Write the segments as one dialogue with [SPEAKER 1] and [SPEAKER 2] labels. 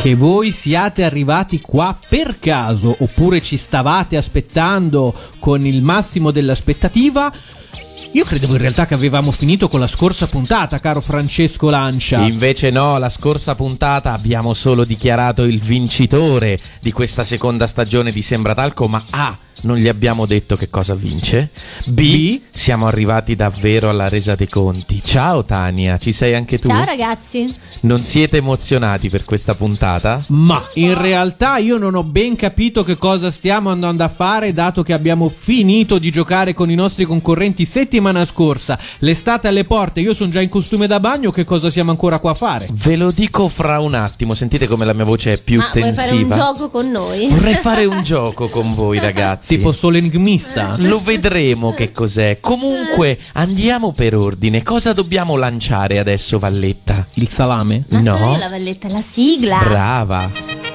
[SPEAKER 1] che voi siate arrivati qua per caso oppure ci stavate aspettando con il massimo dell'aspettativa. Io credevo in realtà che avevamo finito con la scorsa puntata, caro Francesco Lancia.
[SPEAKER 2] Invece no, la scorsa puntata abbiamo solo dichiarato il vincitore di questa seconda stagione di Sembra Talco, ma A. Non gli abbiamo detto che cosa vince. B,
[SPEAKER 1] B.
[SPEAKER 2] Siamo arrivati davvero alla resa dei conti. Ciao Tania, ci sei anche tu?
[SPEAKER 3] Ciao ragazzi.
[SPEAKER 2] Non siete emozionati per questa puntata?
[SPEAKER 1] Ma in realtà io non ho ben capito che cosa stiamo andando a fare, dato che abbiamo finito di giocare con i nostri concorrenti settimana scorsa. L'estate alle porte, io sono già in costume da bagno, che cosa siamo ancora qua a fare?
[SPEAKER 2] Ve lo dico fra un attimo, sentite come la mia voce è più
[SPEAKER 3] Ma vuoi fare un
[SPEAKER 2] tensiva.
[SPEAKER 3] gioco con noi?
[SPEAKER 2] Vorrei fare un gioco con voi ragazzi.
[SPEAKER 1] Tipo solengmista.
[SPEAKER 2] Lo vedremo che cos'è. Comunque, andiamo per ordine. Cosa dobbiamo lanciare adesso, Valletta?
[SPEAKER 1] Il salame?
[SPEAKER 3] Ma
[SPEAKER 2] No.
[SPEAKER 3] sai la valletta, la sigla.
[SPEAKER 2] Brava.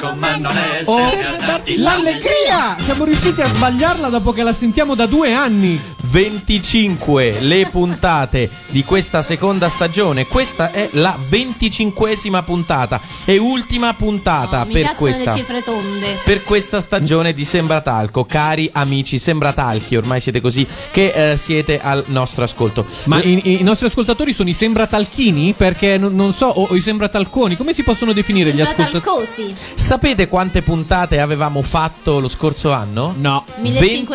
[SPEAKER 2] eh.
[SPEAKER 1] Oh, l'allegria! Siamo riusciti a sbagliarla dopo che la sentiamo da due anni.
[SPEAKER 2] 25 le puntate di questa seconda stagione. Questa è la 25esima puntata e ultima puntata
[SPEAKER 3] mi
[SPEAKER 2] per
[SPEAKER 3] piacciono
[SPEAKER 2] questa.
[SPEAKER 3] le cifre tonde.
[SPEAKER 2] per questa stagione di Sembratalco, cari amici Sembratalchi, ormai siete così che eh, siete al nostro ascolto.
[SPEAKER 1] Ma
[SPEAKER 2] Eh,
[SPEAKER 1] i, i nostri ascoltatori sono i sembratalchini? Perché non, non so, o, o i sembratalconi, come si possono definire gli
[SPEAKER 3] Sembra
[SPEAKER 1] ascoltatori?
[SPEAKER 3] talcosi.
[SPEAKER 2] sapete quante puntate avevamo fatto lo scorso anno?
[SPEAKER 1] No.
[SPEAKER 3] 1500.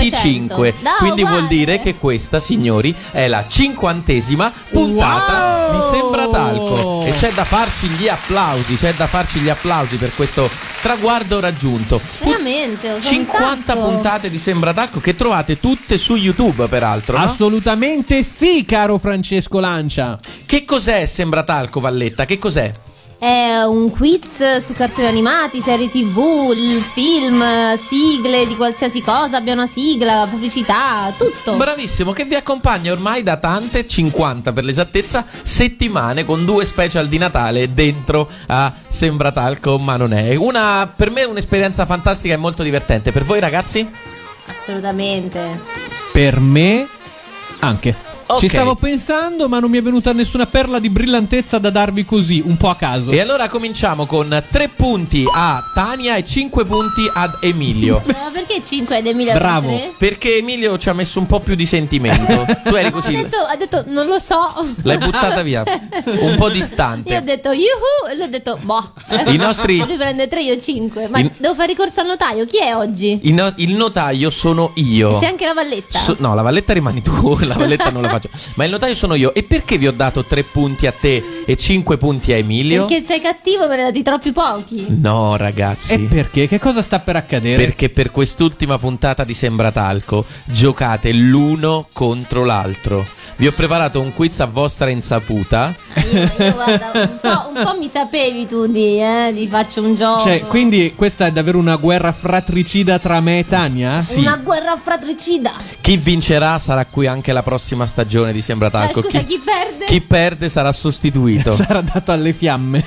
[SPEAKER 2] 25.
[SPEAKER 3] No,
[SPEAKER 2] Quindi vuol
[SPEAKER 3] guarda.
[SPEAKER 2] dire che questa, signori, è la cinquantesima puntata
[SPEAKER 1] Wow!
[SPEAKER 2] di Sembra Talco. E c'è da farci gli applausi, c'è da farci gli applausi per questo traguardo raggiunto. Pu-
[SPEAKER 3] Veramente, ho
[SPEAKER 2] 50
[SPEAKER 3] un sacco.
[SPEAKER 2] puntate di Sembra Talco che trovate tutte su YouTube, peraltro. no?
[SPEAKER 1] Assolutamente sì, caro Francesco Lancia.
[SPEAKER 2] Che cos'è Sembra Talco, Valletta? Che cos'è?
[SPEAKER 3] È un quiz su cartoni animati, serie tv, il film, sigle di qualsiasi cosa, abbia una sigla, pubblicità, tutto.
[SPEAKER 2] Bravissimo, che vi accompagna ormai da tante, 50 per l'esattezza, settimane con due special di Natale dentro a Sembra Talco, ma non è. Una, per me è un'esperienza fantastica e molto divertente. Per voi ragazzi?
[SPEAKER 3] Assolutamente.
[SPEAKER 1] Per me, anche.
[SPEAKER 2] Ok.
[SPEAKER 1] Ci stavo pensando, ma non mi è venuta nessuna perla di brillantezza da darvi così, un po' a caso.
[SPEAKER 2] E allora cominciamo con 3 punti a Tania e 5 punti ad Emilio.
[SPEAKER 3] Eh, Ma perché 5 ed Emilia
[SPEAKER 1] Bravo.
[SPEAKER 3] Tre?
[SPEAKER 2] Perché Emilio ci ha messo un po' più di sentimento. Tu eri
[SPEAKER 3] Ha
[SPEAKER 2] così.
[SPEAKER 3] detto, ha detto, non lo so.
[SPEAKER 2] L'hai buttata via. Un po' distante.
[SPEAKER 3] Io ho detto yuhu e lui ha detto boh.
[SPEAKER 2] I nostri-
[SPEAKER 3] Lui prende 3 io 5. Ma
[SPEAKER 2] I-
[SPEAKER 3] devo fare ricorso al notaio. Chi è oggi?
[SPEAKER 2] Il, no- il notaio sono io.
[SPEAKER 3] Sei anche la valletta.
[SPEAKER 2] So- no, la valletta rimani tu, la valletta non la faccio. Ma il notaio sono io. E perché vi ho dato tre punti a te e cinque punti a Emilio?
[SPEAKER 3] Perché sei cattivo e me ne hai dati troppi pochi.
[SPEAKER 2] No, ragazzi.
[SPEAKER 1] E perché? Che cosa sta per accadere?
[SPEAKER 2] Perché per quest'ultima puntata di Sembratalco giocate l'uno contro l'altro. Vi ho preparato un quiz a vostra insaputa.
[SPEAKER 3] Io, io guarda, un po', un po' mi sapevi tu di, eh, di faccio un gioco.
[SPEAKER 1] Cioè, quindi questa è davvero una guerra fratricida tra me e Tania?
[SPEAKER 2] Sì.
[SPEAKER 3] Una guerra fratricida.
[SPEAKER 2] Chi vincerà sarà qui anche la prossima stagione di Sembratalco.
[SPEAKER 3] Eh, scusa, chi perde?
[SPEAKER 2] Chi perde sarà sostituito.
[SPEAKER 1] Sarà dato alle fiamme.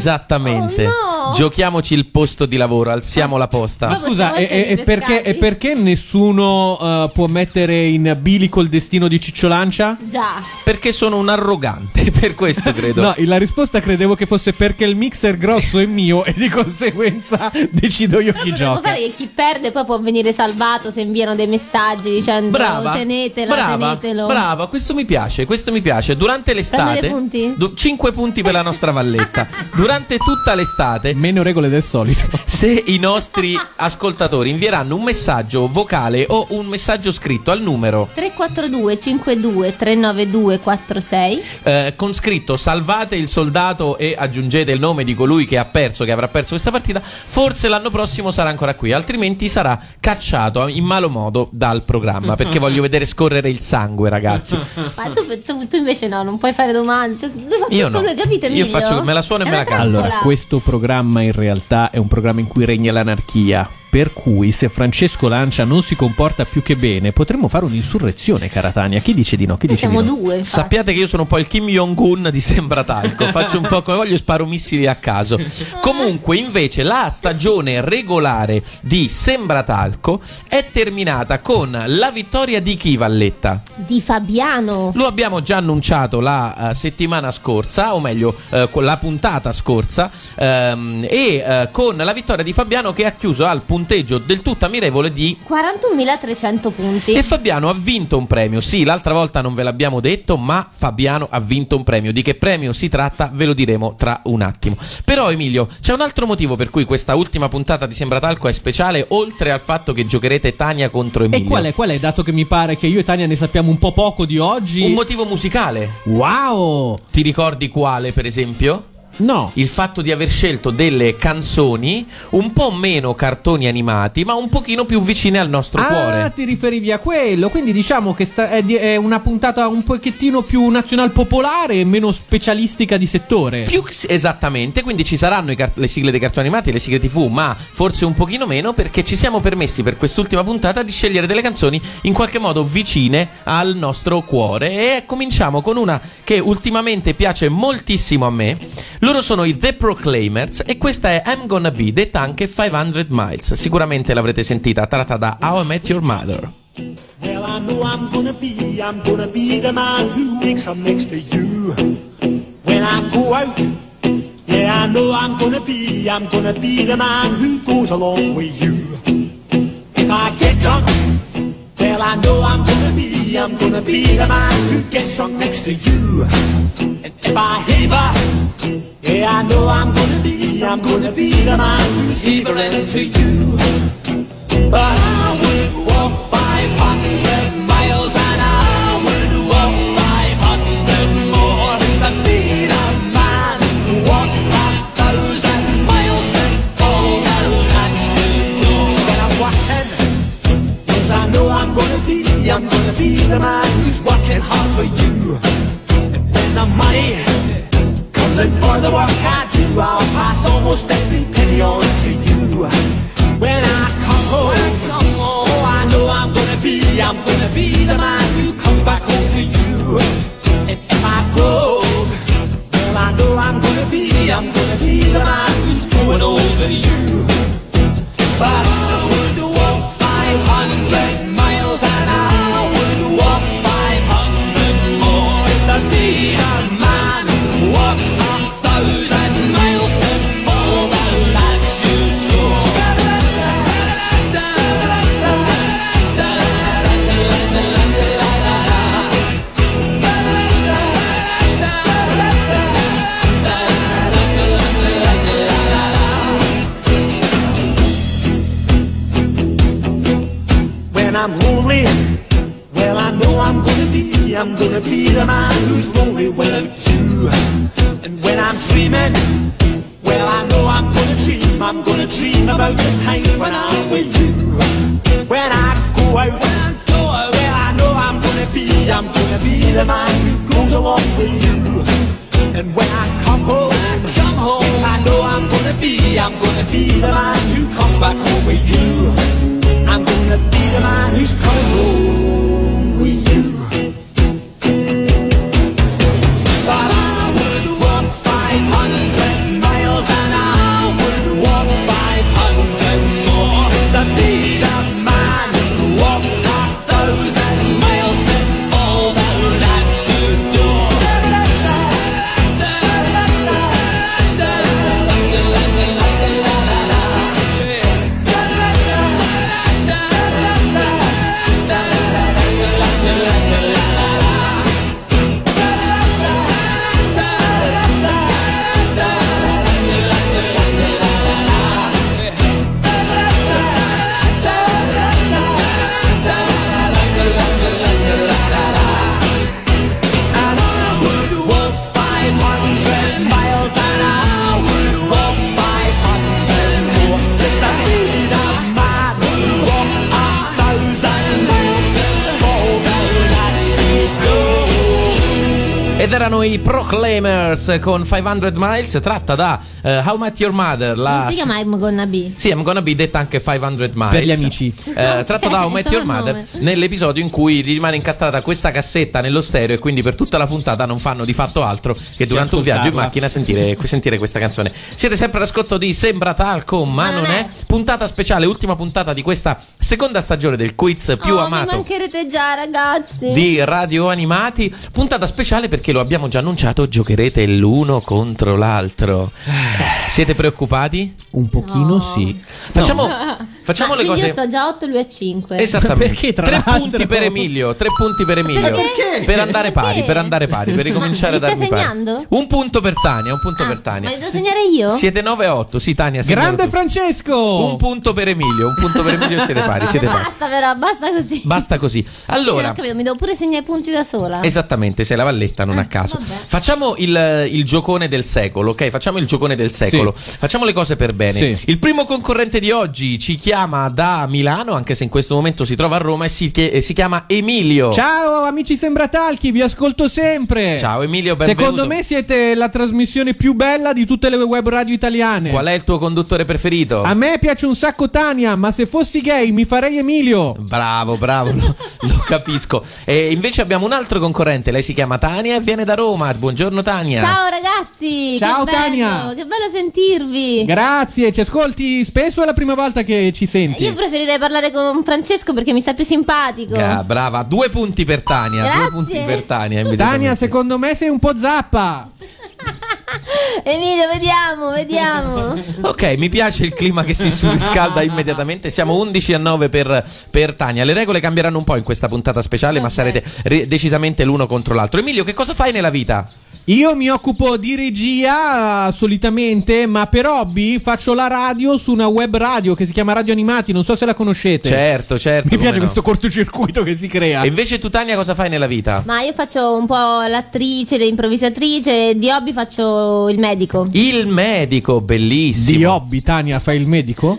[SPEAKER 2] Esattamente.
[SPEAKER 3] Oh, no.
[SPEAKER 2] Giochiamoci il posto di lavoro, alziamo la posta.
[SPEAKER 1] Ma
[SPEAKER 3] Proprio
[SPEAKER 1] scusa,
[SPEAKER 3] siamo
[SPEAKER 1] e, e-
[SPEAKER 3] esseri
[SPEAKER 1] e perché,
[SPEAKER 3] pescati.
[SPEAKER 1] e perché nessuno eh, può mettere in bilico il destino di Cicciolancia?
[SPEAKER 3] Già.
[SPEAKER 2] Perché sono un arrogante, per questo credo.
[SPEAKER 1] No, la risposta credevo che fosse perché il mixer grosso è mio e di conseguenza decido io
[SPEAKER 3] Però
[SPEAKER 1] chi
[SPEAKER 3] potremmo
[SPEAKER 1] gioca.
[SPEAKER 3] fare che chi perde poi può venire salvato se inviano dei messaggi dicendo
[SPEAKER 2] Brava,
[SPEAKER 3] tenetelo,
[SPEAKER 2] brava,
[SPEAKER 3] tenetelo.
[SPEAKER 2] brava, questo mi piace, questo mi piace. Durante
[SPEAKER 3] Prendo
[SPEAKER 2] l'estate,
[SPEAKER 3] dei punti?
[SPEAKER 2] 5 punti per la nostra valletta. Durante tutta l'estate,
[SPEAKER 1] Meno regole del solito.
[SPEAKER 2] se i nostri ascoltatori invieranno un messaggio vocale o un messaggio scritto al numero
[SPEAKER 3] 342 52 392 46
[SPEAKER 2] eh, con scritto salvate il soldato e aggiungete il nome di colui che ha perso, che avrà perso questa partita, forse l'anno prossimo sarà ancora qui, altrimenti sarà cacciato in malo modo dal programma, perché voglio vedere scorrere il sangue, ragazzi.
[SPEAKER 3] Ma tu, tu- tu invece no, non puoi fare domande. Cioè, lui fa
[SPEAKER 2] Io
[SPEAKER 3] tutto
[SPEAKER 2] no.
[SPEAKER 3] lui, capito
[SPEAKER 2] Io
[SPEAKER 3] Emilio?
[SPEAKER 2] faccio- me la suono e
[SPEAKER 3] È
[SPEAKER 2] me
[SPEAKER 3] una
[SPEAKER 2] la canto.
[SPEAKER 3] trappola.
[SPEAKER 1] Allora, questo programma in realtà è un programma in cui regna l'anarchia. Per cui, se Francesco Lancia non si comporta più che bene, potremmo fare un'insurrezione, cara Tania. Chi dice di no? Chi
[SPEAKER 3] Noi
[SPEAKER 1] dice
[SPEAKER 3] siamo
[SPEAKER 1] di no?
[SPEAKER 3] due. infatti.
[SPEAKER 2] Sappiate che io sono un po' il Kim Jong-un di Sembratalco, faccio un po' come voglio, sparo missili a caso. Comunque, invece, la stagione regolare di Sembratalco è terminata con la vittoria di chi, Valletta?
[SPEAKER 3] Di Fabiano.
[SPEAKER 2] Lo abbiamo già annunciato la eh, settimana scorsa, o meglio, eh, con la puntata scorsa, ehm, e eh, con la vittoria di Fabiano che ha chiuso al punteggio del tutto ammirevole di
[SPEAKER 3] 41.300 punti.
[SPEAKER 2] e Fabiano ha vinto un premio. Sì, l'altra volta non ve l'abbiamo detto, ma Fabiano ha vinto un premio. Di che premio si tratta ve lo diremo tra un attimo. Però, Emilio, c'è un altro motivo per cui questa ultima puntata di Sembratalco è speciale, oltre al fatto che giocherete Tania contro
[SPEAKER 1] E
[SPEAKER 2] Emilio.
[SPEAKER 1] qual è? Qual è? Dato che mi pare che io e Tania ne sappiamo un po' poco di oggi.
[SPEAKER 2] Un motivo musicale.
[SPEAKER 1] wow!
[SPEAKER 2] Ti ricordi quale, per esempio?
[SPEAKER 1] No.
[SPEAKER 2] Il fatto di aver scelto delle canzoni un po' meno cartoni animati, ma un pochino più vicine al nostro
[SPEAKER 1] Ah,
[SPEAKER 2] cuore.
[SPEAKER 1] ti riferivi a quello. Quindi diciamo che sta- è, di- è una puntata un pochettino più nazional popolare e meno specialistica di settore.
[SPEAKER 2] Eh. Più che- esattamente, quindi ci saranno i car- le sigle dei cartoni animati, le sigle TV, ma forse un pochino meno perché ci siamo permessi per quest'ultima puntata di scegliere delle canzoni in qualche modo vicine al nostro cuore e cominciamo con una che ultimamente piace moltissimo a me. Loro sono i The Proclaimers e questa è I'm Gonna Be, detta anche 500 Miles. Sicuramente l'avrete sentita, tratta da How I Met Your Mother.
[SPEAKER 4] Well, I know I'm gonna be, I'm gonna be the man who wakes up next to you. When I go out, yeah, I know I'm gonna be, I'm gonna be the man who goes along with you. If I get drunk, well, I know I'm gonna be, I'm gonna be the man who gets drunk next to you. And if I heaver, yeah, I know I'm gonna be, I'm gonna be the man who's heavering to you. But I would walk 500 miles and I would walk 500 more just to be the man who walked a thousand miles to fall down at your door. When I'm walking, yes I know I'm gonna be, I'm gonna be the man who's working hard for you. And when the money comes in for the work I do, I'll pass almost every penny on to you. When I come home, oh, I know I'm gonna be, I'm gonna be the man who comes back home to you. And if I go, well, I know I'm gonna be, I'm gonna be the man who's going over you. But I would walk 500 miles and I would walk 500 more just to be a man who walks a thousand miles to fall down at your door. When I'm lonely, well I know I'm gonna be, I'm gonna be the man who's lonely without you. And when I'm dreaming, well I know I'm gonna dream, I'm gonna dream about the time when I'm with you. When I go out, well I know I'm gonna be, I'm gonna be the man who goes along with you. And when I come home, come home, yes I know I'm gonna be, I'm gonna be the man who comes back home with you. I'm gonna be the man who's coming home with you. But I would walk 500 miles and I would walk 500 more to be the man who walks a thousand miles to fall down at your door.
[SPEAKER 2] erano i Proclaimers con 500 Miles, tratta da eh, How Met Your Mother. La
[SPEAKER 3] Non si chiama I'm gonna be.
[SPEAKER 2] Sì, I'm gonna be detta anche 500 miles.
[SPEAKER 1] Per gli amici.
[SPEAKER 2] Eh, tratto da How I Met Your
[SPEAKER 3] Solo
[SPEAKER 2] Mother
[SPEAKER 3] nome.
[SPEAKER 2] nell'episodio in cui gli rimane incastrata questa cassetta nello stereo e quindi per tutta la puntata non fanno di fatto altro che durante un viaggio in
[SPEAKER 1] ascoltarla.
[SPEAKER 2] macchina sentire, sentire questa canzone. Siete sempre all'ascolto di Sembra Talco, ma non è. Puntata speciale, ultima puntata di questa seconda stagione del quiz più
[SPEAKER 3] oh, mi
[SPEAKER 2] amato.
[SPEAKER 3] mancherete già, ragazzi.
[SPEAKER 2] Di Radio Animati, puntata speciale perché lo abbiamo già annunciato, giocherete l'uno contro l'altro. Eh, Siete preoccupati?
[SPEAKER 1] Un pochino
[SPEAKER 3] No.
[SPEAKER 1] sì.
[SPEAKER 2] Facciamo, facciamo
[SPEAKER 3] Ma
[SPEAKER 2] le cose.
[SPEAKER 3] quindi
[SPEAKER 2] Esatto,
[SPEAKER 3] Io sto già a 8, lui a 5.
[SPEAKER 2] Esattamente.
[SPEAKER 1] Perché, tra
[SPEAKER 2] tre
[SPEAKER 1] l'altro?
[SPEAKER 2] punti per Emilio, tre punti per Emilio.
[SPEAKER 3] Perché?
[SPEAKER 2] Per andare pari,
[SPEAKER 3] Perché?
[SPEAKER 2] per andare pari, per ricominciare
[SPEAKER 3] mi stai
[SPEAKER 2] a darmi pari.
[SPEAKER 3] segnando?
[SPEAKER 2] Un punto per Tania, un punto per
[SPEAKER 3] Ah, Ma
[SPEAKER 2] Tania.
[SPEAKER 3] devo segnare io?
[SPEAKER 2] Siete 9 a 8, sì Tania, segnalo
[SPEAKER 1] Grande
[SPEAKER 2] tu.
[SPEAKER 1] Francesco!
[SPEAKER 2] Un punto per Emilio, un punto per Emilio siete pari, siete pari.
[SPEAKER 3] Ah, Basta però, basta così.
[SPEAKER 2] Basta così.
[SPEAKER 3] Io
[SPEAKER 2] Allora,
[SPEAKER 3] non ho capito, mi devo pure segnare i punti da sola.
[SPEAKER 2] Esattamente, sei la valletta, non
[SPEAKER 3] Ah,
[SPEAKER 2] a caso.
[SPEAKER 3] vabbè.
[SPEAKER 2] Facciamo il, il giocone del secolo, ok? Facciamo il giocone del secolo. Facciamo le cose per bene.
[SPEAKER 1] Sì.
[SPEAKER 2] Il primo concorrente di oggi ci chiama da Milano, anche se in questo momento si trova a Roma, e si, che- e si chiama Emilio.
[SPEAKER 1] Ciao amici Sembratalchi, vi ascolto sempre.
[SPEAKER 2] Ciao, Emilio, benvenuto.
[SPEAKER 1] Secondo me siete la trasmissione più bella di tutte le web radio italiane.
[SPEAKER 2] Qual è il tuo conduttore preferito?
[SPEAKER 1] A me piace un sacco Tania, ma se fossi gay mi farei Emilio.
[SPEAKER 2] Bravo, bravo, lo, lo capisco. E invece abbiamo un altro concorrente, lei si chiama Tania e viene da Roma. Buongiorno Tania.
[SPEAKER 3] Ciao ragazzi!
[SPEAKER 1] Ciao,
[SPEAKER 3] che bello,
[SPEAKER 1] Tania.
[SPEAKER 3] Che bello sentirvi!
[SPEAKER 1] Grazie, ci ascolti spesso, è la prima volta che ci senti.
[SPEAKER 3] Io preferirei parlare con Francesco perché mi sta più simpatico.
[SPEAKER 2] Gra- brava, due punti per Tania. Due
[SPEAKER 3] Grazie.
[SPEAKER 2] punti per Tania.
[SPEAKER 1] Tania,
[SPEAKER 2] immediatamente.
[SPEAKER 1] secondo me sei un po' zappa.
[SPEAKER 3] Emilio, vediamo, vediamo.
[SPEAKER 2] Ok, mi piace il clima che si surriscalda immediatamente. Siamo 11 a 9 per, per Tania. Le regole cambieranno un po' in questa puntata speciale, ma sarete re- decisamente l'uno contro l'altro. Emilio, che cosa fai nella vita?
[SPEAKER 1] Io mi occupo di regia eh, solitamente, ma per hobby faccio la radio su una web radio che si chiama Radio Animati, non so se la conoscete.
[SPEAKER 2] Certo, certo.
[SPEAKER 1] Mi
[SPEAKER 2] come
[SPEAKER 1] piace
[SPEAKER 2] no.
[SPEAKER 1] questo cortocircuito che si crea.
[SPEAKER 2] E invece tu, Tania, cosa fai nella vita?
[SPEAKER 3] Ma io faccio un po' l'attrice, l'improvvisatrice, di hobby faccio il medico.
[SPEAKER 2] Il medico, bellissimo.
[SPEAKER 1] Di hobby, Tania, fai il medico?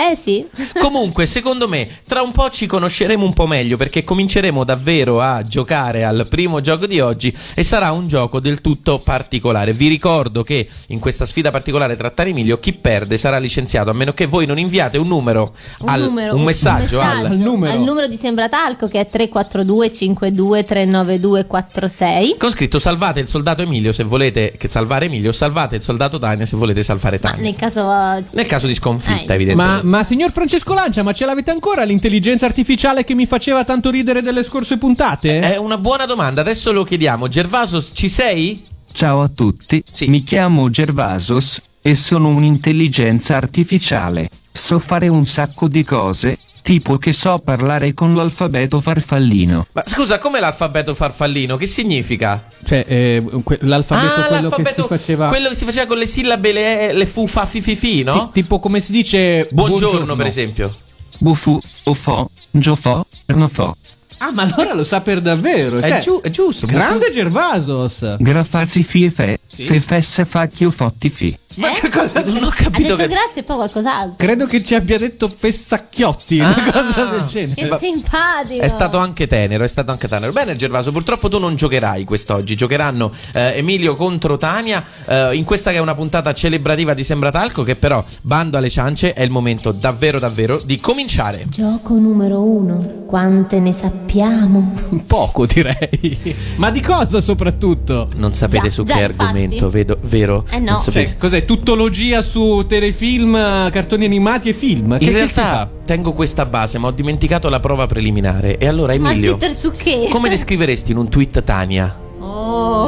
[SPEAKER 3] Eh sì.
[SPEAKER 2] Comunque, secondo me, tra un po' ci conosceremo un po' meglio perché cominceremo davvero a giocare al primo gioco di oggi e sarà un gioco del tutto particolare. Vi ricordo che in questa sfida particolare tra Tani e Emilio chi perde sarà licenziato a meno che voi non inviate un numero,
[SPEAKER 3] Un,
[SPEAKER 2] al-
[SPEAKER 3] numero,
[SPEAKER 2] un messaggio, al-
[SPEAKER 1] Al numero.
[SPEAKER 3] di Sembratalco che è 342 52 392 46.
[SPEAKER 2] con scritto salvate il soldato Emilio se volete che salvare Emilio, salvate il soldato Tania se volete salvare
[SPEAKER 3] Ma
[SPEAKER 2] Tania.
[SPEAKER 3] nel caso eh,
[SPEAKER 2] Nel caso di sconfitta,
[SPEAKER 3] Eh,
[SPEAKER 1] Ma,
[SPEAKER 2] evidentemente.
[SPEAKER 1] ma signor Francesco Lancia, ma ce l'avete ancora l'intelligenza artificiale che mi faceva tanto ridere delle scorse puntate?
[SPEAKER 2] È Eh, una buona domanda, adesso lo chiediamo. Gervaso, ci sei?
[SPEAKER 5] Ciao a tutti,
[SPEAKER 2] Sì.
[SPEAKER 5] mi chiamo Gervasos e sono un'intelligenza artificiale. So fare un sacco di cose, tipo che so parlare con l'alfabeto farfallino.
[SPEAKER 2] Ma scusa, com'è l'alfabeto farfallino? Che significa?
[SPEAKER 1] Cioè, eh, que- l'alfabeto
[SPEAKER 2] ah,
[SPEAKER 1] quello che si
[SPEAKER 2] l'alfabeto-
[SPEAKER 1] faceva.
[SPEAKER 2] quello che si faceva con le sillabe, le, le fu, fa, fi, fi, fi, no?
[SPEAKER 1] Ti- tipo come si dice
[SPEAKER 2] Buongiorno, per esempio.
[SPEAKER 5] Bufu, ofo, giofo, rnofo,
[SPEAKER 1] Ah, ma allora lo sa per davvero.
[SPEAKER 2] È,
[SPEAKER 1] cioè,
[SPEAKER 2] giu- è giusto.
[SPEAKER 1] Grande Gervasos.
[SPEAKER 5] grafasi fiefe,
[SPEAKER 1] Sì.
[SPEAKER 5] fefesse facchio fotti fi.
[SPEAKER 2] Ma che cosa? Non ho
[SPEAKER 3] ha detto
[SPEAKER 2] capito che.
[SPEAKER 3] grazie e poi qualcos'altro.
[SPEAKER 1] Eh? Credo che ci abbia detto Fessacchiotti, una cosa del genere.
[SPEAKER 3] Che simpatico.
[SPEAKER 2] È stato anche tenero, è stato anche tenero. Bene, Gervaso, purtroppo tu non giocherai quest'oggi. Giocheranno eh, Emilio contro Tania eh, in questa che è una puntata celebrativa di Sembratalco. Che però, bando alle ciance, è il momento davvero, davvero di cominciare.
[SPEAKER 3] Gioco numero uno. Quante ne sappiamo?
[SPEAKER 1] Poco direi. Ma di cosa soprattutto?
[SPEAKER 2] Non sapete
[SPEAKER 3] Già,
[SPEAKER 2] su
[SPEAKER 3] già,
[SPEAKER 2] che
[SPEAKER 3] infatti.
[SPEAKER 2] argomento, vedo, vero?
[SPEAKER 3] Eh no.
[SPEAKER 2] Non sapete.
[SPEAKER 1] Cioè, cos'è? Tuttologia su telefilm, cartoni animati e film? Che-
[SPEAKER 2] In
[SPEAKER 1] che si
[SPEAKER 2] realtà
[SPEAKER 1] fa?
[SPEAKER 2] tengo questa base, ma ho dimenticato la prova preliminare. E allora,
[SPEAKER 3] Ma
[SPEAKER 2] Emilio,
[SPEAKER 3] Twitter su che?
[SPEAKER 2] come descriveresti in un tweet Tania?
[SPEAKER 3] Oh.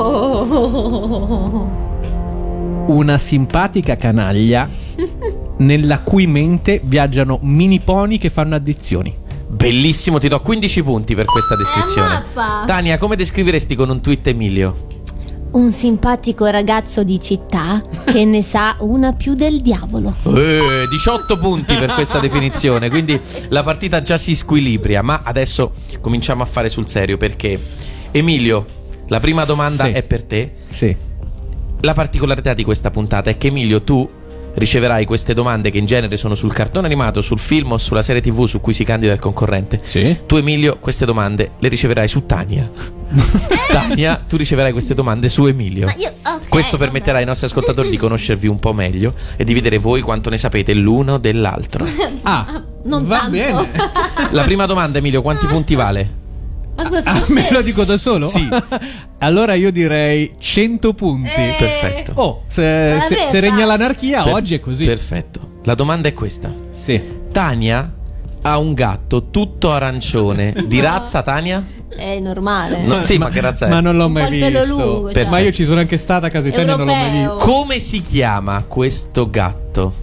[SPEAKER 1] Una simpatica canaglia nella cui mente viaggiano mini pony che fanno addizioni.
[SPEAKER 2] Bellissimo, ti do 15 punti per
[SPEAKER 3] Eh,
[SPEAKER 2] questa descrizione.
[SPEAKER 3] mappa.
[SPEAKER 2] Tania, come descriveresti con un tweet Emilio?
[SPEAKER 3] Un simpatico ragazzo di città che ne sa una più del diavolo.
[SPEAKER 2] Eh, 18 punti per questa definizione, quindi la partita già si squilibria, ma adesso cominciamo a fare sul serio perché Emilio, la prima domanda
[SPEAKER 1] Sì.
[SPEAKER 2] è per te.
[SPEAKER 1] Sì.
[SPEAKER 2] La particolarità di questa puntata è che Emilio tu riceverai queste domande che in genere sono sul cartone animato, sul film o sulla serie TV su cui si candida il concorrente.
[SPEAKER 1] Sì.
[SPEAKER 2] Tu Emilio queste domande le riceverai su Tania. Tania, tu riceverai queste domande su Emilio.
[SPEAKER 3] Ma io- ok,
[SPEAKER 2] Questo
[SPEAKER 3] vabbè.
[SPEAKER 2] permetterà ai nostri ascoltatori di conoscervi un po' meglio e di vedere voi quanto ne sapete l'uno dell'altro.
[SPEAKER 1] Ah,
[SPEAKER 3] Non
[SPEAKER 1] va
[SPEAKER 3] tanto.
[SPEAKER 1] bene.
[SPEAKER 2] La prima domanda, Emilio, quanti punti vale?
[SPEAKER 3] Ma scusa,
[SPEAKER 1] Ah,
[SPEAKER 3] sto
[SPEAKER 1] me lo
[SPEAKER 3] scemo.
[SPEAKER 1] dico da solo?
[SPEAKER 2] Sì.
[SPEAKER 1] allora io direi 100 punti.
[SPEAKER 3] Eh.
[SPEAKER 2] Perfetto.
[SPEAKER 1] Oh, se,
[SPEAKER 3] Ma
[SPEAKER 1] se-
[SPEAKER 3] vabbè,
[SPEAKER 1] se regna
[SPEAKER 3] dai.
[SPEAKER 1] l'anarchia,
[SPEAKER 2] Per-
[SPEAKER 1] oggi è così.
[SPEAKER 2] Perfetto. La domanda è questa.
[SPEAKER 1] Sì.
[SPEAKER 2] Tania ha un gatto tutto arancione. Di razza Tania?
[SPEAKER 3] È normale.
[SPEAKER 2] No, sì, ma, che razza è?
[SPEAKER 1] Eh. Ma non l'ho
[SPEAKER 3] Un po'
[SPEAKER 1] mai
[SPEAKER 3] il pelo
[SPEAKER 1] visto.
[SPEAKER 3] lungo,
[SPEAKER 2] cioè.
[SPEAKER 1] Ma io ci sono anche stata a Casetano e non l'ho mai
[SPEAKER 3] Europeo.
[SPEAKER 1] visto.
[SPEAKER 2] Come si chiama questo gatto?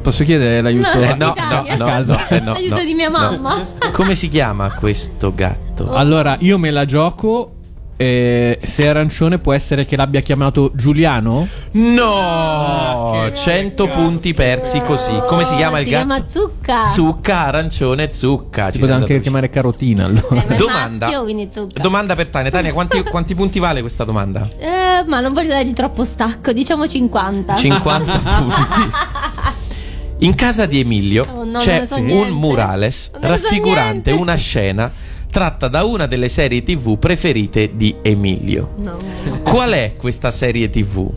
[SPEAKER 1] posso chiedere l'aiuto?
[SPEAKER 3] No,
[SPEAKER 2] Eh,
[SPEAKER 3] no, Italia.
[SPEAKER 2] no, no, no, eh, no,
[SPEAKER 3] Aiuto
[SPEAKER 2] no,
[SPEAKER 3] di mia
[SPEAKER 2] no.
[SPEAKER 3] mamma.
[SPEAKER 2] Come si chiama questo
[SPEAKER 3] Oh.
[SPEAKER 2] gatto?
[SPEAKER 1] Allora, io me la gioco. eh, se è arancione, può essere che l'abbia chiamato Giuliano? Ah,
[SPEAKER 2] No! 100 punti persi così. Come si chiama il
[SPEAKER 3] Si
[SPEAKER 2] gatto?
[SPEAKER 3] chiama Zucca.
[SPEAKER 2] Zucca, arancione, zucca.
[SPEAKER 1] Si
[SPEAKER 2] Ci
[SPEAKER 1] poteva
[SPEAKER 2] sei
[SPEAKER 1] anche
[SPEAKER 2] andato
[SPEAKER 1] chiamare Carotina.
[SPEAKER 3] Eh,
[SPEAKER 1] Allora.
[SPEAKER 3] ma è
[SPEAKER 2] Domanda.
[SPEAKER 3] maschio, quindi Zucca.
[SPEAKER 2] Domanda per Tania. Tania, quanti, quanti punti vale questa domanda?
[SPEAKER 3] Eh, ma non voglio dargli troppo stacco, diciamo 50.
[SPEAKER 2] 50 punti. In casa di Emilio
[SPEAKER 3] Oh, no, non
[SPEAKER 2] c'è
[SPEAKER 3] ne so
[SPEAKER 2] un
[SPEAKER 3] niente.
[SPEAKER 2] murales
[SPEAKER 3] Non ne so
[SPEAKER 2] raffigurante
[SPEAKER 3] niente.
[SPEAKER 2] una scena tratta da una delle serie TV preferite di Emilio.
[SPEAKER 3] No.
[SPEAKER 2] Qual è questa serie TV?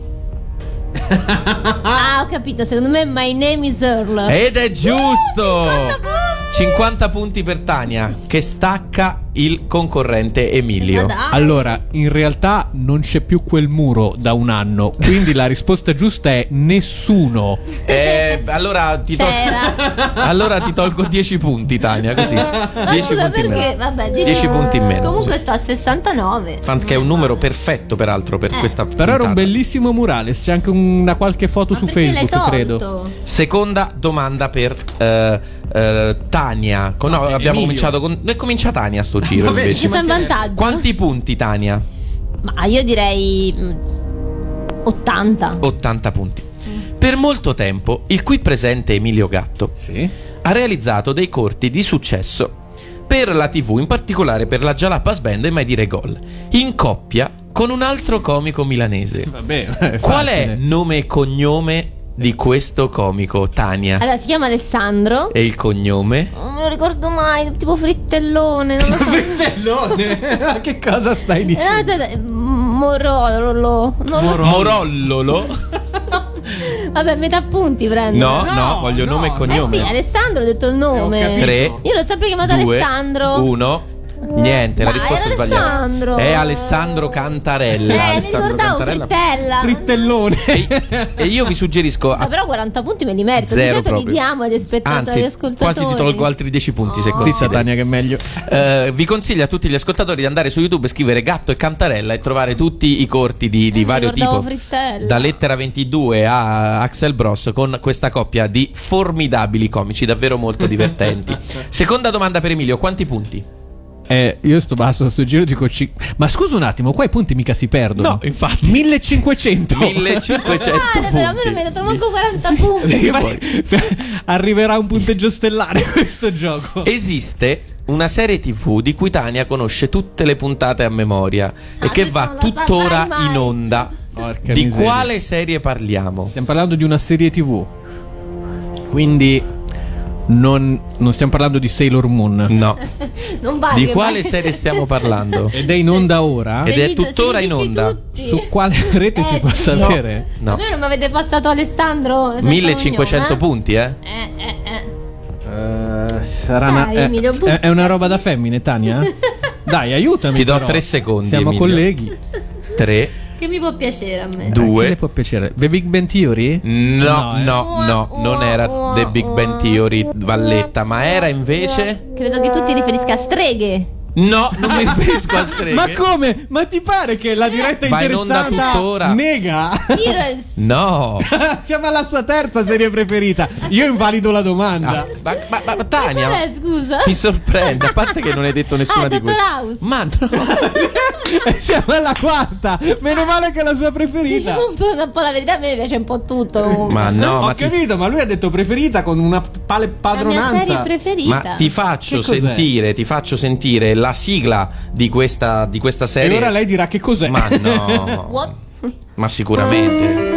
[SPEAKER 3] Ah, ho capito, secondo me My Name is Earl.
[SPEAKER 2] Ed è giusto!
[SPEAKER 3] 50 Eh. punti!
[SPEAKER 2] 50 punti per Tania che stacca il concorrente Emilio.
[SPEAKER 3] Ma dai.
[SPEAKER 1] Allora, in realtà non c'è più quel muro da un anno. Quindi la risposta giusta è nessuno.
[SPEAKER 2] Eh, allora, ti tol-
[SPEAKER 3] C'era.
[SPEAKER 2] allora ti tolgo 10 punti Tania, così. 10
[SPEAKER 3] Ma scusa
[SPEAKER 2] punti in
[SPEAKER 3] perché?
[SPEAKER 2] meno.
[SPEAKER 3] Vabbè,
[SPEAKER 2] 10
[SPEAKER 3] dicevo-
[SPEAKER 2] punti in meno.
[SPEAKER 3] Comunque sta a 69.
[SPEAKER 2] Fan- che è un numero perfetto peraltro per
[SPEAKER 3] Eh.
[SPEAKER 2] questa
[SPEAKER 1] Però era un
[SPEAKER 2] puntata.
[SPEAKER 1] bellissimo murales. C'è anche una qualche foto
[SPEAKER 3] Ma
[SPEAKER 1] su
[SPEAKER 3] perché l'hai
[SPEAKER 1] Facebook,
[SPEAKER 3] tolto?
[SPEAKER 1] credo.
[SPEAKER 2] Seconda domanda per eh, eh, Tania. Con- no, abbiamo
[SPEAKER 1] Emilio.
[SPEAKER 2] cominciato con noi comincia Tania sto giro
[SPEAKER 1] Vabbè,
[SPEAKER 3] Perché
[SPEAKER 2] invece.
[SPEAKER 3] sei in vantaggio.
[SPEAKER 2] Quanti punti Tania?
[SPEAKER 3] Ma io direi mm, 80.
[SPEAKER 2] 80 punti. Per molto tempo il qui presente Emilio Gatto ha realizzato dei corti di successo per la TV, in particolare per la Jalapas Band e mai dire gol, in coppia con un altro comico milanese.
[SPEAKER 1] Vabbè,
[SPEAKER 2] Qual è nome e cognome di questo comico, Tania?
[SPEAKER 3] Allora, si chiama Alessandro.
[SPEAKER 2] E il cognome?
[SPEAKER 3] Non me lo ricordo mai, tipo frittellone, non lo so.
[SPEAKER 1] Ma che cosa stai
[SPEAKER 3] Eh, dai, dai, dai, Morollo. Non lo so.
[SPEAKER 2] Morollolo?
[SPEAKER 3] Vabbè, metà punti prendo.
[SPEAKER 2] No, no,
[SPEAKER 1] No,
[SPEAKER 2] voglio
[SPEAKER 1] no.
[SPEAKER 2] nome e
[SPEAKER 3] Eh sì,
[SPEAKER 2] cognome.
[SPEAKER 3] Alessandro ho detto il
[SPEAKER 1] Eh, ho
[SPEAKER 3] nome.
[SPEAKER 1] capito.
[SPEAKER 2] Tre.
[SPEAKER 3] Io l'ho sempre chiamato
[SPEAKER 2] due,
[SPEAKER 3] Alessandro.
[SPEAKER 2] Uno. Niente, la
[SPEAKER 3] Dai,
[SPEAKER 2] risposta è
[SPEAKER 3] era
[SPEAKER 2] sbagliata.
[SPEAKER 3] Alessandro.
[SPEAKER 2] È Alessandro Cantarella.
[SPEAKER 3] Eh, mi
[SPEAKER 2] Alessandro
[SPEAKER 3] ricordavo
[SPEAKER 2] Cantarella.
[SPEAKER 3] frittella.
[SPEAKER 1] Frittellone.
[SPEAKER 2] E io vi suggerisco.
[SPEAKER 3] Ah,
[SPEAKER 2] a-
[SPEAKER 3] però 40 punti me li merito. Di
[SPEAKER 2] Zero
[SPEAKER 3] solito
[SPEAKER 2] proprio.
[SPEAKER 3] li diamo agli spettatori, agli
[SPEAKER 2] Anzi,
[SPEAKER 3] ascoltatori.
[SPEAKER 2] quasi ti tolgo altri 10 punti se
[SPEAKER 3] Oh.
[SPEAKER 2] consideri.
[SPEAKER 1] che è meglio.
[SPEAKER 2] Eh, vi consiglio a tutti gli ascoltatori di andare su YouTube e scrivere Gatto e Cantarella e trovare tutti i corti di, di
[SPEAKER 3] Eh, mi
[SPEAKER 2] vario tipo.
[SPEAKER 3] ricordavo Frittella.
[SPEAKER 2] Da Lettera 22 a Axel Bros con questa coppia di formidabili comici davvero molto divertenti. Seconda domanda per Emilio, quanti punti?
[SPEAKER 1] Eh, io sto basso a sto giro dico. ci- Ma scusa un attimo, qua i punti mica si perdono.
[SPEAKER 2] No, infatti.
[SPEAKER 1] 1500.
[SPEAKER 2] 1500
[SPEAKER 3] Ah,
[SPEAKER 2] punti.
[SPEAKER 3] però a me non mi ha dato manco 40 punti.
[SPEAKER 1] Ma- Arriverà un punteggio stellare questo gioco.
[SPEAKER 2] Esiste una serie TV di cui Tania conosce tutte le puntate a memoria e
[SPEAKER 3] Ah,
[SPEAKER 2] che
[SPEAKER 3] questo
[SPEAKER 2] va
[SPEAKER 3] non lo
[SPEAKER 2] tuttora
[SPEAKER 3] saprai mai.
[SPEAKER 2] in onda.
[SPEAKER 1] Porca
[SPEAKER 2] di
[SPEAKER 1] miseria.
[SPEAKER 2] quale serie parliamo?
[SPEAKER 1] Stiamo parlando di una serie TV. Quindi non, non stiamo parlando di Sailor Moon.
[SPEAKER 2] No.
[SPEAKER 3] Ah, Non vale.
[SPEAKER 2] Di quale serie stiamo parlando?
[SPEAKER 1] Ed è in onda ora?
[SPEAKER 2] Ed è tuttora in onda.
[SPEAKER 1] Su quale rete si può
[SPEAKER 3] Eh, no.
[SPEAKER 1] sapere?
[SPEAKER 2] No.
[SPEAKER 3] A me non mi avete passato Alessandro. senza
[SPEAKER 2] 1500
[SPEAKER 3] cognome,
[SPEAKER 2] punti, Esatto, eh?
[SPEAKER 3] eh? Eh, eh, eh.
[SPEAKER 1] Eh, sarà
[SPEAKER 3] Dai,
[SPEAKER 1] una, eh,
[SPEAKER 3] Emilio,
[SPEAKER 1] è, è una roba da femmine, Tania? Dai, aiutami.
[SPEAKER 2] Ti do
[SPEAKER 1] però.
[SPEAKER 2] tre secondi,
[SPEAKER 1] Siamo
[SPEAKER 2] Emilio.
[SPEAKER 1] colleghi.
[SPEAKER 2] 3
[SPEAKER 3] Che mi può piacere a me.
[SPEAKER 2] Du- Due.
[SPEAKER 1] A Eh, chi le può piacere? The Big Bang Theory?
[SPEAKER 2] No,
[SPEAKER 1] eh.
[SPEAKER 2] no, no, non era The Big Bang Theory Valletta, ma era invece
[SPEAKER 3] Credo che tu ti riferisca a streghe.
[SPEAKER 2] No, non mi riferisco a streghe.
[SPEAKER 1] Ma come? Ma ti pare che la diretta
[SPEAKER 2] Va in onda
[SPEAKER 1] interessata
[SPEAKER 2] tuttora.
[SPEAKER 1] nega?
[SPEAKER 3] Heroes.
[SPEAKER 2] No.
[SPEAKER 1] Siamo alla sua terza serie preferita. Io invalido la domanda.
[SPEAKER 2] Ah, ma, ma- ma- ma
[SPEAKER 3] Qual
[SPEAKER 2] Tania,
[SPEAKER 3] è,
[SPEAKER 2] ma-
[SPEAKER 3] scusa?
[SPEAKER 2] mi sorprende, a parte che non hai detto nessuna
[SPEAKER 3] Ah,
[SPEAKER 2] di queste.
[SPEAKER 3] Dottor House.
[SPEAKER 2] Ma no. Ah.
[SPEAKER 1] Siamo alla quarta. Meno male che è la sua preferita.
[SPEAKER 3] Diciamo un po', un po' la verità, a me piace un po' tutto. comunque.
[SPEAKER 2] Ma Ah, no,
[SPEAKER 1] Ho
[SPEAKER 2] ma ti,
[SPEAKER 1] capito, ma lui ha detto preferita con una pale
[SPEAKER 3] La mia serie
[SPEAKER 1] padronanza.
[SPEAKER 3] preferita.
[SPEAKER 2] ma ti faccio
[SPEAKER 1] Che cos'è?
[SPEAKER 2] sentire, ti faccio sentire la sigla di questa, di questa serie.
[SPEAKER 1] E ora lei dirà che cos'è.
[SPEAKER 2] Ma no.
[SPEAKER 3] What?
[SPEAKER 2] Ma sicuramente.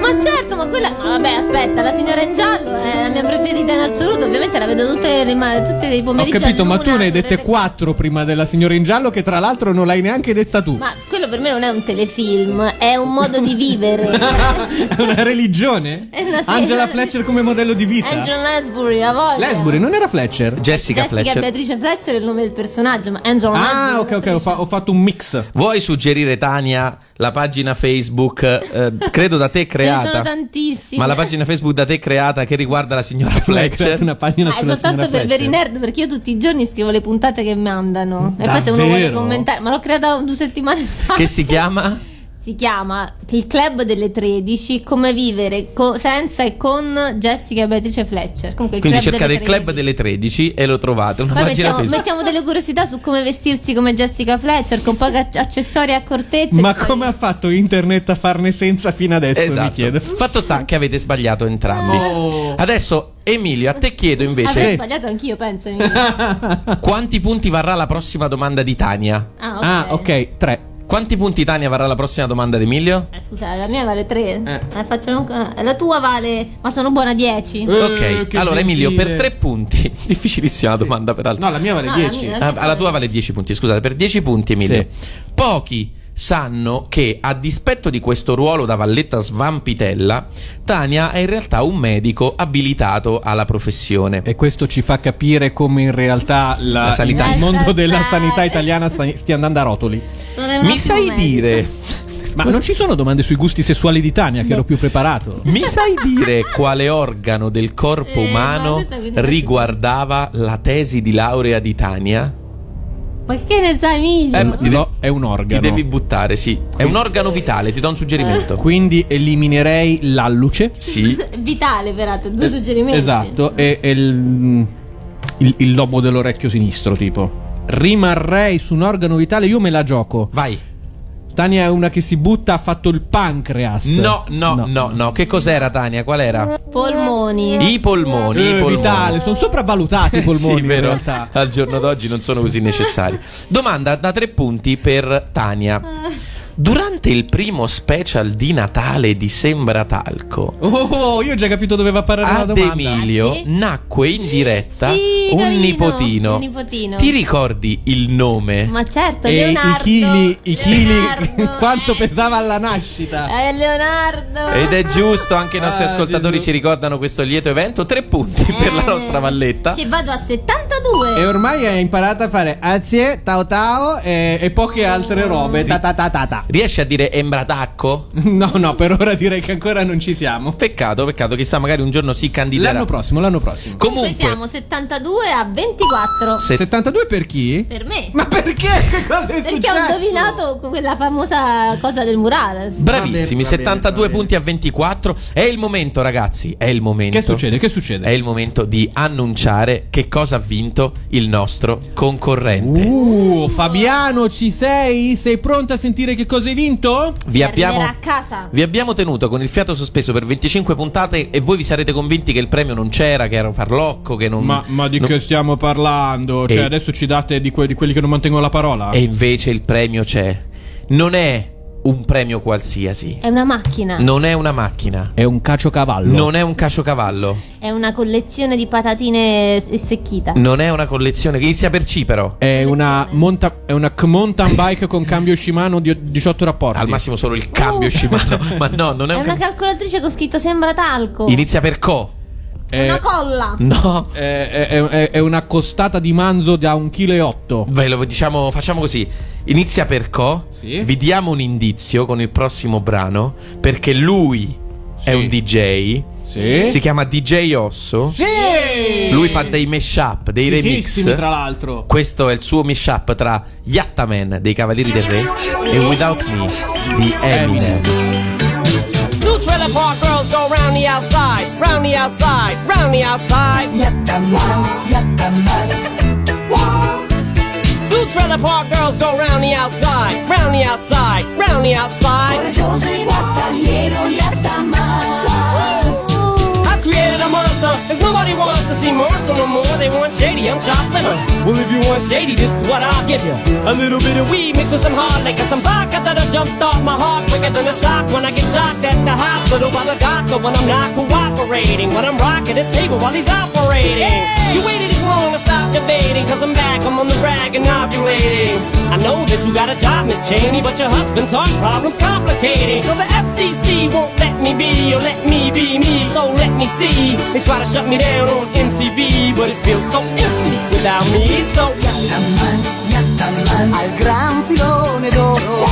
[SPEAKER 3] Ma certo, ma ma quella. ma Vabbè, aspetta, la signora in giallo è la mia preferita in assoluto. Ovviamente la vedo tutte le ma- tutti i
[SPEAKER 1] Ho
[SPEAKER 3] pomeriggi. a
[SPEAKER 1] capito, ma
[SPEAKER 3] luna,
[SPEAKER 1] tu ne hai
[SPEAKER 3] sulle
[SPEAKER 1] dette
[SPEAKER 3] te-
[SPEAKER 1] quattro prima della signora in giallo, che tra l'altro non l'hai neanche detta tu.
[SPEAKER 3] Ma quello per me non è un telefilm, è un modo di vivere.
[SPEAKER 1] È una religione?
[SPEAKER 3] Eh, no, sì.
[SPEAKER 1] Angela Fletcher come modello di vita.
[SPEAKER 3] Angela Lansbury, a voglia.
[SPEAKER 1] Lesbury, non era Fletcher?
[SPEAKER 2] Jessica,
[SPEAKER 3] Jessica
[SPEAKER 2] Fletcher.
[SPEAKER 3] Beatrice Fletcher è il nome del personaggio, ma Angela
[SPEAKER 1] Ah, ok,
[SPEAKER 3] Lansbury.
[SPEAKER 1] ok, ho, fa- ho fatto un mix.
[SPEAKER 2] Vuoi suggerire, Tania, la pagina Facebook, eh, credo da te
[SPEAKER 3] Ce ne
[SPEAKER 2] creata?
[SPEAKER 3] sono tantissime.
[SPEAKER 2] Ma la pagina Facebook da te creata che riguarda la signora
[SPEAKER 1] Lei ha creato
[SPEAKER 2] Fletcher?
[SPEAKER 1] una pagina
[SPEAKER 3] Ah, è
[SPEAKER 1] sulla
[SPEAKER 3] soltanto
[SPEAKER 1] signora
[SPEAKER 3] per veri
[SPEAKER 1] Fletcher.
[SPEAKER 3] nerd perché io tutti i giorni scrivo le puntate che mandano e poi se uno vuole
[SPEAKER 1] Davvero?
[SPEAKER 3] commentare ma l'ho creata due settimane fa
[SPEAKER 2] Che si chiama?
[SPEAKER 3] Si chiama Il Club delle 13 Come vivere co- senza e con Jessica e Beatrice Fletcher. Comunque, il
[SPEAKER 2] Quindi
[SPEAKER 3] Club
[SPEAKER 2] cercate il
[SPEAKER 3] delle
[SPEAKER 2] club
[SPEAKER 3] 13.
[SPEAKER 2] delle 13 e lo trovate. Una
[SPEAKER 3] Poi
[SPEAKER 2] pagina
[SPEAKER 3] mettiamo,
[SPEAKER 2] Facebook.
[SPEAKER 3] mettiamo delle curiosità su come vestirsi come Jessica Fletcher con pochi ac- accessori e accortezze.
[SPEAKER 1] Ma
[SPEAKER 3] e poi-
[SPEAKER 1] come ha fatto internet a farne senza fino adesso, mi
[SPEAKER 2] Esatto.
[SPEAKER 1] chiedo.
[SPEAKER 2] Fatto sta che avete sbagliato entrambi.
[SPEAKER 1] Oh.
[SPEAKER 2] Adesso, Emilio, a te chiedo
[SPEAKER 3] Avrei
[SPEAKER 2] invece
[SPEAKER 3] sbagliato anch'io, pensa. Emilio.
[SPEAKER 2] quanti punti varrà la prossima domanda di Tania?
[SPEAKER 3] Ah, ok.
[SPEAKER 1] Ah, ok, tre.
[SPEAKER 2] Quanti punti Tania varrà la prossima domanda di Emilio?
[SPEAKER 3] Eh, scusa, la mia vale Eh, 3.
[SPEAKER 2] Eh.
[SPEAKER 3] La tua vale, ma sono buona
[SPEAKER 1] Eh,
[SPEAKER 3] 10.
[SPEAKER 2] ok,
[SPEAKER 1] che
[SPEAKER 2] allora
[SPEAKER 1] gentile.
[SPEAKER 2] Emilio per tre punti. Difficilissima domanda peraltro.
[SPEAKER 1] No, la mia vale
[SPEAKER 3] No, la
[SPEAKER 1] 10.
[SPEAKER 3] mia-
[SPEAKER 2] Ah, alla tua vale 10 punti, scusate, per 10 punti Emilio.
[SPEAKER 1] Sì.
[SPEAKER 2] Pochi sanno che a dispetto di questo ruolo da valletta svampitella, Tania è in realtà un medico abilitato alla professione.
[SPEAKER 1] E questo ci fa capire come in realtà la-
[SPEAKER 2] La sanità.
[SPEAKER 1] il mondo
[SPEAKER 3] Lascia
[SPEAKER 1] della
[SPEAKER 3] stare.
[SPEAKER 1] sanità italiana sta- stia andando a rotoli.
[SPEAKER 3] Non è un
[SPEAKER 2] Mi
[SPEAKER 3] ottimo
[SPEAKER 2] sai
[SPEAKER 3] medico.
[SPEAKER 2] dire
[SPEAKER 1] Ma non ci sono domande sui gusti sessuali di Tania, che ero più preparato.
[SPEAKER 2] Mi sai dire quale organo del corpo
[SPEAKER 3] Eh, ma
[SPEAKER 2] umano
[SPEAKER 3] questa quindi-
[SPEAKER 2] riguardava la tesi di laurea di Tania?
[SPEAKER 3] Ma che ne sai, Emilio?
[SPEAKER 2] Eh, ma ti
[SPEAKER 1] No, è un
[SPEAKER 2] Ti
[SPEAKER 1] organo. Eh,
[SPEAKER 2] devi buttare, sì. È un organo vitale, ti do un suggerimento.
[SPEAKER 1] Quindi eliminerei l'alluce.
[SPEAKER 2] Sì.
[SPEAKER 3] Vitale, peraltro, due suggerimenti.
[SPEAKER 1] Eh, Esatto, e, e il, il- il lobo dell'orecchio sinistro, tipo. Rimarrei su un organo vitale, io me la gioco.
[SPEAKER 2] Vai.
[SPEAKER 1] Tania è una che si butta, ha fatto il pancreas.
[SPEAKER 2] No, no, no, no, Che cos'era Tania? Qual era?
[SPEAKER 3] Polmoni.
[SPEAKER 2] I polmoni, i
[SPEAKER 1] Eh,
[SPEAKER 2] polmoni.
[SPEAKER 1] vitale, sono sopravvalutati i polmoni
[SPEAKER 2] Eh sì,
[SPEAKER 1] in
[SPEAKER 2] vero.
[SPEAKER 1] realtà.
[SPEAKER 2] Al giorno d'oggi non sono così necessari. Domanda da tre punti per Tania. Durante il primo special di Natale di Sembra Talco,
[SPEAKER 1] Oh, io ho già capito dove va a parare la
[SPEAKER 2] ad
[SPEAKER 1] domanda.
[SPEAKER 2] Emilio
[SPEAKER 3] Ah, sì?
[SPEAKER 2] nacque in diretta
[SPEAKER 3] Sì,
[SPEAKER 2] un,
[SPEAKER 3] carino,
[SPEAKER 2] nipotino.
[SPEAKER 3] un nipotino.
[SPEAKER 2] Ti ricordi il nome?
[SPEAKER 3] Ma certo,
[SPEAKER 1] E i
[SPEAKER 3] Leonardo.
[SPEAKER 1] chili, i chili,
[SPEAKER 3] Leonardo.
[SPEAKER 1] quanto pesava alla nascita.
[SPEAKER 3] Eh, Leonardo.
[SPEAKER 2] Ed è giusto, anche i nostri
[SPEAKER 1] Ah,
[SPEAKER 2] ascoltatori
[SPEAKER 1] Gesù.
[SPEAKER 2] si ricordano questo lieto evento. Tre punti per la
[SPEAKER 3] Eh,
[SPEAKER 2] nostra valletta.
[SPEAKER 3] Che vado a 72.
[SPEAKER 1] E ormai hai imparato a fare azie, tao tao e, e poche altre robe. Ta ta ta ta ta.
[SPEAKER 2] Riesci a dire Embratacco?
[SPEAKER 1] No, no, per ora direi che ancora non ci siamo.
[SPEAKER 2] Peccato, peccato, chissà, magari un giorno si candiderà.
[SPEAKER 1] L'anno prossimo, l'anno prossimo.
[SPEAKER 2] Comunque,
[SPEAKER 3] siamo 72 a 24.
[SPEAKER 2] se-
[SPEAKER 1] 72 per chi?
[SPEAKER 3] Per me.
[SPEAKER 1] Ma perché? Che cosa è
[SPEAKER 3] Perché
[SPEAKER 1] successo?
[SPEAKER 3] ho indovinato quella famosa cosa del murales.
[SPEAKER 2] bravissimi,
[SPEAKER 1] Va bene, va bene,
[SPEAKER 2] 72
[SPEAKER 1] va bene.
[SPEAKER 2] punti a 24. È il momento, ragazzi, è il momento.
[SPEAKER 1] Che succede? Che
[SPEAKER 2] È
[SPEAKER 1] succede?
[SPEAKER 2] il momento di annunciare che cosa ha vinto il nostro concorrente.
[SPEAKER 1] Uh, Fabiano, ci sei? Sei pronta a sentire che cosa hai vinto?
[SPEAKER 2] Vi abbiamo,
[SPEAKER 3] Arriverà a casa.
[SPEAKER 2] vi abbiamo tenuto con il fiato sospeso per 25 puntate e voi vi sarete convinti che il premio non c'era, che era un farlocco, che non... non-
[SPEAKER 1] stiamo parlando?
[SPEAKER 2] Cioè,
[SPEAKER 1] adesso ci date di, quelli che non mantengono la parola?
[SPEAKER 2] E invece il premio c'è. Non è un premio qualsiasi.
[SPEAKER 3] È una macchina.
[SPEAKER 2] Non è una macchina.
[SPEAKER 1] È un caciocavallo.
[SPEAKER 2] Non è un caciocavallo.
[SPEAKER 3] È una collezione di patatine s- secchita.
[SPEAKER 2] Non è una collezione che inizia per C però.
[SPEAKER 1] È una, monta- è una c- mountain bike con cambio Shimano di 18 rapporti.
[SPEAKER 2] Al massimo solo il
[SPEAKER 1] Oh.
[SPEAKER 2] cambio Shimano. Ma no, non è
[SPEAKER 3] È
[SPEAKER 2] un
[SPEAKER 3] una
[SPEAKER 2] cambio.
[SPEAKER 3] calcolatrice con scritto sembra talco.
[SPEAKER 2] Inizia per Co.
[SPEAKER 1] è,
[SPEAKER 3] Una colla.
[SPEAKER 2] No.
[SPEAKER 1] è- è- è- è una costata di manzo da 1,8 kg.
[SPEAKER 2] Ve lo diciamo, facciamo così. Inizia per Co.
[SPEAKER 1] Sì.
[SPEAKER 2] Vi diamo un indizio con il prossimo brano. Perché lui
[SPEAKER 1] Sì.
[SPEAKER 2] è un DJ.
[SPEAKER 1] Sì.
[SPEAKER 2] Si chiama DJ Osso.
[SPEAKER 1] Sì.
[SPEAKER 2] Lui fa dei mashup, dei remix.
[SPEAKER 1] Fighissimi, tra l'altro.
[SPEAKER 2] Questo è il suo mashup tra Yattaman dei Cavalieri del Re e Without Me di Eminem.
[SPEAKER 6] Two trailer park girls go round the outside, round the outside, round the outside. Two trailer park girls go round the outside, round the outside, round the outside. I created a monster, cause nobody wants to see more hustle no more. They want shady, I'm chopped liver. Well, if you want shady, this is what I'll give you. A little bit of weed mixed with some hard liquor, some vodka that'll jumpstart my heart quicker than a shock when I get shocked at the hospital by the doctor when I'm not cooperating. When I'm rocking the table while he's operating. You waited this long to stop debating, cause I'm back, I'm on the rag and ovulating. I know that you got a job, Miss Cheney, but your husband's heart problem's complicating. So the FCC won't let me be, or let me be me, so let me see. They try to shut me down on MTV, but it feels so empty without me, so.
[SPEAKER 7] Yattaman, Yattaman, al gran filone d'oro.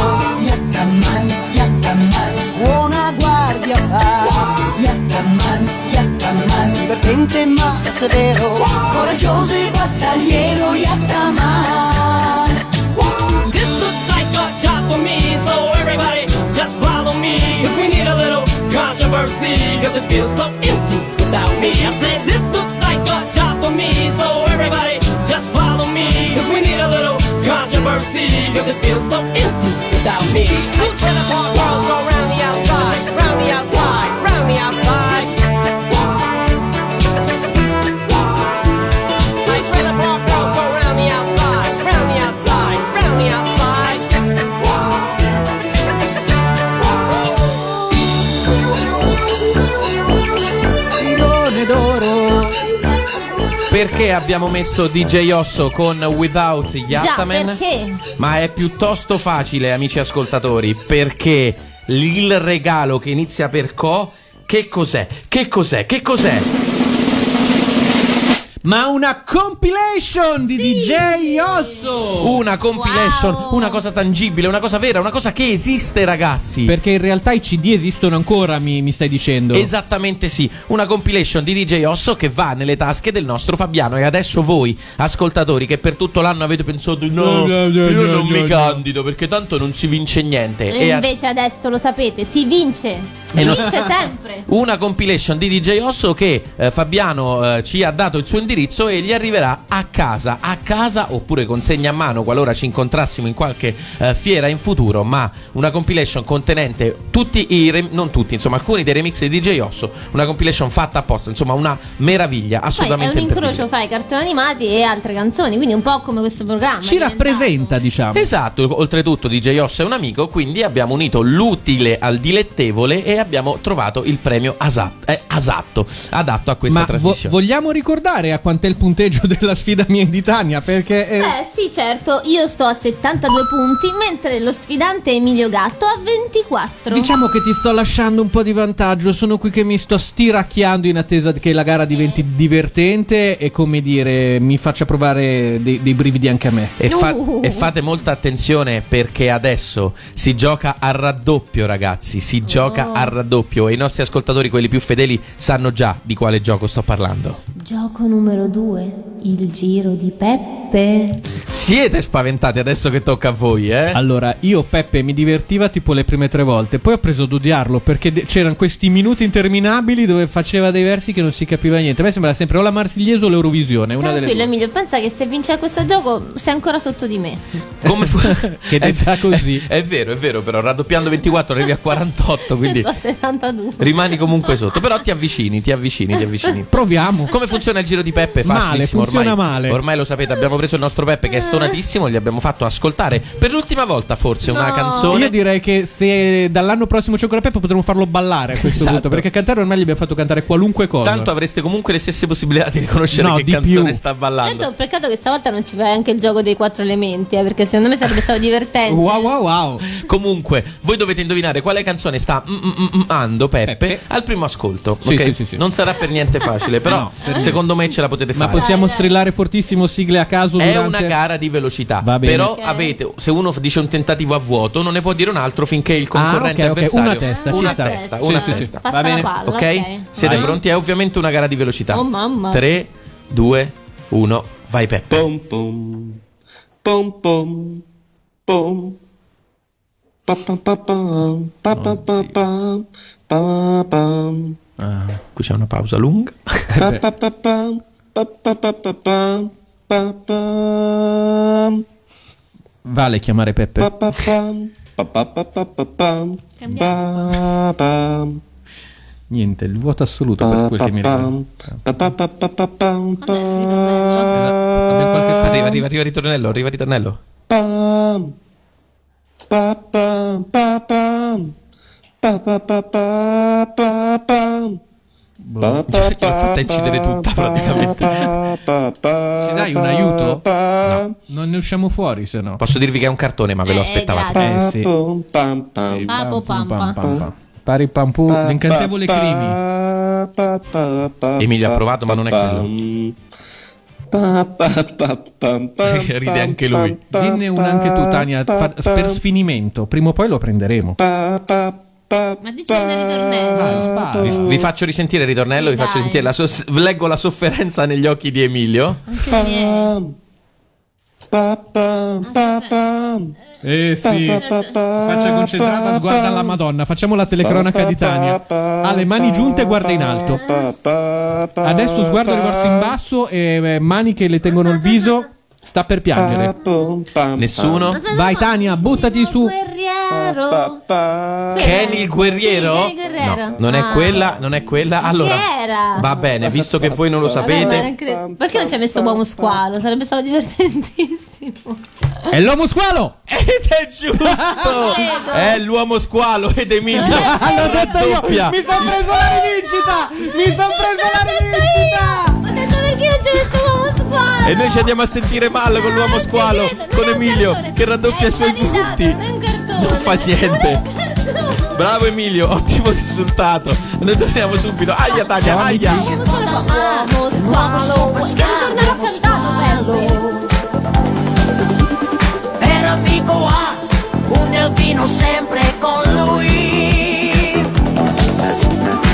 [SPEAKER 7] Yattaman, Yattaman, buona guardia fa. Yattaman, Yattaman, divertente ma severo. Coraggioso e battagliero, Yattaman.
[SPEAKER 6] This looks like a job for me, so everybody just follow me. Cause we need a little controversy, cause it feels so empty without me. I said, this looks like a job for me, so everybody just follow me. Cause we need a little controversy, cause it feels so empty without me. Two trailer park girls go round the outside, round the outside, round the outside. Two trailer park girls go round the outside, round the outside, round the outside.
[SPEAKER 7] Filone d'oro.
[SPEAKER 2] Perché abbiamo messo DJ Osso con Without
[SPEAKER 3] Già,
[SPEAKER 2] Yattaman?
[SPEAKER 3] perché?
[SPEAKER 2] Ma è piuttosto facile, amici ascoltatori, perché il regalo che inizia per Co, che cos'è? Che cos'è? Che cos'è?
[SPEAKER 1] Ma una compilation di DJ Osso!
[SPEAKER 2] Una compilation,
[SPEAKER 3] Wow.
[SPEAKER 2] una cosa tangibile, una cosa vera, una cosa che esiste, ragazzi.
[SPEAKER 1] Perché in realtà i CD esistono ancora, mi, mi stai dicendo.
[SPEAKER 2] Esattamente sì, una compilation di DJ Osso che va nelle tasche del nostro Fabiano e adesso voi ascoltatori che per tutto l'anno avete pensato no,
[SPEAKER 1] No, no, no,
[SPEAKER 2] io
[SPEAKER 1] no,
[SPEAKER 2] non mi
[SPEAKER 1] no,
[SPEAKER 2] candido perché tanto non si vince niente
[SPEAKER 3] E
[SPEAKER 2] a-
[SPEAKER 3] invece adesso lo sapete, si vince.
[SPEAKER 2] E
[SPEAKER 3] Si
[SPEAKER 2] lo-
[SPEAKER 3] vince sempre.
[SPEAKER 2] una compilation di DJ Osso che eh, Fabiano eh, ci ha dato il suo indirizzo e gli arriverà a casa, a casa oppure consegna a mano qualora ci incontrassimo in qualche eh, fiera in futuro, ma una compilation contenente tutti i rem- non tutti, insomma, alcuni dei remix di DJ Osso, una compilation fatta apposta, insomma, una meraviglia,
[SPEAKER 3] Poi è
[SPEAKER 2] assolutamente
[SPEAKER 3] un incrocio
[SPEAKER 2] imperdibile.
[SPEAKER 3] fra i cartoni animati e altre canzoni, quindi un po' come questo programma. è
[SPEAKER 1] Ci
[SPEAKER 3] diventato.
[SPEAKER 1] rappresenta, diciamo.
[SPEAKER 2] Esatto, oltretutto DJ Osso è un amico, quindi abbiamo unito l'utile al dilettevole e abbiamo trovato il premio asat- eh, asatto, adatto a questa
[SPEAKER 1] Ma vo-
[SPEAKER 2] trasmissione.
[SPEAKER 1] vogliamo ricordare a quant'è il punteggio della sfida mia e di Tania? Perché eh,
[SPEAKER 3] Beh, sì, certo, io sto a 72 punti, mentre lo sfidante Emilio Gatto ha 24.
[SPEAKER 1] diciamo che ti sto lasciando un po' di vantaggio. Sono qui che mi sto stiracchiando in attesa che la gara diventi divertente e, come dire, mi faccia provare dei, dei brividi anche a me.
[SPEAKER 2] E, fa-
[SPEAKER 3] Uh.
[SPEAKER 2] e fate molta attenzione perché adesso si gioca a raddoppio, ragazzi. Si gioca a raddoppio. E i nostri ascoltatori, quelli più fedeli, sanno già di quale gioco sto parlando.
[SPEAKER 3] Gioco numero 2, il giro di Peppe.
[SPEAKER 2] Siete spaventati adesso che tocca a voi, eh?
[SPEAKER 1] Allora, io Peppe mi divertiva tipo le prime tre volte, poi ho preso ad odiarlo perché de- c'erano questi minuti interminabili dove faceva dei versi che non si capiva niente. A me sembrava sempre o la Marsigliese o l'Eurovisione, una delle
[SPEAKER 3] Tranquillo
[SPEAKER 1] due.
[SPEAKER 3] Emilio, pensa che se vince a questo gioco sei ancora sotto di me.
[SPEAKER 2] Come fu-
[SPEAKER 1] Che detta
[SPEAKER 2] è-
[SPEAKER 1] così.
[SPEAKER 2] È, è vero, è vero, però raddoppiando 24 arrivi a 48, quindi
[SPEAKER 3] Io sto a 72.
[SPEAKER 2] rimani comunque sotto. Però ti avvicini, ti avvicini, ti avvicini.
[SPEAKER 1] Proviamo.
[SPEAKER 2] Come funziona il giro di Peppe?
[SPEAKER 1] Male,
[SPEAKER 2] Facilissimo
[SPEAKER 1] funziona
[SPEAKER 2] ormai.
[SPEAKER 1] male.
[SPEAKER 2] Ormai lo sapete, abbiamo preso il nostro Peppe
[SPEAKER 3] Eh.
[SPEAKER 2] che è stonatissimo, gli abbiamo fatto ascoltare per l'ultima volta forse una
[SPEAKER 3] No.
[SPEAKER 2] canzone.
[SPEAKER 1] Io direi che se dall'anno prossimo c'è ancora Peppe potremmo farlo ballare a questo
[SPEAKER 2] Esatto.
[SPEAKER 1] punto, perché cantare ormai gli abbiamo fatto cantare qualunque cosa.
[SPEAKER 2] Tanto avreste comunque le stesse possibilità di riconoscere
[SPEAKER 1] No,
[SPEAKER 2] che
[SPEAKER 1] di
[SPEAKER 2] canzone
[SPEAKER 1] più.
[SPEAKER 2] sta ballando.
[SPEAKER 3] Certo, peccato che stavolta non ci fai anche il gioco dei quattro elementi, eh, perché secondo me sarebbe stato divertente.
[SPEAKER 1] Wow wow wow.
[SPEAKER 2] Comunque, voi dovete indovinare quale canzone sta mm, mm, mm, mm, ando Peppe,
[SPEAKER 1] Peppe.
[SPEAKER 2] al primo ascolto.
[SPEAKER 1] Sì,
[SPEAKER 2] ok?
[SPEAKER 1] sì, sì, sì.
[SPEAKER 2] Non sarà per niente facile, però
[SPEAKER 1] No, per
[SPEAKER 2] secondo me ce la potete
[SPEAKER 1] Ma
[SPEAKER 2] fare.
[SPEAKER 1] possiamo
[SPEAKER 3] Dai, dai.
[SPEAKER 1] strillare fortissimo sigle a caso
[SPEAKER 2] È
[SPEAKER 1] durante
[SPEAKER 2] una gara di velocità.
[SPEAKER 1] Va bene.
[SPEAKER 2] Però
[SPEAKER 3] Ok.
[SPEAKER 2] avete, se uno f- dice un tentativo a vuoto, non ne può dire un altro finché il concorrente
[SPEAKER 1] Ah, ok, ok,
[SPEAKER 2] avversario.
[SPEAKER 1] una testa, ci
[SPEAKER 2] una
[SPEAKER 1] sta.
[SPEAKER 2] testa,
[SPEAKER 1] Sì,
[SPEAKER 2] una
[SPEAKER 1] sì, sì.
[SPEAKER 2] testa.
[SPEAKER 1] Va
[SPEAKER 3] Passa
[SPEAKER 1] bene,
[SPEAKER 3] la palla,
[SPEAKER 2] Ok?
[SPEAKER 3] ok?
[SPEAKER 2] Siete
[SPEAKER 3] Vai.
[SPEAKER 2] pronti? È ovviamente una gara di velocità.
[SPEAKER 3] Oh, mamma.
[SPEAKER 2] 3, 2, 1, vai Peppe.
[SPEAKER 8] Pom pom. Pom pom. Pom. Pa pa pa pam, pa pa pa pam, pa pa pam,
[SPEAKER 2] Ah, Qui c'è una pausa lunga.
[SPEAKER 8] pa pa pa pam, pa pa pa pa pam, pa pam,
[SPEAKER 1] Vale chiamare
[SPEAKER 8] pa
[SPEAKER 1] Peppe.
[SPEAKER 8] pa pam, pa pa pa pa pa pam,
[SPEAKER 3] Cambiamo.
[SPEAKER 8] pa pam.
[SPEAKER 1] Niente, il vuoto assoluto per quel che mi riguarda.
[SPEAKER 8] Arriva,
[SPEAKER 2] Arriva, arriva, arriva il ritornello, arriva il ritornello.
[SPEAKER 8] Pam, pa, pam, pa, pam, pa, pa, pa, pa, pa, pam. Pa, pa,
[SPEAKER 2] Gliel'ho fatta
[SPEAKER 8] pa,
[SPEAKER 2] incidere
[SPEAKER 8] pa,
[SPEAKER 2] tutta,
[SPEAKER 8] pa,
[SPEAKER 2] praticamente.
[SPEAKER 8] pa, pa, pa,
[SPEAKER 1] Ci dai un
[SPEAKER 8] pa,
[SPEAKER 1] aiuto?
[SPEAKER 8] pa,
[SPEAKER 1] No, non ne usciamo fuori se no.
[SPEAKER 2] Posso dirvi che è un cartone, ma ve lo
[SPEAKER 3] Eh,
[SPEAKER 2] aspettavate.
[SPEAKER 3] grazie.
[SPEAKER 1] Eh, sì.
[SPEAKER 8] pum, pam, pam.
[SPEAKER 3] Ah, po, pam, pam.
[SPEAKER 1] Pari pampù,
[SPEAKER 8] Pa,
[SPEAKER 1] l'incantevole
[SPEAKER 8] pa,
[SPEAKER 1] crimi.
[SPEAKER 8] pa, pa, pa,
[SPEAKER 2] Emilio ha
[SPEAKER 8] pa,
[SPEAKER 2] provato, ma non è
[SPEAKER 8] pa,
[SPEAKER 2] quello.
[SPEAKER 8] pa, pa, pa, pam, pam,
[SPEAKER 2] Ride anche lui.
[SPEAKER 8] pam,
[SPEAKER 1] Dinne una anche tu,
[SPEAKER 8] pam,
[SPEAKER 1] Tania,
[SPEAKER 8] pam,
[SPEAKER 1] fa-
[SPEAKER 8] pam,
[SPEAKER 1] per sfinimento. Prima o poi lo prenderemo.
[SPEAKER 8] pa, pa, pa,
[SPEAKER 3] Ma dici il ritornello.
[SPEAKER 1] Dai, spara.
[SPEAKER 2] Vi, vi faccio risentire il ritornello,
[SPEAKER 3] Sì,
[SPEAKER 2] vi faccio
[SPEAKER 3] dai.
[SPEAKER 2] sentire la soff- leggo la sofferenza negli occhi di Emilio.
[SPEAKER 3] Anche
[SPEAKER 9] Eh.
[SPEAKER 3] le mie.
[SPEAKER 8] pa, pa, pa, pa.
[SPEAKER 1] Eh sì. Faccia concentrata, sguarda alla Madonna. Facciamo la telecronaca di Tania. Ha le mani giunte e guarda in alto. Adesso sguardo rivolto in basso e eh, mani che le tengono il viso. Sta per piangere.
[SPEAKER 2] Nessuno.
[SPEAKER 3] Aspetta,
[SPEAKER 1] Vai,
[SPEAKER 3] no,
[SPEAKER 1] Tania, buttati
[SPEAKER 3] Nino
[SPEAKER 1] su.
[SPEAKER 2] Eh,
[SPEAKER 3] Guerriero.
[SPEAKER 2] Ken il guerriero?
[SPEAKER 3] Sì, Ken il guerriero.
[SPEAKER 2] No, non è
[SPEAKER 3] Ah.
[SPEAKER 2] quella, non è quella. Allora,
[SPEAKER 3] Chi era?
[SPEAKER 2] va bene, visto che voi non lo
[SPEAKER 3] Vabbè, ma
[SPEAKER 2] sapete,
[SPEAKER 3] non credo- Perché non ci ha messo uomo squalo? Sarebbe stato divertentissimo.
[SPEAKER 1] È l'uomo squalo!
[SPEAKER 2] ed è giusto, è l'uomo squalo ed Emilio.
[SPEAKER 1] L'ho detto
[SPEAKER 2] raddoppia.
[SPEAKER 1] io! Mi sono preso la rivincita! Mi sono preso
[SPEAKER 3] Cioè,
[SPEAKER 1] la rivincita!
[SPEAKER 3] Ho detto perché non c'è messo uomo squalo?
[SPEAKER 2] E noi ci andiamo a sentire male con l'uomo squalo, con Emilio che raddoppia i suoi punti. Non fa niente. Bravo Emilio, ottimo risultato. Noi torniamo subito. Aia Tania, aia.
[SPEAKER 3] Uomo
[SPEAKER 4] Nuovo
[SPEAKER 3] squalo,
[SPEAKER 4] soprascritto
[SPEAKER 3] tornerò
[SPEAKER 4] nuovo
[SPEAKER 3] cantato
[SPEAKER 4] squalo Per amico ha un delfino sempre con lui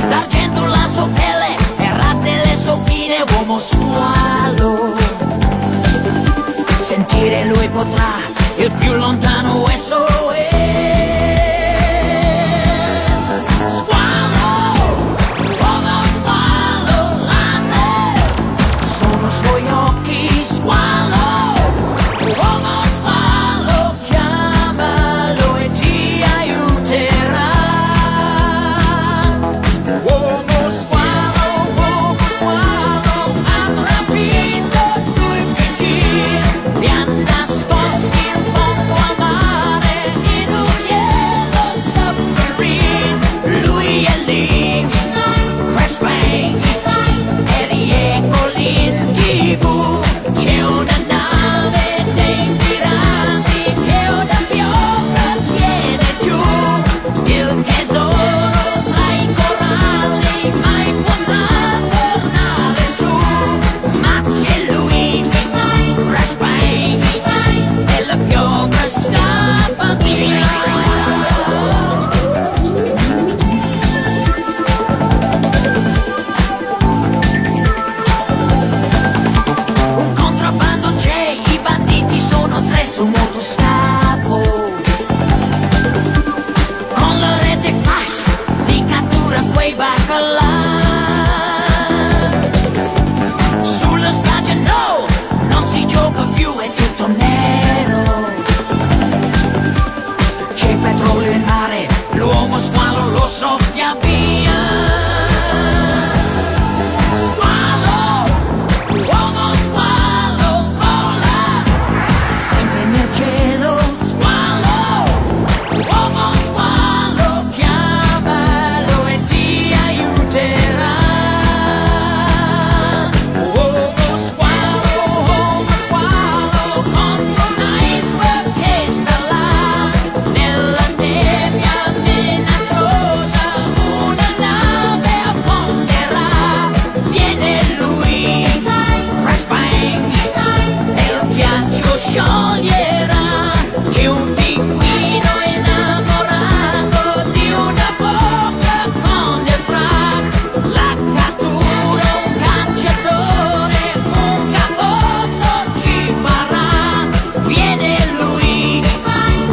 [SPEAKER 4] D'argento la sua pelle e razze le sopine uomo squalo Sentire lui potrà il più lontano è solo es. Squalo, uomo squalo, latte sono suoi occhi squalo, uomo squalo, chiamalo e ti aiuterà.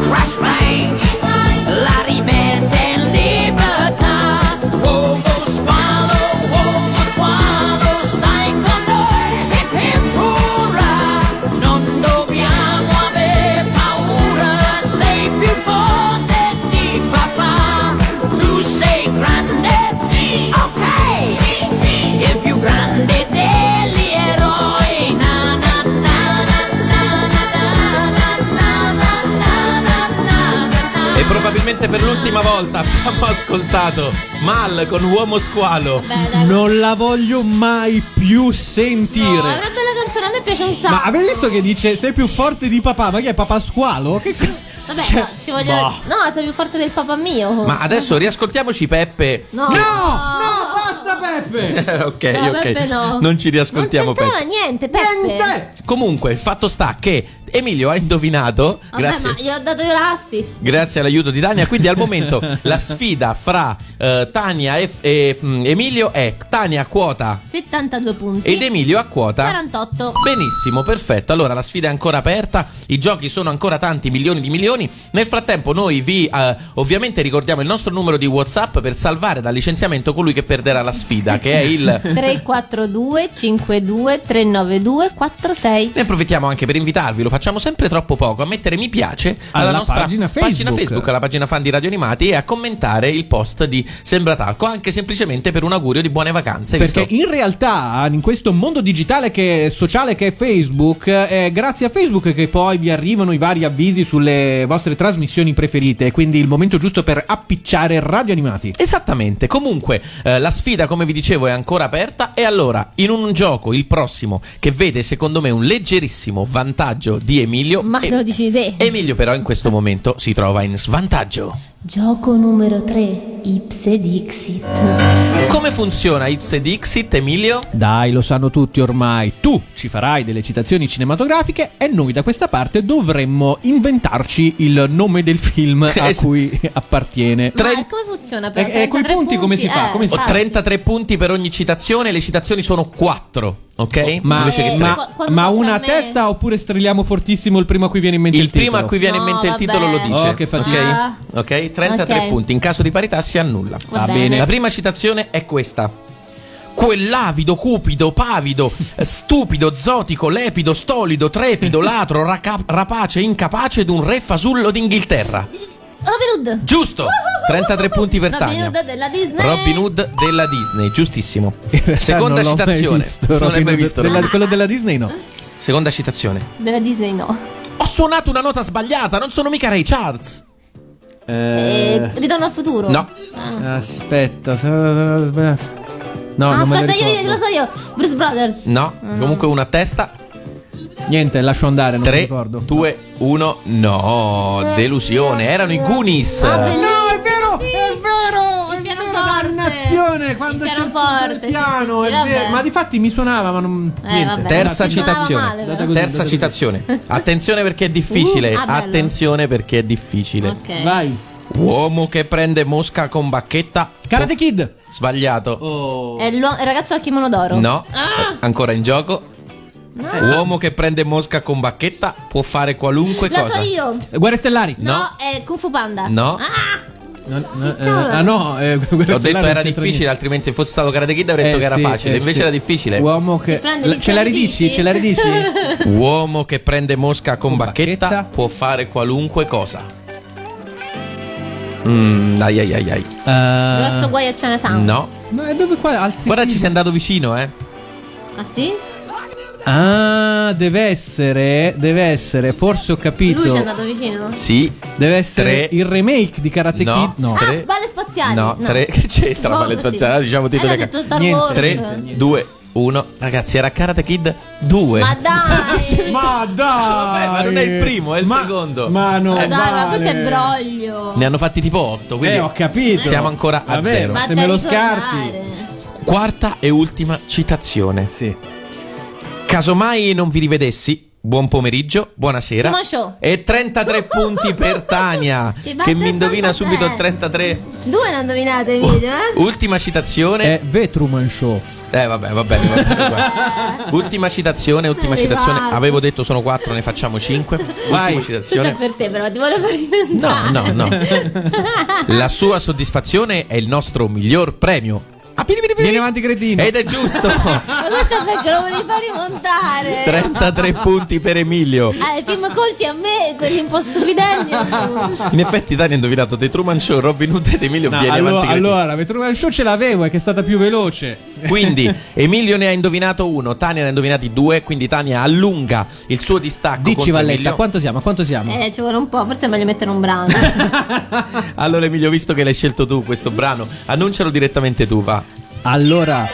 [SPEAKER 6] Oh,
[SPEAKER 2] Finalmente per l'ultima volta abbiamo ascoltato Mal con Uomo Squalo.
[SPEAKER 3] Beh, dai.
[SPEAKER 1] Non la voglio mai più
[SPEAKER 3] No, è
[SPEAKER 1] sentire.
[SPEAKER 3] una bella canzone, a me piace un sacco.
[SPEAKER 1] Ma avete visto che dice sei più forte di papà? Ma che è papà squalo? Che c-
[SPEAKER 3] Vabbè,
[SPEAKER 1] Cioè,
[SPEAKER 3] no, ci voglio.
[SPEAKER 1] boh.
[SPEAKER 3] No, sei più forte del papà mio.
[SPEAKER 2] Ma adesso riascoltiamoci Peppe.
[SPEAKER 3] No,
[SPEAKER 1] No! No, basta Peppe!
[SPEAKER 2] Eh, ok,
[SPEAKER 3] No,
[SPEAKER 2] ok.
[SPEAKER 3] Peppe no.
[SPEAKER 2] Non ci riascoltiamo
[SPEAKER 3] Non c'entrava
[SPEAKER 2] Peppe.
[SPEAKER 3] niente, Peppe.
[SPEAKER 1] Niente!
[SPEAKER 2] Comunque, il fatto sta che Emilio ha indovinato.
[SPEAKER 3] Vabbè,
[SPEAKER 2] grazie.
[SPEAKER 3] ma gli ho dato io l'assist.
[SPEAKER 2] Grazie all'aiuto di Tania, quindi al momento la sfida fra eh, Tania e, e, mm, Emilio è Tania a quota
[SPEAKER 3] 72 punti.
[SPEAKER 2] ed Emilio a quota
[SPEAKER 3] 48.
[SPEAKER 2] Benissimo, perfetto. Allora la sfida è ancora aperta, i giochi sono ancora tanti, milioni di milioni. Nel frattempo noi vi eh, ovviamente ricordiamo il nostro numero di WhatsApp per salvare dal licenziamento colui che perderà la sfida, che è il
[SPEAKER 3] 342 52 392 46.
[SPEAKER 2] Ne approfittiamo anche per invitarvi, lo facciamo sempre troppo poco, a mettere mi piace alla,
[SPEAKER 1] Alla
[SPEAKER 2] nostra
[SPEAKER 1] pagina Facebook.
[SPEAKER 2] alla pagina fan di Radio Animati e a commentare il post di Sembra Talco, anche semplicemente per un augurio di buone vacanze.
[SPEAKER 1] Perché
[SPEAKER 2] visto-
[SPEAKER 1] in realtà in questo mondo digitale che sociale che è Facebook, eh, è grazie a Facebook che poi vi arrivano i vari avvisi sulle vostre trasmissioni preferite, quindi il momento giusto per appicciare radio animati.
[SPEAKER 2] Esattamente, comunque eh, la sfida come vi dicevo è ancora aperta e allora in un gioco il prossimo che vede secondo me un leggerissimo vantaggio di Emilio
[SPEAKER 3] Ma
[SPEAKER 2] e-
[SPEAKER 3] te lo dici te.
[SPEAKER 2] Emilio però in questo momento si trova in svantaggio.
[SPEAKER 3] Gioco numero 3. Ipse Dixit.
[SPEAKER 2] Come funziona Ips Dixit Emilio?
[SPEAKER 1] Dai, lo sanno tutti ormai. Tu ci farai delle citazioni cinematografiche e noi da questa parte dovremmo inventarci il nome del film a
[SPEAKER 2] Es-
[SPEAKER 1] cui appartiene.
[SPEAKER 3] Ma
[SPEAKER 2] Tre- Eh,
[SPEAKER 3] come funziona?
[SPEAKER 1] E- e coi
[SPEAKER 3] 33
[SPEAKER 1] punti come si fa?
[SPEAKER 3] Eh,
[SPEAKER 1] Come si
[SPEAKER 2] Ho
[SPEAKER 1] fa?
[SPEAKER 3] infatti.
[SPEAKER 2] 33 punti per ogni citazione, le citazioni sono 4, ok?
[SPEAKER 1] Oh, Ma,
[SPEAKER 2] Invece che
[SPEAKER 3] Eh,
[SPEAKER 1] ma-
[SPEAKER 2] tre.
[SPEAKER 3] qua- quando
[SPEAKER 1] ma
[SPEAKER 3] tocca
[SPEAKER 1] una
[SPEAKER 3] a me-
[SPEAKER 1] testa oppure strilliamo fortissimo il primo a cui viene in mente il,
[SPEAKER 2] il primo a
[SPEAKER 1] titolo?
[SPEAKER 2] cui viene in
[SPEAKER 3] No,
[SPEAKER 2] mente il
[SPEAKER 3] vabbè.
[SPEAKER 2] titolo lo dice.
[SPEAKER 1] Oh, che
[SPEAKER 2] ok?
[SPEAKER 1] fatica.
[SPEAKER 2] Ok, 33
[SPEAKER 3] Ok.
[SPEAKER 2] punti. In caso di parità si annulla.
[SPEAKER 3] Va
[SPEAKER 1] Va
[SPEAKER 3] bene.
[SPEAKER 1] bene.
[SPEAKER 2] La prima citazione è questa. Quell'avido, cupido, pavido, stupido, zotico, lepido, stolido, trepido, latro, raca- rapace, incapace d'un re fasullo d'Inghilterra.
[SPEAKER 3] Robin Hood.
[SPEAKER 2] Giusto! 33 punti per
[SPEAKER 3] Robin
[SPEAKER 2] Tania.
[SPEAKER 3] Hood della Disney.
[SPEAKER 2] Robin Hood della Disney, giustissimo.
[SPEAKER 1] In realtà
[SPEAKER 2] Seconda
[SPEAKER 1] non l'ho mai
[SPEAKER 2] citazione.
[SPEAKER 1] visto,
[SPEAKER 2] non l'hai
[SPEAKER 1] Robin
[SPEAKER 2] mai
[SPEAKER 1] Hood.
[SPEAKER 2] visto?
[SPEAKER 1] Della-
[SPEAKER 2] Robin
[SPEAKER 1] quello della Disney no.
[SPEAKER 2] Hood? Seconda citazione.
[SPEAKER 3] Della Disney no.
[SPEAKER 2] Ho suonato una nota sbagliata, non sono mica Ray Charles.
[SPEAKER 3] Eh, ritorno al futuro.
[SPEAKER 2] No.
[SPEAKER 1] Eh, Aspetta. se- No,
[SPEAKER 3] Ah,
[SPEAKER 1] non me lo
[SPEAKER 3] aspetta, io, io lo
[SPEAKER 1] ricordo.
[SPEAKER 3] so io. Bruce Brothers.
[SPEAKER 2] No, comunque una a testa.
[SPEAKER 1] Niente, lascio andare, non mi
[SPEAKER 2] 3,
[SPEAKER 1] ricordo.
[SPEAKER 2] 2, 1. No, delusione. Erano i Goonies.
[SPEAKER 3] Ah, bellissimo.
[SPEAKER 1] No, è vero,
[SPEAKER 3] sì.
[SPEAKER 1] è vero,
[SPEAKER 3] Il
[SPEAKER 1] è vero,
[SPEAKER 3] pianoforte.
[SPEAKER 1] dannazione, quando
[SPEAKER 3] Il
[SPEAKER 1] c'è tutto il
[SPEAKER 3] pianoforte,
[SPEAKER 1] piano,
[SPEAKER 3] sì, sì,
[SPEAKER 1] è
[SPEAKER 3] sì,
[SPEAKER 1] vero.
[SPEAKER 3] vabbè.
[SPEAKER 1] ma di fatti mi suonava, ma non...
[SPEAKER 3] Eh,
[SPEAKER 1] niente.
[SPEAKER 3] vabbè.
[SPEAKER 2] Terza
[SPEAKER 3] Dai, ci suonava
[SPEAKER 2] citazione.
[SPEAKER 3] male, però.
[SPEAKER 1] Dai, così,
[SPEAKER 2] Terza
[SPEAKER 1] dai,
[SPEAKER 2] citazione. Attenzione perché è difficile.
[SPEAKER 3] Uh, ah, bello.
[SPEAKER 2] Attenzione perché è difficile.
[SPEAKER 3] Ok.
[SPEAKER 1] Vai.
[SPEAKER 2] Uomo che prende mosca con bacchetta. Oh,
[SPEAKER 1] Karate Oh. Kid.
[SPEAKER 2] Sbagliato.
[SPEAKER 3] È l'uo- il ragazzo al kimono d'oro.
[SPEAKER 2] No. eh,
[SPEAKER 3] Ah!
[SPEAKER 2] Ancora in gioco. Uomo che prende mosca con bacchetta può fare qualunque
[SPEAKER 3] Lo
[SPEAKER 2] cosa.
[SPEAKER 3] so io. No,
[SPEAKER 1] Guerre Stellari.
[SPEAKER 2] No.
[SPEAKER 3] è Kung Fu Panda.
[SPEAKER 2] No.
[SPEAKER 3] Ah,
[SPEAKER 1] No, no, eh,
[SPEAKER 3] cavolo.
[SPEAKER 1] ah no, eh, Guerre
[SPEAKER 2] Ho detto
[SPEAKER 1] Stellari non
[SPEAKER 2] era
[SPEAKER 1] c'entra
[SPEAKER 2] difficile,
[SPEAKER 1] niente.
[SPEAKER 2] altrimenti fosse stato Karate Kid avrei detto
[SPEAKER 1] Eh
[SPEAKER 2] che era
[SPEAKER 1] sì,
[SPEAKER 2] facile,
[SPEAKER 1] eh
[SPEAKER 2] invece
[SPEAKER 1] sì.
[SPEAKER 2] era difficile.
[SPEAKER 1] Uomo che...
[SPEAKER 3] Ti prende
[SPEAKER 1] La-
[SPEAKER 3] lì
[SPEAKER 1] ce la
[SPEAKER 3] con i
[SPEAKER 1] ridici?
[SPEAKER 3] diti?
[SPEAKER 1] Ce la ridici?
[SPEAKER 2] Uomo che prende mosca con,
[SPEAKER 1] Con
[SPEAKER 2] bacchetta,
[SPEAKER 1] bacchetta.
[SPEAKER 2] può fare qualunque cosa. Mm, ai ai ai ai.
[SPEAKER 3] grosso
[SPEAKER 1] Eh,
[SPEAKER 3] guai a Chinatown.
[SPEAKER 2] No.
[SPEAKER 1] No, e dove qua altri
[SPEAKER 2] Guarda, ci
[SPEAKER 1] film?
[SPEAKER 2] sei andato vicino, eh.
[SPEAKER 3] Ah sì?
[SPEAKER 1] Ah, deve essere, deve essere, forse ho capito.
[SPEAKER 3] Lui ci è andato vicino.
[SPEAKER 2] Sì.
[SPEAKER 1] Deve essere
[SPEAKER 2] Tre.
[SPEAKER 1] il remake di Karate
[SPEAKER 2] No.
[SPEAKER 1] Kid. No.
[SPEAKER 3] Ah,
[SPEAKER 2] Tre.
[SPEAKER 3] balle spaziali.
[SPEAKER 2] No, tre. Che c'entra
[SPEAKER 3] Boh,
[SPEAKER 2] Valle
[SPEAKER 3] sì.
[SPEAKER 2] Spaziale? Diciamo titoli
[SPEAKER 3] Eh, l'ho
[SPEAKER 2] che-
[SPEAKER 3] detto Star
[SPEAKER 1] Niente.
[SPEAKER 3] Wars.
[SPEAKER 2] 3, 2, 1. Ragazzi, era Karate Kid 2.
[SPEAKER 3] Ma dai.
[SPEAKER 1] Ma dai!
[SPEAKER 2] Vabbè, ma non è il primo, è il secondo.
[SPEAKER 1] Ma no,
[SPEAKER 3] Ma Ah, dai, ma questo è
[SPEAKER 1] broglio
[SPEAKER 3] broglio.
[SPEAKER 2] Ne hanno fatti tipo 8, quindi
[SPEAKER 1] Eh, ho capito.
[SPEAKER 2] siamo ancora a
[SPEAKER 1] Vabbè,
[SPEAKER 2] zero.
[SPEAKER 1] ma-
[SPEAKER 3] Basta
[SPEAKER 1] se me lo
[SPEAKER 3] ricordare.
[SPEAKER 2] Quarta e ultima citazione.
[SPEAKER 1] Sì.
[SPEAKER 2] Casomai non vi rivedessi, buon pomeriggio, buonasera.
[SPEAKER 3] Truman Show.
[SPEAKER 2] E 33 punti per Tania,
[SPEAKER 3] Che
[SPEAKER 2] che,
[SPEAKER 3] va
[SPEAKER 2] mi
[SPEAKER 3] 63.
[SPEAKER 2] indovina subito 33.
[SPEAKER 3] Due ne indovinate,
[SPEAKER 2] Uh,
[SPEAKER 3] Emilio, eh?
[SPEAKER 2] Ultima citazione.
[SPEAKER 1] È The Truman Show.
[SPEAKER 2] Eh, vabbè, va bene. va bene, guarda. ultima citazione, ultima
[SPEAKER 3] È
[SPEAKER 2] citazione.
[SPEAKER 3] arrivato.
[SPEAKER 2] Avevo detto sono 4, ne facciamo 5. Ultima
[SPEAKER 1] Vai.
[SPEAKER 3] Scusa
[SPEAKER 2] citazione.
[SPEAKER 3] per te, però ti volevo far
[SPEAKER 2] No,
[SPEAKER 3] diventare.
[SPEAKER 2] no, no. La sua soddisfazione è il nostro miglior premio. Ah, piri, piri, piri.
[SPEAKER 1] Vieni avanti, cretino.
[SPEAKER 2] Ed è giusto.
[SPEAKER 3] Ma questo perché lo volevi far rimontare.
[SPEAKER 2] 33 punti per Emilio.
[SPEAKER 3] Ah, i film colti a me, quelli un po' stupidelli. a tu.
[SPEAKER 2] In effetti Dani ha indovinato The Truman Show, Robin Hood ed Emilio
[SPEAKER 1] No,
[SPEAKER 2] viene
[SPEAKER 1] allora,
[SPEAKER 2] avanti.
[SPEAKER 1] allora, The Truman Show ce l'avevo, è che è stata più veloce.
[SPEAKER 2] Quindi Emilio ne ha indovinato uno, Tania ne ha indovinati due, quindi Tania allunga il suo distacco
[SPEAKER 1] Dici
[SPEAKER 2] contro
[SPEAKER 1] Valletta,
[SPEAKER 2] Emilio.
[SPEAKER 1] quanto siamo? a Quanto siamo?
[SPEAKER 3] Eh, ci vuole un po', forse è meglio mettere un brano.
[SPEAKER 2] Allora Emilio, visto che l'hai scelto tu questo brano, annuncialo direttamente tu, va.
[SPEAKER 1] Allora,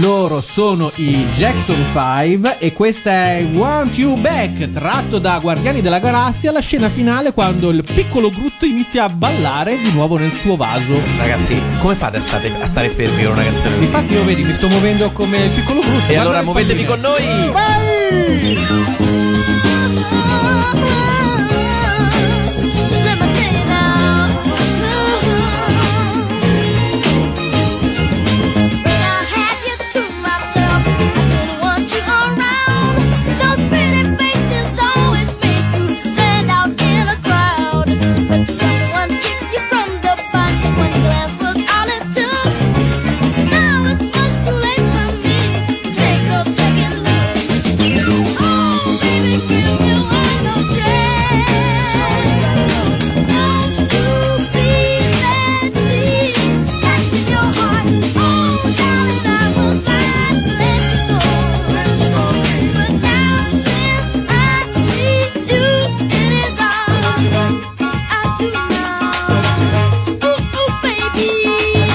[SPEAKER 1] loro sono i Jackson 5 e questa è Want You Back, tratto da Guardiani della Galassia, la scena finale quando il piccolo Groot inizia a ballare di nuovo nel suo vaso.
[SPEAKER 2] Ragazzi, come fate a, state- a stare fermi con una canzone così?
[SPEAKER 1] Infatti io vedi, mi sto muovendo come il piccolo Groot.
[SPEAKER 2] E
[SPEAKER 1] Guarda
[SPEAKER 2] allora
[SPEAKER 1] le
[SPEAKER 2] muovetevi con
[SPEAKER 1] palline.
[SPEAKER 2] noi!
[SPEAKER 4] Now it's much too late for me to take a second look. Oh, baby, give you another chance. Don't you feel that beat in your heart? Oh, darling, I will not let you go, let you go. But now since I see you in his arms, I do now. Ooh, ooh, baby, yeah, yeah, yeah.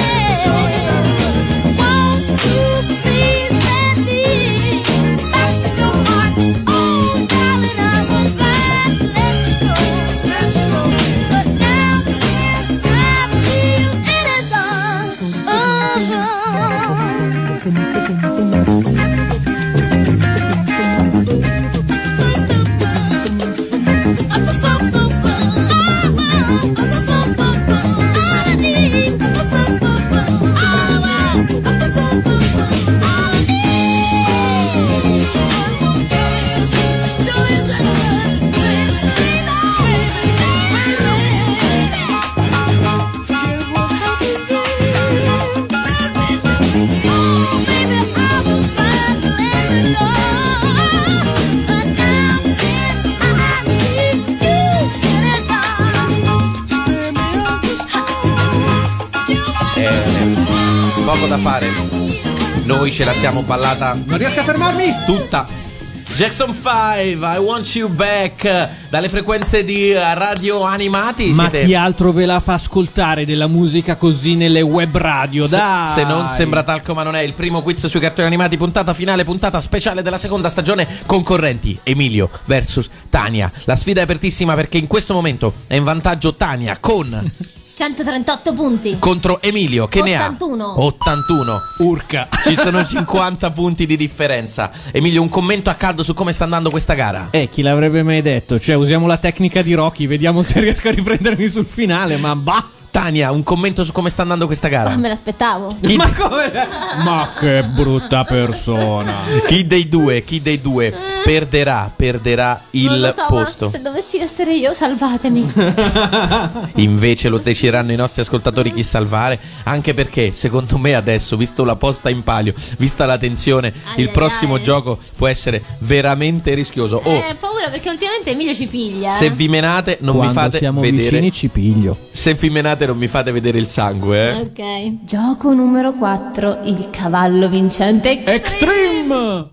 [SPEAKER 4] Yeah. Won't you please let me back in your heart? Oh, darling, I was blind to let you go, let you go. But now since I see you in his arms, oh. Oh, baby, I was blind to let you go. But now since I see you in his arms, spin me up this house. You
[SPEAKER 2] Eh, poco da fare. Noi ce la siamo ballata
[SPEAKER 1] Non riesco a fermarmi?
[SPEAKER 2] tutta. Jackson 5, I want you back. Dalle frequenze di Radio Animati
[SPEAKER 1] Ma
[SPEAKER 2] siete-
[SPEAKER 1] chi altro ve la fa ascoltare della musica così nelle web radio?
[SPEAKER 2] Se-
[SPEAKER 1] Dai!
[SPEAKER 2] Se non sembra talco ma non è il primo quiz sui cartoni animati, puntata finale, puntata speciale della seconda stagione, concorrenti Emilio versus Tania. La sfida è apertissima perché in questo momento è in vantaggio Tania con
[SPEAKER 3] 138 punti.
[SPEAKER 2] contro Emilio che ne ha
[SPEAKER 3] 81.
[SPEAKER 2] 81. Urca. Ci sono 50 punti di differenza. Emilio, un commento a caldo su come sta andando questa gara.
[SPEAKER 1] Eh, chi l'avrebbe mai detto? Cioè, usiamo la tecnica di Rocky, vediamo se riesco a riprendermi sul finale, ma bah!
[SPEAKER 2] Tania, un commento su come sta andando questa
[SPEAKER 3] Ah,
[SPEAKER 2] gara.
[SPEAKER 3] me l'aspettavo.
[SPEAKER 2] Chi,
[SPEAKER 1] Ma come? Ma che brutta persona!
[SPEAKER 2] chi dei due, chi dei due perderà, perderà
[SPEAKER 3] Eh. non lo
[SPEAKER 2] il
[SPEAKER 3] so,
[SPEAKER 2] posto.
[SPEAKER 3] Ma se dovessi essere io, salvatemi.
[SPEAKER 2] Invece lo decideranno i nostri ascoltatori chi salvare, anche perché secondo me adesso, visto la posta in palio, vista la tensione,
[SPEAKER 3] Ai
[SPEAKER 2] il
[SPEAKER 3] ai
[SPEAKER 2] prossimo
[SPEAKER 3] ai.
[SPEAKER 2] gioco può essere veramente rischioso.
[SPEAKER 1] Oh.
[SPEAKER 2] O
[SPEAKER 3] Eh, paura perché ultimamente Emilio ci piglia.
[SPEAKER 2] se
[SPEAKER 3] eh.
[SPEAKER 2] vi menate non
[SPEAKER 1] Quando
[SPEAKER 2] mi fate
[SPEAKER 1] siamo
[SPEAKER 2] vedere
[SPEAKER 1] vicini ci piglio.
[SPEAKER 2] se vi menate non mi fate vedere il sangue, eh.
[SPEAKER 3] Ok. Gioco numero 4, il cavallo vincente.
[SPEAKER 1] Extreme!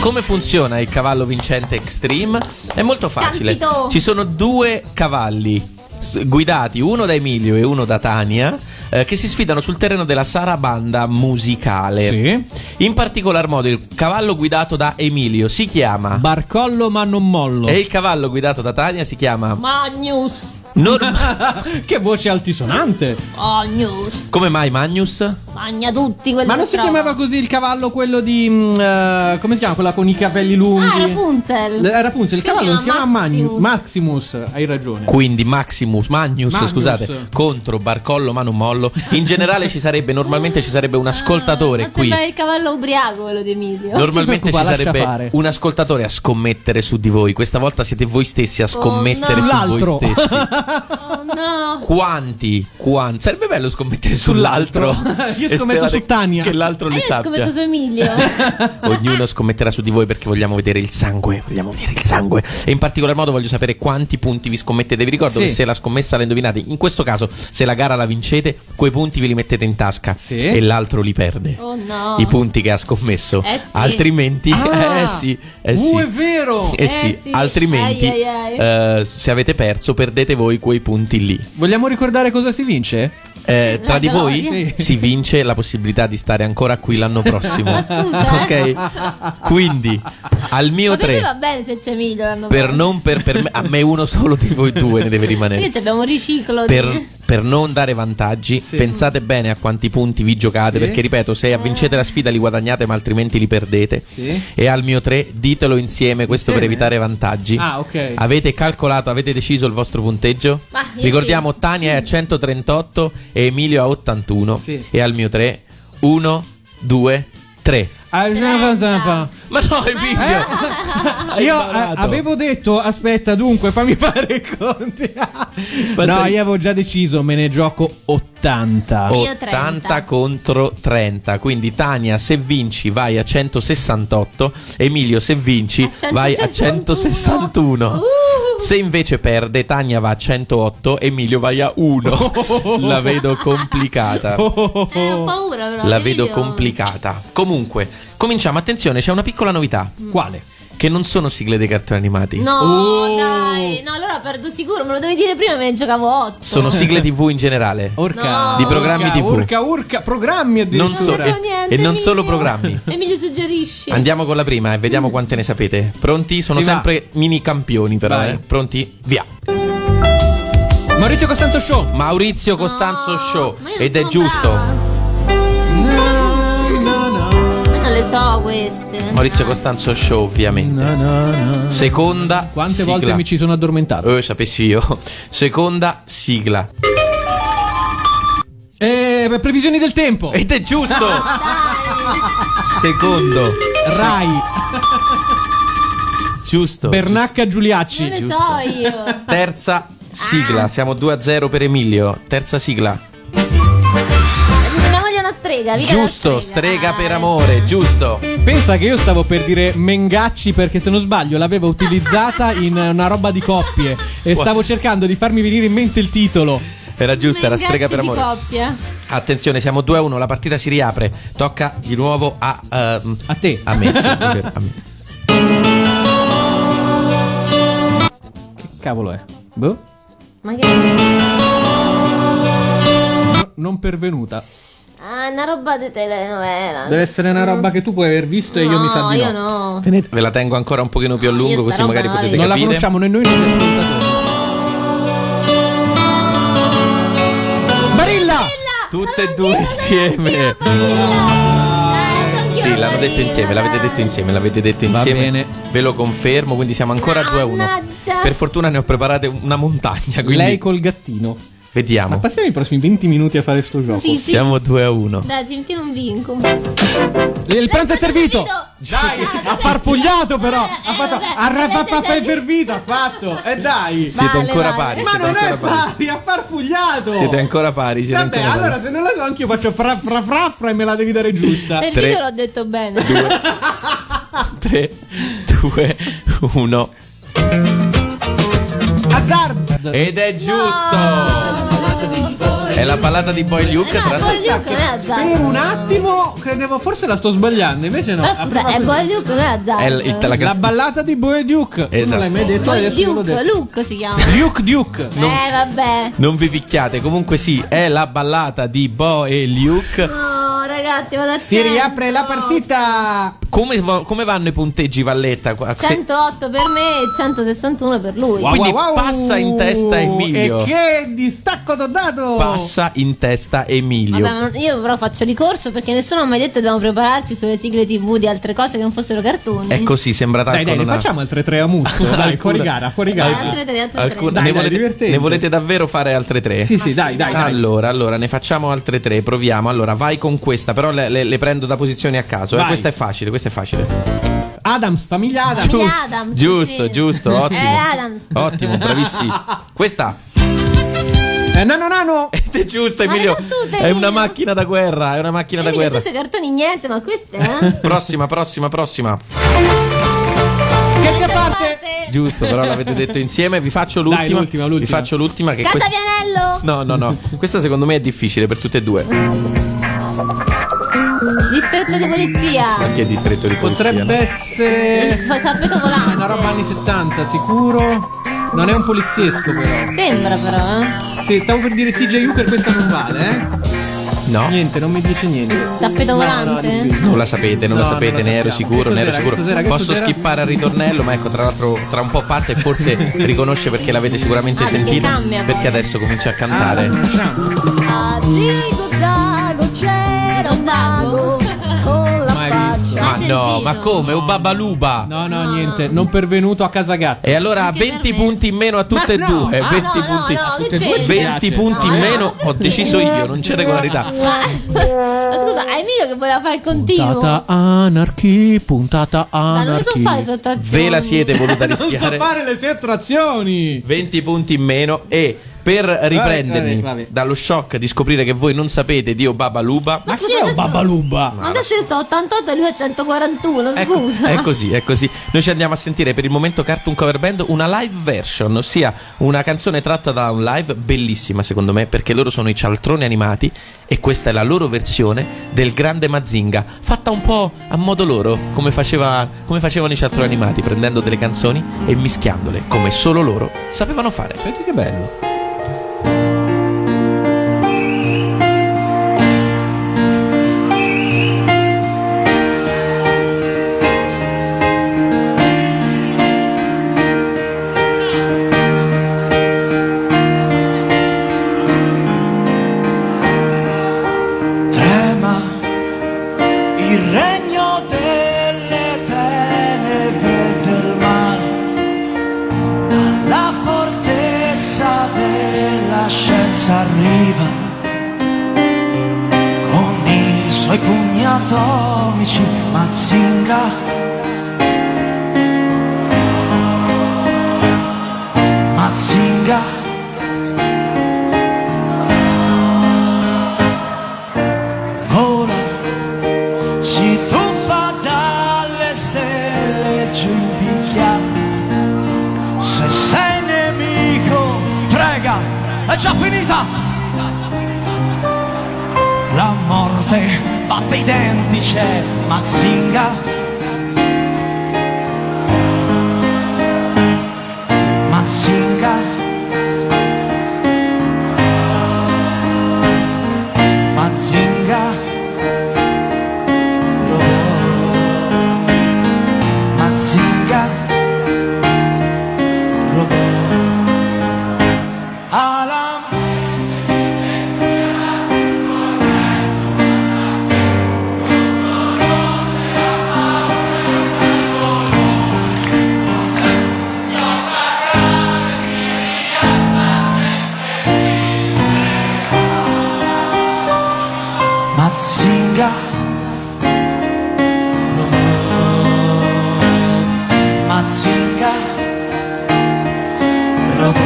[SPEAKER 2] Come funziona il cavallo vincente Extreme? È molto facile.
[SPEAKER 3] Scalpito!
[SPEAKER 2] Ci sono due cavalli s- guidati, uno da Emilio e uno da Tania, eh, che si sfidano sul terreno della sarabanda musicale.
[SPEAKER 1] Sì.
[SPEAKER 2] In particolar modo il cavallo guidato da Emilio si chiama
[SPEAKER 1] Barcollo ma non mollo.
[SPEAKER 2] e il cavallo guidato da Tania si chiama
[SPEAKER 3] Magnus.
[SPEAKER 2] Norm-
[SPEAKER 1] che voce altisonante!
[SPEAKER 3] Oh, news.
[SPEAKER 2] Come mai Magnus?
[SPEAKER 3] bagna tutti quelli
[SPEAKER 1] Ma
[SPEAKER 3] che
[SPEAKER 1] non si
[SPEAKER 3] trova.
[SPEAKER 1] chiamava così il cavallo quello di. mm, eh, come si chiama? Quella con i capelli lunghi?
[SPEAKER 3] Ah, Rapunzel.
[SPEAKER 1] L- Era Rapunzel. Il
[SPEAKER 3] Lui
[SPEAKER 1] cavallo si chiamava Magnus.
[SPEAKER 3] Maximus.
[SPEAKER 1] Maximus, hai ragione.
[SPEAKER 2] Quindi Maximus, Magnus,
[SPEAKER 1] Magnus.
[SPEAKER 2] scusate, contro Barcollo Manu Mollo. In generale ci sarebbe, normalmente ci sarebbe un ascoltatore
[SPEAKER 3] Ah, Ma
[SPEAKER 2] qui.
[SPEAKER 3] sembra il cavallo ubriaco quello di Emilio.
[SPEAKER 2] Normalmente
[SPEAKER 1] Non ti
[SPEAKER 2] ci
[SPEAKER 1] preoccupare,
[SPEAKER 2] sarebbe
[SPEAKER 1] Eh, lascia fare.
[SPEAKER 2] un ascoltatore a scommettere su di voi. Questa volta siete voi stessi a scommettere
[SPEAKER 3] Oh, no.
[SPEAKER 2] su
[SPEAKER 1] Sull'altro.
[SPEAKER 2] voi stessi.
[SPEAKER 3] Oh, no.
[SPEAKER 2] Quanti, quanti? Sarebbe bello scommettere sull'altro.
[SPEAKER 1] Sull'altro. Io
[SPEAKER 2] E
[SPEAKER 1] scommetto
[SPEAKER 2] sperare
[SPEAKER 1] su Tania.
[SPEAKER 2] Che l'altro
[SPEAKER 3] Ma
[SPEAKER 2] le
[SPEAKER 3] io ho scommesso
[SPEAKER 2] sappia.
[SPEAKER 3] Eh, su Emilio.
[SPEAKER 2] Ognuno scommetterà su di voi perché vogliamo vedere il sangue. Vogliamo vedere il sangue. E in particolar modo voglio sapere quanti punti vi scommettete. Vi ricordo
[SPEAKER 1] Sì.
[SPEAKER 2] che se la scommessa la indovinate, in questo caso, se la gara la vincete, quei punti ve li mettete in tasca
[SPEAKER 1] Sì.
[SPEAKER 2] e l'altro li perde.
[SPEAKER 3] Oh, no.
[SPEAKER 2] I punti che ha scommesso.
[SPEAKER 3] Eh, sì.
[SPEAKER 2] Altrimenti,
[SPEAKER 1] Ah.
[SPEAKER 2] eh sì, eh
[SPEAKER 1] Uh,
[SPEAKER 2] sì.
[SPEAKER 1] è vero!
[SPEAKER 2] Eh,
[SPEAKER 3] Eh,
[SPEAKER 2] sì,
[SPEAKER 3] sì.
[SPEAKER 2] altrimenti
[SPEAKER 3] Ai, ai,
[SPEAKER 2] eh, se avete perso perdete voi quei punti lì.
[SPEAKER 1] Vogliamo ricordare cosa si vince?
[SPEAKER 2] Eh, tra
[SPEAKER 3] La
[SPEAKER 2] di voi
[SPEAKER 3] gloria.
[SPEAKER 1] Sì.
[SPEAKER 2] si vince la possibilità di stare ancora qui l'anno prossimo.
[SPEAKER 3] Ma scusa, eh.
[SPEAKER 2] ok? Quindi al mio
[SPEAKER 3] Ma per me va
[SPEAKER 2] 3
[SPEAKER 3] bene se c'è Emilio l'anno
[SPEAKER 2] per
[SPEAKER 3] prossimo.
[SPEAKER 2] non per, per me, a me uno solo di voi due ne deve rimanere.
[SPEAKER 3] Perché ci abbiamo un riciclo
[SPEAKER 2] Per,
[SPEAKER 3] di... Eh,
[SPEAKER 2] per non dare vantaggi,
[SPEAKER 1] Sì. Eh.
[SPEAKER 2] pensate bene a quanti punti vi giocate. Perché ripeto, se vincete la sfida li guadagnate, ma altrimenti li perdete.
[SPEAKER 1] Sì.
[SPEAKER 2] E al mio 3 ditelo insieme, questo per
[SPEAKER 1] Insieme?
[SPEAKER 2] evitare vantaggi.
[SPEAKER 1] Ah, ok.
[SPEAKER 2] Avete calcolato, avete deciso il vostro punteggio?
[SPEAKER 3] Ma io
[SPEAKER 2] Ricordiamo, Tania è a 138 e Emilio a 81.
[SPEAKER 1] Sì.
[SPEAKER 2] E al mio 3, 1, 2, 3.
[SPEAKER 1] Ah,
[SPEAKER 3] Trenta.
[SPEAKER 2] Ma no, Emilio! Eh? Hai
[SPEAKER 1] Io eh,
[SPEAKER 2] imparato.
[SPEAKER 1] avevo detto, aspetta, dunque, fammi fare i conti.
[SPEAKER 2] Ma
[SPEAKER 1] no,
[SPEAKER 2] sei- Oh.
[SPEAKER 1] io avevo già deciso, me ne gioco 80.
[SPEAKER 3] Io
[SPEAKER 2] 80
[SPEAKER 3] 30.
[SPEAKER 2] contro 30. Quindi Tania, se vinci vai a 168. Emilio, se vinci
[SPEAKER 3] A Uh.
[SPEAKER 2] vai a
[SPEAKER 3] 161.
[SPEAKER 2] 161. Se invece perde, Tania va a 108. Emilio vai a 1. La vedo complicata.
[SPEAKER 3] Eh, ho paura però.
[SPEAKER 2] La
[SPEAKER 3] Emilio-
[SPEAKER 2] vedo complicata. Comunque, cominciamo. Attenzione, c'è una piccola novità.
[SPEAKER 1] Quale?
[SPEAKER 2] Che non sono sigle dei cartoni animati.
[SPEAKER 3] Mm. No,
[SPEAKER 1] Oh.
[SPEAKER 3] dai. No, allora perdo sicuro. Me lo devi dire prima, me ne giocavo 8.
[SPEAKER 2] Sono sigle TV in generale.
[SPEAKER 1] Orca.
[SPEAKER 3] No.
[SPEAKER 2] Di programmi
[SPEAKER 1] Urca,
[SPEAKER 2] TV.
[SPEAKER 1] Urca, urca, programmi
[SPEAKER 2] Non so-
[SPEAKER 1] addirittura.
[SPEAKER 2] e- e non solo programmi.
[SPEAKER 3] Emilio suggerisci.
[SPEAKER 2] Andiamo con la prima e
[SPEAKER 3] Mm.
[SPEAKER 2] vediamo quante ne sapete. Pronti? Sono
[SPEAKER 1] Si va.
[SPEAKER 2] sempre mini campioni, però.
[SPEAKER 1] Vai.
[SPEAKER 2] eh. Pronti? Via.
[SPEAKER 1] Maurizio Costanzo Show.
[SPEAKER 2] Maurizio Costanzo
[SPEAKER 3] No,
[SPEAKER 2] Show.
[SPEAKER 3] ma io non
[SPEAKER 2] Ed è
[SPEAKER 3] sono
[SPEAKER 2] giusto.
[SPEAKER 3] brava. Ma non le so queste.
[SPEAKER 2] Maurizio Costanzo Show, ovviamente.
[SPEAKER 1] Na, na, na.
[SPEAKER 2] Seconda.
[SPEAKER 1] Quante
[SPEAKER 2] sigla.
[SPEAKER 1] volte mi ci sono addormentato?
[SPEAKER 2] Eh, sapessi io. Seconda sigla.
[SPEAKER 1] Eh, previsioni del tempo.
[SPEAKER 2] Ed è giusto.
[SPEAKER 3] Dai.
[SPEAKER 2] Secondo.
[SPEAKER 1] Rai,
[SPEAKER 2] Giusto.
[SPEAKER 1] Bernacca
[SPEAKER 3] Non
[SPEAKER 1] Giuliacci.
[SPEAKER 3] le
[SPEAKER 2] giusto.
[SPEAKER 3] so io.
[SPEAKER 2] Terza sigla,
[SPEAKER 3] Ah.
[SPEAKER 2] siamo 2 a 0 per Emilio. Terza sigla.
[SPEAKER 3] Una moglie è una Ah, eh. strega, vita
[SPEAKER 2] giusto,
[SPEAKER 3] da
[SPEAKER 2] strega per
[SPEAKER 3] dai.
[SPEAKER 2] amore, giusto.
[SPEAKER 1] Pensa che io stavo per dire Mengacci perché se non sbaglio l'avevo utilizzata in una roba di coppie e stavo cercando di farmi venire in mente il titolo.
[SPEAKER 2] Era giusto, era
[SPEAKER 3] Mengacci
[SPEAKER 2] strega per
[SPEAKER 3] di eh.
[SPEAKER 2] amore.
[SPEAKER 3] coppia.
[SPEAKER 2] Attenzione, siamo 2 a 1, la partita si riapre. Tocca di nuovo a ehm,
[SPEAKER 1] A te.
[SPEAKER 2] a me, sì, è vero, a me.
[SPEAKER 1] Che cavolo è? Boh.
[SPEAKER 3] Ma che
[SPEAKER 1] No, non pervenuta.
[SPEAKER 3] Ah, è una roba di telenovela.
[SPEAKER 1] Deve essere una roba che tu puoi aver visto e io
[SPEAKER 3] no,
[SPEAKER 1] mi sa di
[SPEAKER 3] io
[SPEAKER 1] no.
[SPEAKER 3] no.
[SPEAKER 2] Ve ne- Ve la tengo ancora un pochino più a
[SPEAKER 3] No,
[SPEAKER 2] lungo
[SPEAKER 3] Ah, io
[SPEAKER 2] così
[SPEAKER 3] sta roba
[SPEAKER 2] magari
[SPEAKER 3] no,
[SPEAKER 2] potete
[SPEAKER 3] io-
[SPEAKER 1] Non la
[SPEAKER 2] capire.
[SPEAKER 1] conosciamo né noi né gli ascoltatori. Barilla!
[SPEAKER 2] Tutte e due insieme.
[SPEAKER 3] Eh,
[SPEAKER 2] Sì, l'hanno detto insieme, l'avete detto insieme, l'avete detto
[SPEAKER 1] Va
[SPEAKER 2] insieme.
[SPEAKER 1] bene.
[SPEAKER 2] Ve lo confermo, quindi siamo ancora 2 a 1.
[SPEAKER 3] Mannaggia.
[SPEAKER 2] Per fortuna ne ho preparate una montagna, quindi
[SPEAKER 1] Lei col gattino.
[SPEAKER 2] vediamo.
[SPEAKER 1] Ma passiamo i prossimi 20 minuti a fare sto gioco.
[SPEAKER 3] Sì, sì.
[SPEAKER 2] Siamo 2 a 1.
[SPEAKER 3] Dai, senti, non vinco. Il
[SPEAKER 1] Il pranzo è servito!
[SPEAKER 3] Dai,
[SPEAKER 1] Ha farfugliato però!
[SPEAKER 3] Eh,
[SPEAKER 1] Ha fatto. Ha rapapapà impervita! Ha fatto! E dai!
[SPEAKER 2] Siete
[SPEAKER 3] Vale,
[SPEAKER 2] ancora pari.
[SPEAKER 3] vale.
[SPEAKER 1] Ma
[SPEAKER 2] Eh, siete
[SPEAKER 1] non è
[SPEAKER 2] ancora pari.
[SPEAKER 1] pari! Ha farfugliato!
[SPEAKER 2] Siete ancora pari. Siete
[SPEAKER 1] Vabbè,
[SPEAKER 2] ancora
[SPEAKER 1] allora se non la so anch'io faccio fra fra fra fra e me la devi dare giusta.
[SPEAKER 3] Per
[SPEAKER 2] Tre.
[SPEAKER 3] video l'ho detto bene. Eh,
[SPEAKER 2] 3, 2, 1.
[SPEAKER 1] Azzard!
[SPEAKER 2] Ed è giusto! È la ballata di Boy Luke.
[SPEAKER 3] Eh,
[SPEAKER 2] Tra
[SPEAKER 3] no,
[SPEAKER 2] l'altro,
[SPEAKER 3] Boy Luke non è
[SPEAKER 1] Per
[SPEAKER 3] azzardo.
[SPEAKER 1] un attimo credevo forse la sto sbagliando, invece no.
[SPEAKER 3] Però
[SPEAKER 1] La
[SPEAKER 3] scusa,
[SPEAKER 1] prima
[SPEAKER 3] è
[SPEAKER 1] cosa-
[SPEAKER 3] Boy Luke non è azzardo.
[SPEAKER 2] è il- il- la,
[SPEAKER 1] La ballata di Boy Duke. Tu
[SPEAKER 2] Esatto.
[SPEAKER 1] Non l'hai mai detto
[SPEAKER 3] Boy
[SPEAKER 1] adesso io l'ho
[SPEAKER 3] Duke,
[SPEAKER 1] detto.
[SPEAKER 3] Luke si chiama.
[SPEAKER 1] Duke Duke.
[SPEAKER 3] Eh, vabbè.
[SPEAKER 2] non vi picchiate. Comunque, sì, è la ballata di Boy Luke.
[SPEAKER 3] No, Oh, ragazzi, vado a
[SPEAKER 1] Si riapre la partita.
[SPEAKER 2] Come, va- come vanno i punteggi Valletta? Qua- se-
[SPEAKER 3] 108 per me e 161 per lui.
[SPEAKER 2] Quindi passa in testa Emilio.
[SPEAKER 1] E che distacco t'ho dato!
[SPEAKER 2] Passa in testa Emilio.
[SPEAKER 3] Vabbè, ma io però faccio ricorso perché nessuno ha mai detto che dobbiamo prepararci sulle sigle TV di altre cose che non fossero cartoni.
[SPEAKER 2] È così, sembra
[SPEAKER 1] Dai,
[SPEAKER 2] talco
[SPEAKER 1] dai, ne
[SPEAKER 2] non ha-
[SPEAKER 1] facciamo altre tre a musto. dai, fuori gara, fuori
[SPEAKER 3] Dai,
[SPEAKER 1] gara.
[SPEAKER 3] altre tre, altre
[SPEAKER 2] Alcune-
[SPEAKER 3] tre.
[SPEAKER 1] Dai,
[SPEAKER 2] ne,
[SPEAKER 1] dai,
[SPEAKER 2] volete,
[SPEAKER 1] divertente.
[SPEAKER 2] ne volete davvero fare altre tre?
[SPEAKER 1] Sì, sì, dai, dai, dai.
[SPEAKER 2] Allora, allora, ne facciamo altre tre, proviamo. Allora, vai con questa, però le, le- le prendo da posizioni a caso. eh.
[SPEAKER 1] Vai.
[SPEAKER 2] Questa è facile, questa è facile.
[SPEAKER 1] Adams, famiglia Adams.
[SPEAKER 3] Famiglia Adams, sì,
[SPEAKER 2] giusto,
[SPEAKER 3] sì.
[SPEAKER 2] giusto, ottimo.
[SPEAKER 3] Eh, Adam.
[SPEAKER 2] Ottimo, bravissimo. Questa
[SPEAKER 1] Eh, nano, nano.
[SPEAKER 2] è giusta,
[SPEAKER 3] Ma
[SPEAKER 2] Emilio.
[SPEAKER 3] le fa tutte,
[SPEAKER 2] È una
[SPEAKER 3] Emilio.
[SPEAKER 2] macchina da guerra, è una macchina da
[SPEAKER 3] Emilio,
[SPEAKER 2] guerra.
[SPEAKER 3] tu sui cartoni niente, ma queste, eh?
[SPEAKER 2] Prossima, prossima, prossima.
[SPEAKER 1] Scherzi a parte.
[SPEAKER 2] Giusto, però l'avete detto insieme. Vi faccio l'ultima.
[SPEAKER 1] l'ultima,
[SPEAKER 2] Vi
[SPEAKER 1] l'ultima.
[SPEAKER 2] faccio l'ultima che
[SPEAKER 3] Carta
[SPEAKER 2] questa-
[SPEAKER 3] pianello!
[SPEAKER 2] No, no, no. Questa secondo me è difficile per tutte e due.
[SPEAKER 3] Distretto di polizia!
[SPEAKER 2] Perché è distretto di polizia.
[SPEAKER 1] Potrebbe
[SPEAKER 2] no?
[SPEAKER 1] essere
[SPEAKER 3] Il fa- tappeto
[SPEAKER 1] è Eh. una roba
[SPEAKER 3] volante.
[SPEAKER 1] anni 70, sicuro. Non è un poliziesco, però.
[SPEAKER 3] Sembra però, eh?
[SPEAKER 1] Sì, stavo per dire TJ Hooker, questa non vale, eh.
[SPEAKER 2] No.
[SPEAKER 1] Niente, non mi dice niente.
[SPEAKER 3] Tappeto volante?
[SPEAKER 1] difficile.
[SPEAKER 2] Non la sapete, non la
[SPEAKER 1] No,
[SPEAKER 2] sapete,
[SPEAKER 1] non la
[SPEAKER 2] ne ero
[SPEAKER 1] sappiamo.
[SPEAKER 2] sicuro,
[SPEAKER 1] Che
[SPEAKER 2] ne ero
[SPEAKER 1] cos'era,
[SPEAKER 2] sicuro.
[SPEAKER 1] che cos'era, che
[SPEAKER 2] Posso
[SPEAKER 1] cos'era?
[SPEAKER 2] skippare al ritornello, ma ecco, tra l'altro tra un po' parte e forse riconosce perché l'avete sicuramente
[SPEAKER 3] Ah, perché
[SPEAKER 2] sentita.
[SPEAKER 3] cambia poi.
[SPEAKER 2] Perché adesso comincia a
[SPEAKER 1] Ah,
[SPEAKER 2] cantare.
[SPEAKER 1] diciamo.
[SPEAKER 10] A zigo zago c'era un
[SPEAKER 3] Eh, Zago.
[SPEAKER 10] zago con la
[SPEAKER 1] Mai visto.
[SPEAKER 10] faccia
[SPEAKER 2] ma
[SPEAKER 3] Hai
[SPEAKER 2] no,
[SPEAKER 3] sentito?
[SPEAKER 2] ma come? Oh, O babaluba!
[SPEAKER 1] No, no, niente, non pervenuto a casa gatta.
[SPEAKER 2] E allora
[SPEAKER 3] Anche
[SPEAKER 2] 20
[SPEAKER 3] per me.
[SPEAKER 2] punti in meno a tutte
[SPEAKER 1] Ma
[SPEAKER 2] e
[SPEAKER 1] no!
[SPEAKER 2] due.
[SPEAKER 3] Ah,
[SPEAKER 2] 20
[SPEAKER 3] no, no,
[SPEAKER 2] punti.
[SPEAKER 3] no, che
[SPEAKER 1] Tutte e due
[SPEAKER 3] c'entra?
[SPEAKER 1] ci
[SPEAKER 2] 20
[SPEAKER 1] piace.
[SPEAKER 2] punti
[SPEAKER 3] No,
[SPEAKER 2] in
[SPEAKER 3] no,
[SPEAKER 2] meno ho deciso io, non c'è regolarità.
[SPEAKER 3] Ma ma scusa, è Emilio che voleva fare il continuo.
[SPEAKER 1] Puntata anarchy, puntata
[SPEAKER 3] Ma non le so
[SPEAKER 1] anarchy.
[SPEAKER 3] fare sottrazioni.
[SPEAKER 2] Ve la siete voluta
[SPEAKER 1] Non so
[SPEAKER 2] rischiare.
[SPEAKER 1] fare le sue attrazioni.
[SPEAKER 2] 20 punti in meno e per riprendermi
[SPEAKER 1] vabbè, vabbè.
[SPEAKER 2] dallo shock di scoprire che voi non sapete di Oh Obabaluba,
[SPEAKER 3] Ma Oh scusa, adesso-
[SPEAKER 1] Babaluba?
[SPEAKER 3] Ma adesso io sto a 88 e lui a 141,
[SPEAKER 2] Ecco,
[SPEAKER 3] scusa.
[SPEAKER 2] è così, è così. Noi ci andiamo a sentire per il momento Cartoon Cover Band una live version, ossia una canzone tratta da un live bellissima secondo me, perché loro sono i cialtroni animati e questa è la loro versione del grande Mazinga, fatta un po' a modo loro, come, faceva- come facevano i cialtroni animati, prendendo delle canzoni e mischiandole, come solo loro sapevano fare.
[SPEAKER 1] Senti che bello.
[SPEAKER 7] Trema il regno delle tenebre del mare, dalla fortezza della scienza arriva, con i suoi pugni atomici Mazinga. Mazinga. vola, si tuffa dalle stelle giù in picchiata. Se sei nemico, prega, è già finita. La morte batte i denti, c'è Mazinga. Mazinga. Mazinga Robot Mazinga Robot Alam Mazinga Robot Mazinga Robot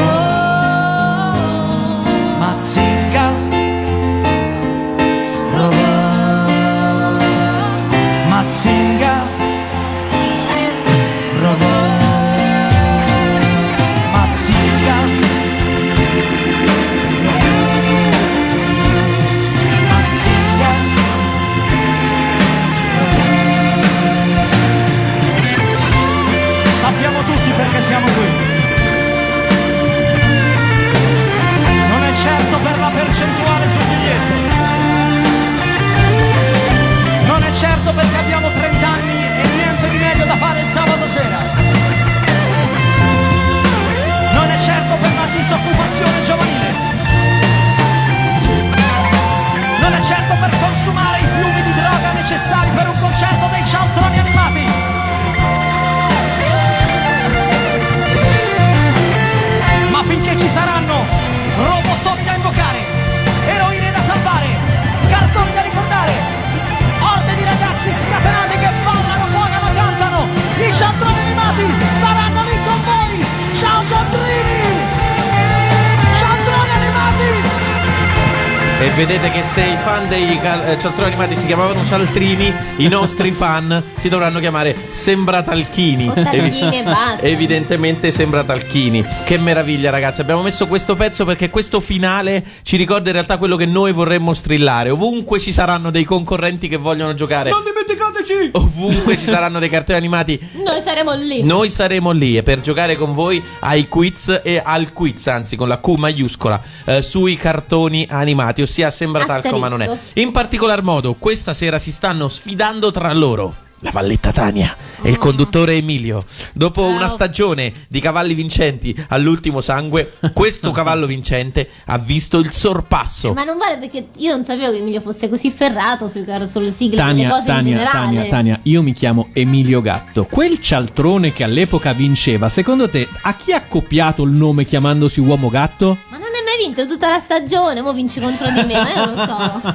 [SPEAKER 7] Mazinga Robot Mazinga Robot Mazinga Mazinga Sappiamo tutti perché siamo qui. Non è certo per la percentuale sul biglietto. Non è certo perché abbiamo 30 anni e certo certo
[SPEAKER 2] vedete che se i fan dei cal- eh, cialtroni animati si chiamavano cialtrini, i nostri fan si dovranno chiamare sembratalchini.
[SPEAKER 3] O Talchini e basta.
[SPEAKER 2] Evidentemente sembratalchini. Che meraviglia, ragazzi. Abbiamo messo questo pezzo perché questo finale ci ricorda in realtà quello che noi vorremmo strillare. Ovunque ci saranno dei concorrenti che vogliono giocare. Non dimenticateci! Ovunque ci saranno dei cartoni animati
[SPEAKER 3] Noi saremo lì.
[SPEAKER 2] noi saremo lì e per giocare con voi ai quiz e al quiz, anzi con la Q maiuscola, eh, sui cartoni animati, ossia sembra talco ma non è.
[SPEAKER 3] Asterisco.
[SPEAKER 2] In particolar modo, questa sera si stanno sfidando tra loro. La valletta Tania e
[SPEAKER 3] Oh.
[SPEAKER 2] il conduttore Emilio. Dopo una stagione di cavalli vincenti all'ultimo sangue, questo cavallo vincente ha visto il sorpasso.
[SPEAKER 3] Ma non vale perché io non sapevo che Emilio fosse così ferrato sui car- sulle sigle sulle
[SPEAKER 1] Tania,
[SPEAKER 3] cose in
[SPEAKER 1] Tania,
[SPEAKER 3] generale.
[SPEAKER 1] Tania, Tania, io mi chiamo Emilio Gatto. Quel cialtrone che all'epoca vinceva, secondo te a chi ha copiato il nome chiamandosi Uomo Gatto?
[SPEAKER 3] Ma non hai mai vinto tutta la stagione, mo vinci contro di me, ma io non lo so.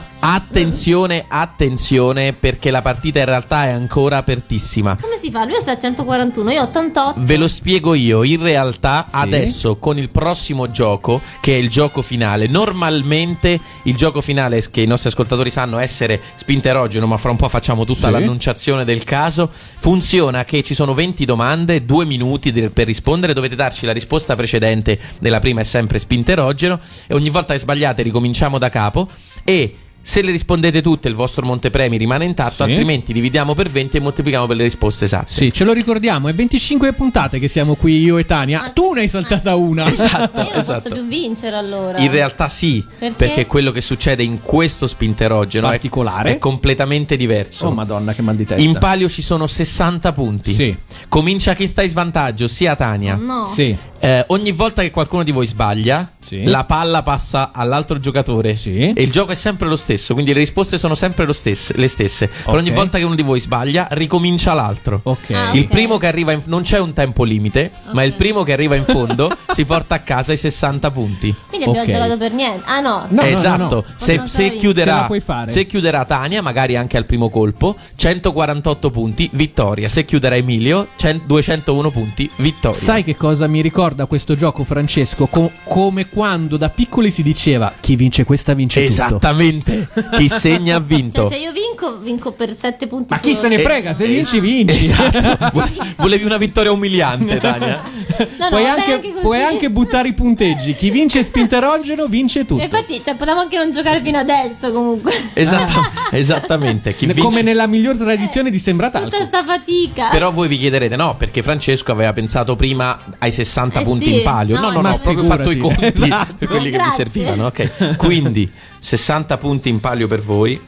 [SPEAKER 2] Attenzione, attenzione, perché la partita in realtà è ancora apertissima.
[SPEAKER 3] Come si fa? Lui sta a 141, io 88.
[SPEAKER 2] Ve lo spiego io, in realtà adesso con il prossimo gioco, che è il gioco finale, normalmente il gioco finale, che i nostri ascoltatori sanno essere spinterogeno, ma fra un po' facciamo tutta
[SPEAKER 1] Sì.
[SPEAKER 2] l'annunciazione del caso, funziona che ci sono 20 domande, 2 minuti de- per rispondere, dovete darci la risposta precedente della prima è sempre spinterogeno e ogni volta che sbagliate ricominciamo da capo e... Se le rispondete tutte, il vostro montepremi rimane intatto,
[SPEAKER 1] Sì.
[SPEAKER 2] altrimenti dividiamo per 20 e moltiplichiamo per le risposte esatte.
[SPEAKER 1] Sì, ce lo ricordiamo, è 25 puntate che siamo qui io e Tania.
[SPEAKER 3] Ma- Ah.
[SPEAKER 1] tu ne hai saltata una.
[SPEAKER 2] Esatto,
[SPEAKER 3] Ma io non
[SPEAKER 2] esatto.
[SPEAKER 3] posso più vincere allora.
[SPEAKER 2] In realtà sì, perché?
[SPEAKER 3] Perché?
[SPEAKER 2] quello che succede in questo spinterogeno è-
[SPEAKER 1] Particolare.
[SPEAKER 2] È, completamente diverso.
[SPEAKER 1] Oh madonna che mal di testa.
[SPEAKER 2] in palio ci sono 60 punti.
[SPEAKER 1] Sì.
[SPEAKER 2] Comincia chi sta in svantaggio, sia Tania.
[SPEAKER 3] No.
[SPEAKER 1] Sì.
[SPEAKER 2] Eh, ogni volta che qualcuno di voi sbaglia,
[SPEAKER 1] Sì.
[SPEAKER 2] la palla passa all'altro giocatore.
[SPEAKER 1] Sì.
[SPEAKER 2] E il gioco è sempre lo stesso, quindi le risposte sono sempre lo stesse- le stesse. Per ogni
[SPEAKER 1] Ok.
[SPEAKER 2] volta che uno di voi sbaglia, ricomincia l'altro.
[SPEAKER 1] Ok.
[SPEAKER 3] Ah,
[SPEAKER 2] Il
[SPEAKER 3] ok.
[SPEAKER 2] primo che arriva in, non c'è un tempo limite, ma il
[SPEAKER 3] Ok.
[SPEAKER 2] primo che arriva in fondo si porta a casa i 60 punti.
[SPEAKER 3] Quindi abbiamo
[SPEAKER 1] Ok.
[SPEAKER 3] giocato per niente. Ah no.
[SPEAKER 1] No, no,
[SPEAKER 2] esatto,
[SPEAKER 1] no, no.
[SPEAKER 2] Se,
[SPEAKER 3] Quando
[SPEAKER 2] se
[SPEAKER 3] sei-
[SPEAKER 1] Ce la
[SPEAKER 2] chiuderà,
[SPEAKER 1] puoi fare.
[SPEAKER 2] se chiuderà Tania, magari anche al primo colpo, 148 punti, vittoria. Se chiuderà Emilio, 100 201 punti, vittoria.
[SPEAKER 1] Sai che cosa mi ricorda questo gioco, Francesco? Co- come quando da piccoli si diceva chi vince questa vince tutto.
[SPEAKER 2] Esattamente, chi segna ha vinto.
[SPEAKER 3] Cioè, se io vinco, vinco per 7 punti.
[SPEAKER 1] Ma chi
[SPEAKER 3] solo.
[SPEAKER 1] se ne
[SPEAKER 2] Eh,
[SPEAKER 1] frega, se
[SPEAKER 2] eh,
[SPEAKER 1] vinci vinci.
[SPEAKER 2] Esatto. Vo- Volevi una vittoria umiliante, Tania.
[SPEAKER 3] No, no,
[SPEAKER 1] puoi,
[SPEAKER 3] vabbè,
[SPEAKER 1] anche,
[SPEAKER 3] così.
[SPEAKER 1] puoi anche buttare i punteggi. Chi vince spinterogeno vince tutto. Esatto.
[SPEAKER 3] E Infatti, cioè, potevamo anche non giocare fino adesso comunque.
[SPEAKER 2] Esatta- Esatto. esattamente, chi
[SPEAKER 1] Ne-
[SPEAKER 2] vince.
[SPEAKER 1] Come nella miglior tradizione di Sembratalco.
[SPEAKER 3] Eh, Tutta sta fatica.
[SPEAKER 2] Però voi vi chiederete no, perché Francesco aveva pensato prima ai 60
[SPEAKER 3] Eh
[SPEAKER 2] punti
[SPEAKER 3] sì,
[SPEAKER 2] in palio. No,
[SPEAKER 3] no,
[SPEAKER 2] no, no,
[SPEAKER 1] ma
[SPEAKER 2] ho proprio
[SPEAKER 1] figurati.
[SPEAKER 2] fatto i conti
[SPEAKER 1] Esatto.
[SPEAKER 2] per quelli
[SPEAKER 3] Ah,
[SPEAKER 2] che vi
[SPEAKER 3] grazie.
[SPEAKER 2] servivano. ok. Quindi 60 punti in palio per voi.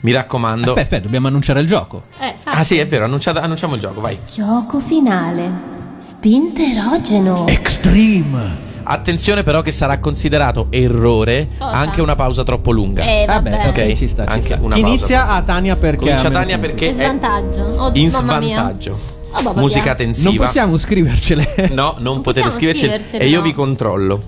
[SPEAKER 2] Mi raccomando.
[SPEAKER 1] Aspetta, aspetta, dobbiamo annunciare il gioco.
[SPEAKER 3] Eh, fa-
[SPEAKER 2] Ah sì, è vero, annunciata- annunciamo il gioco, vai.
[SPEAKER 3] Gioco finale. Spinterogeno.
[SPEAKER 1] Eh, Extreme.
[SPEAKER 2] Attenzione però che sarà considerato errore
[SPEAKER 3] Cosa?
[SPEAKER 2] anche una pausa troppo lunga.
[SPEAKER 3] Eh, vabbè.
[SPEAKER 1] Vabbè, ok,
[SPEAKER 2] Ok,
[SPEAKER 1] ci sta. ci
[SPEAKER 2] anche
[SPEAKER 1] sta.
[SPEAKER 2] una
[SPEAKER 1] Chi
[SPEAKER 2] pausa.
[SPEAKER 1] inizia a Tania perché
[SPEAKER 2] Comincia
[SPEAKER 1] ha meno
[SPEAKER 2] Tania
[SPEAKER 1] punti.
[SPEAKER 2] perché
[SPEAKER 3] In svantaggio.
[SPEAKER 2] è
[SPEAKER 3] Oh,
[SPEAKER 2] in
[SPEAKER 3] mamma mia.
[SPEAKER 2] svantaggio.
[SPEAKER 3] Oh, babà,
[SPEAKER 2] Musica
[SPEAKER 3] via.
[SPEAKER 2] tensiva.
[SPEAKER 1] Non possiamo scrivercele.
[SPEAKER 2] No, non, potete
[SPEAKER 3] possiamo
[SPEAKER 2] scriverci
[SPEAKER 3] scrivercele,
[SPEAKER 2] e io
[SPEAKER 3] no.
[SPEAKER 2] vi controllo.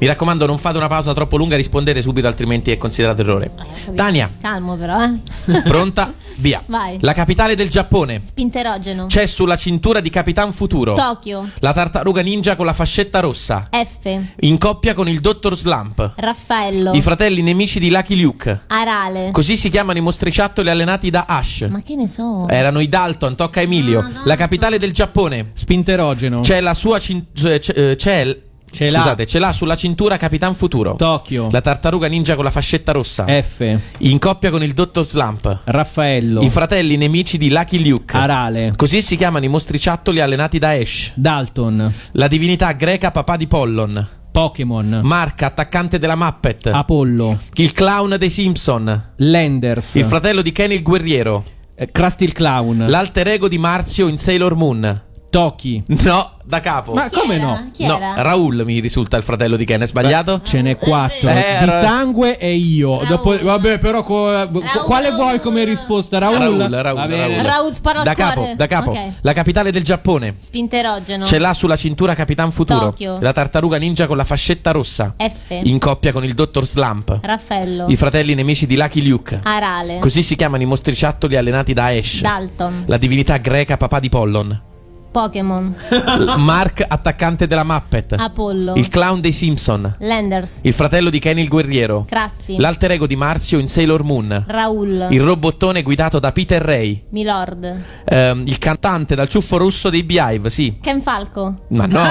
[SPEAKER 2] Mi raccomando, non fate una pausa troppo lunga, rispondete subito, altrimenti è considerato errore.
[SPEAKER 3] Ah,
[SPEAKER 2] Tania,
[SPEAKER 3] Eh, Calmo però, eh.
[SPEAKER 2] pronta? Via.
[SPEAKER 3] Vai.
[SPEAKER 2] La capitale del Giappone.
[SPEAKER 3] Spinterogeno.
[SPEAKER 2] C'è sulla cintura di Capitan Futuro.
[SPEAKER 3] Tokyo.
[SPEAKER 2] La tartaruga ninja con la fascetta rossa.
[SPEAKER 3] F.
[SPEAKER 2] In coppia con il Dottor Slump.
[SPEAKER 3] Raffaello.
[SPEAKER 2] I fratelli nemici di Lucky Luke.
[SPEAKER 3] Arale.
[SPEAKER 2] Così si chiamano i mostriciattoli allenati da Ash.
[SPEAKER 3] Ma che ne so?
[SPEAKER 1] Eh,
[SPEAKER 2] Erano i Dalton, tocca a Emilio. la capitale del Giappone.
[SPEAKER 1] Spinterogeno.
[SPEAKER 2] C'è la sua cin- eh, c'è, eh, c'è l-
[SPEAKER 1] Ce l'ha.
[SPEAKER 2] Scusate, ce l'ha sulla cintura Capitan Futuro.
[SPEAKER 1] Tokyo. Eh.
[SPEAKER 2] La tartaruga ninja con la fascetta rossa.
[SPEAKER 1] F.
[SPEAKER 2] In coppia con il Dottor Slump.
[SPEAKER 1] Raffaello.
[SPEAKER 2] I fratelli nemici di Lucky Luke.
[SPEAKER 1] Arale.
[SPEAKER 2] Così si chiamano i mostriciattoli allenati da Ash.
[SPEAKER 1] Dalton.
[SPEAKER 2] La divinità greca papà di
[SPEAKER 1] Eh.
[SPEAKER 2] Pollon.
[SPEAKER 1] Pokémon.
[SPEAKER 2] Marca attaccante della Muppet.
[SPEAKER 1] Ah. Apollo.
[SPEAKER 2] il clown dei Simpson.
[SPEAKER 1] Lenders.
[SPEAKER 2] Il fratello di Ken il guerriero.
[SPEAKER 1] eh, Krusty il clown.
[SPEAKER 2] L'alter ego di Marzio in Sailor Moon.
[SPEAKER 1] Toki.
[SPEAKER 2] No, da capo.
[SPEAKER 1] Ma
[SPEAKER 3] Chi
[SPEAKER 1] come
[SPEAKER 3] era?
[SPEAKER 1] no?
[SPEAKER 3] Chi
[SPEAKER 2] no,
[SPEAKER 3] era?
[SPEAKER 2] Raul mi risulta il fratello di Ken, è sbagliato?
[SPEAKER 1] Ce n'è quattro.
[SPEAKER 2] Eh,
[SPEAKER 1] di
[SPEAKER 2] era-
[SPEAKER 1] sangue e io.
[SPEAKER 3] Raul.
[SPEAKER 1] Dopo- vabbè, però co- quale vuoi come risposta? Raul.
[SPEAKER 2] Raul, Raul,
[SPEAKER 1] Va bene.
[SPEAKER 2] Raul.
[SPEAKER 3] Raul, spara al
[SPEAKER 2] Da capo,
[SPEAKER 3] cuore.
[SPEAKER 2] da capo.
[SPEAKER 3] Ok.
[SPEAKER 2] La capitale del Giappone.
[SPEAKER 1] Cioè,
[SPEAKER 3] Spinterogeno.
[SPEAKER 2] Ce l'ha sulla cintura Capitan Futuro.
[SPEAKER 3] Tokyo. Eh.
[SPEAKER 2] La tartaruga ninja con la fascetta rossa.
[SPEAKER 3] F.
[SPEAKER 2] In coppia con il Dottor Slump.
[SPEAKER 3] Raffaello.
[SPEAKER 2] I fratelli nemici di Lucky Luke.
[SPEAKER 3] Ah, Arale.
[SPEAKER 2] Così si chiamano i mostriciattoli allenati da Ash.
[SPEAKER 3] eh. Dalton.
[SPEAKER 2] La divinità greca papà di Pollon.
[SPEAKER 3] Pokémon,
[SPEAKER 2] Mark, attaccante della Muppet.
[SPEAKER 3] Apollo,
[SPEAKER 2] Il clown dei Simpson.
[SPEAKER 3] Lenders,
[SPEAKER 2] Il fratello di Kenny il guerriero.
[SPEAKER 3] Krusty,
[SPEAKER 2] L'alter ego di Marzio in Sailor Moon.
[SPEAKER 3] Raul,
[SPEAKER 2] Il robottone guidato da Peter Ray.
[SPEAKER 3] Milord,
[SPEAKER 2] Ehm, il cantante dal ciuffo russo dei Beehive, sì.
[SPEAKER 3] Ken Falco,
[SPEAKER 2] Ma no,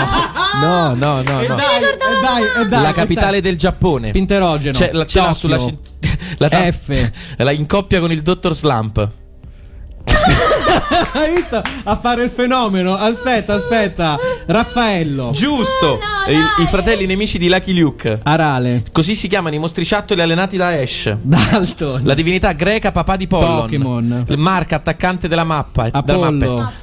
[SPEAKER 2] no, no, no,
[SPEAKER 1] E
[SPEAKER 2] no.
[SPEAKER 1] dai, e dai, e dai,
[SPEAKER 2] La
[SPEAKER 1] e
[SPEAKER 2] capitale del Giappone.
[SPEAKER 1] Spinterogeno.
[SPEAKER 2] C'è la c'è la
[SPEAKER 1] Tokyo.
[SPEAKER 2] sulla cin- la ta-
[SPEAKER 1] F.
[SPEAKER 2] la- in coppia con il Dottor Slump.
[SPEAKER 1] Hai visto? A fare il fenomeno. Aspetta, aspetta. Raffaello.
[SPEAKER 2] Giusto.
[SPEAKER 3] no,
[SPEAKER 2] I,
[SPEAKER 3] dai.
[SPEAKER 2] I fratelli nemici di Lucky Luke.
[SPEAKER 1] Arale.
[SPEAKER 2] Così si chiamano i mostriciattoli allenati da Ash.
[SPEAKER 1] Dalton.
[SPEAKER 2] La divinità greca papà di Pollon.
[SPEAKER 1] Pokémon.
[SPEAKER 2] Il Mark attaccante della mappa. della
[SPEAKER 1] Apollo.
[SPEAKER 3] Ah,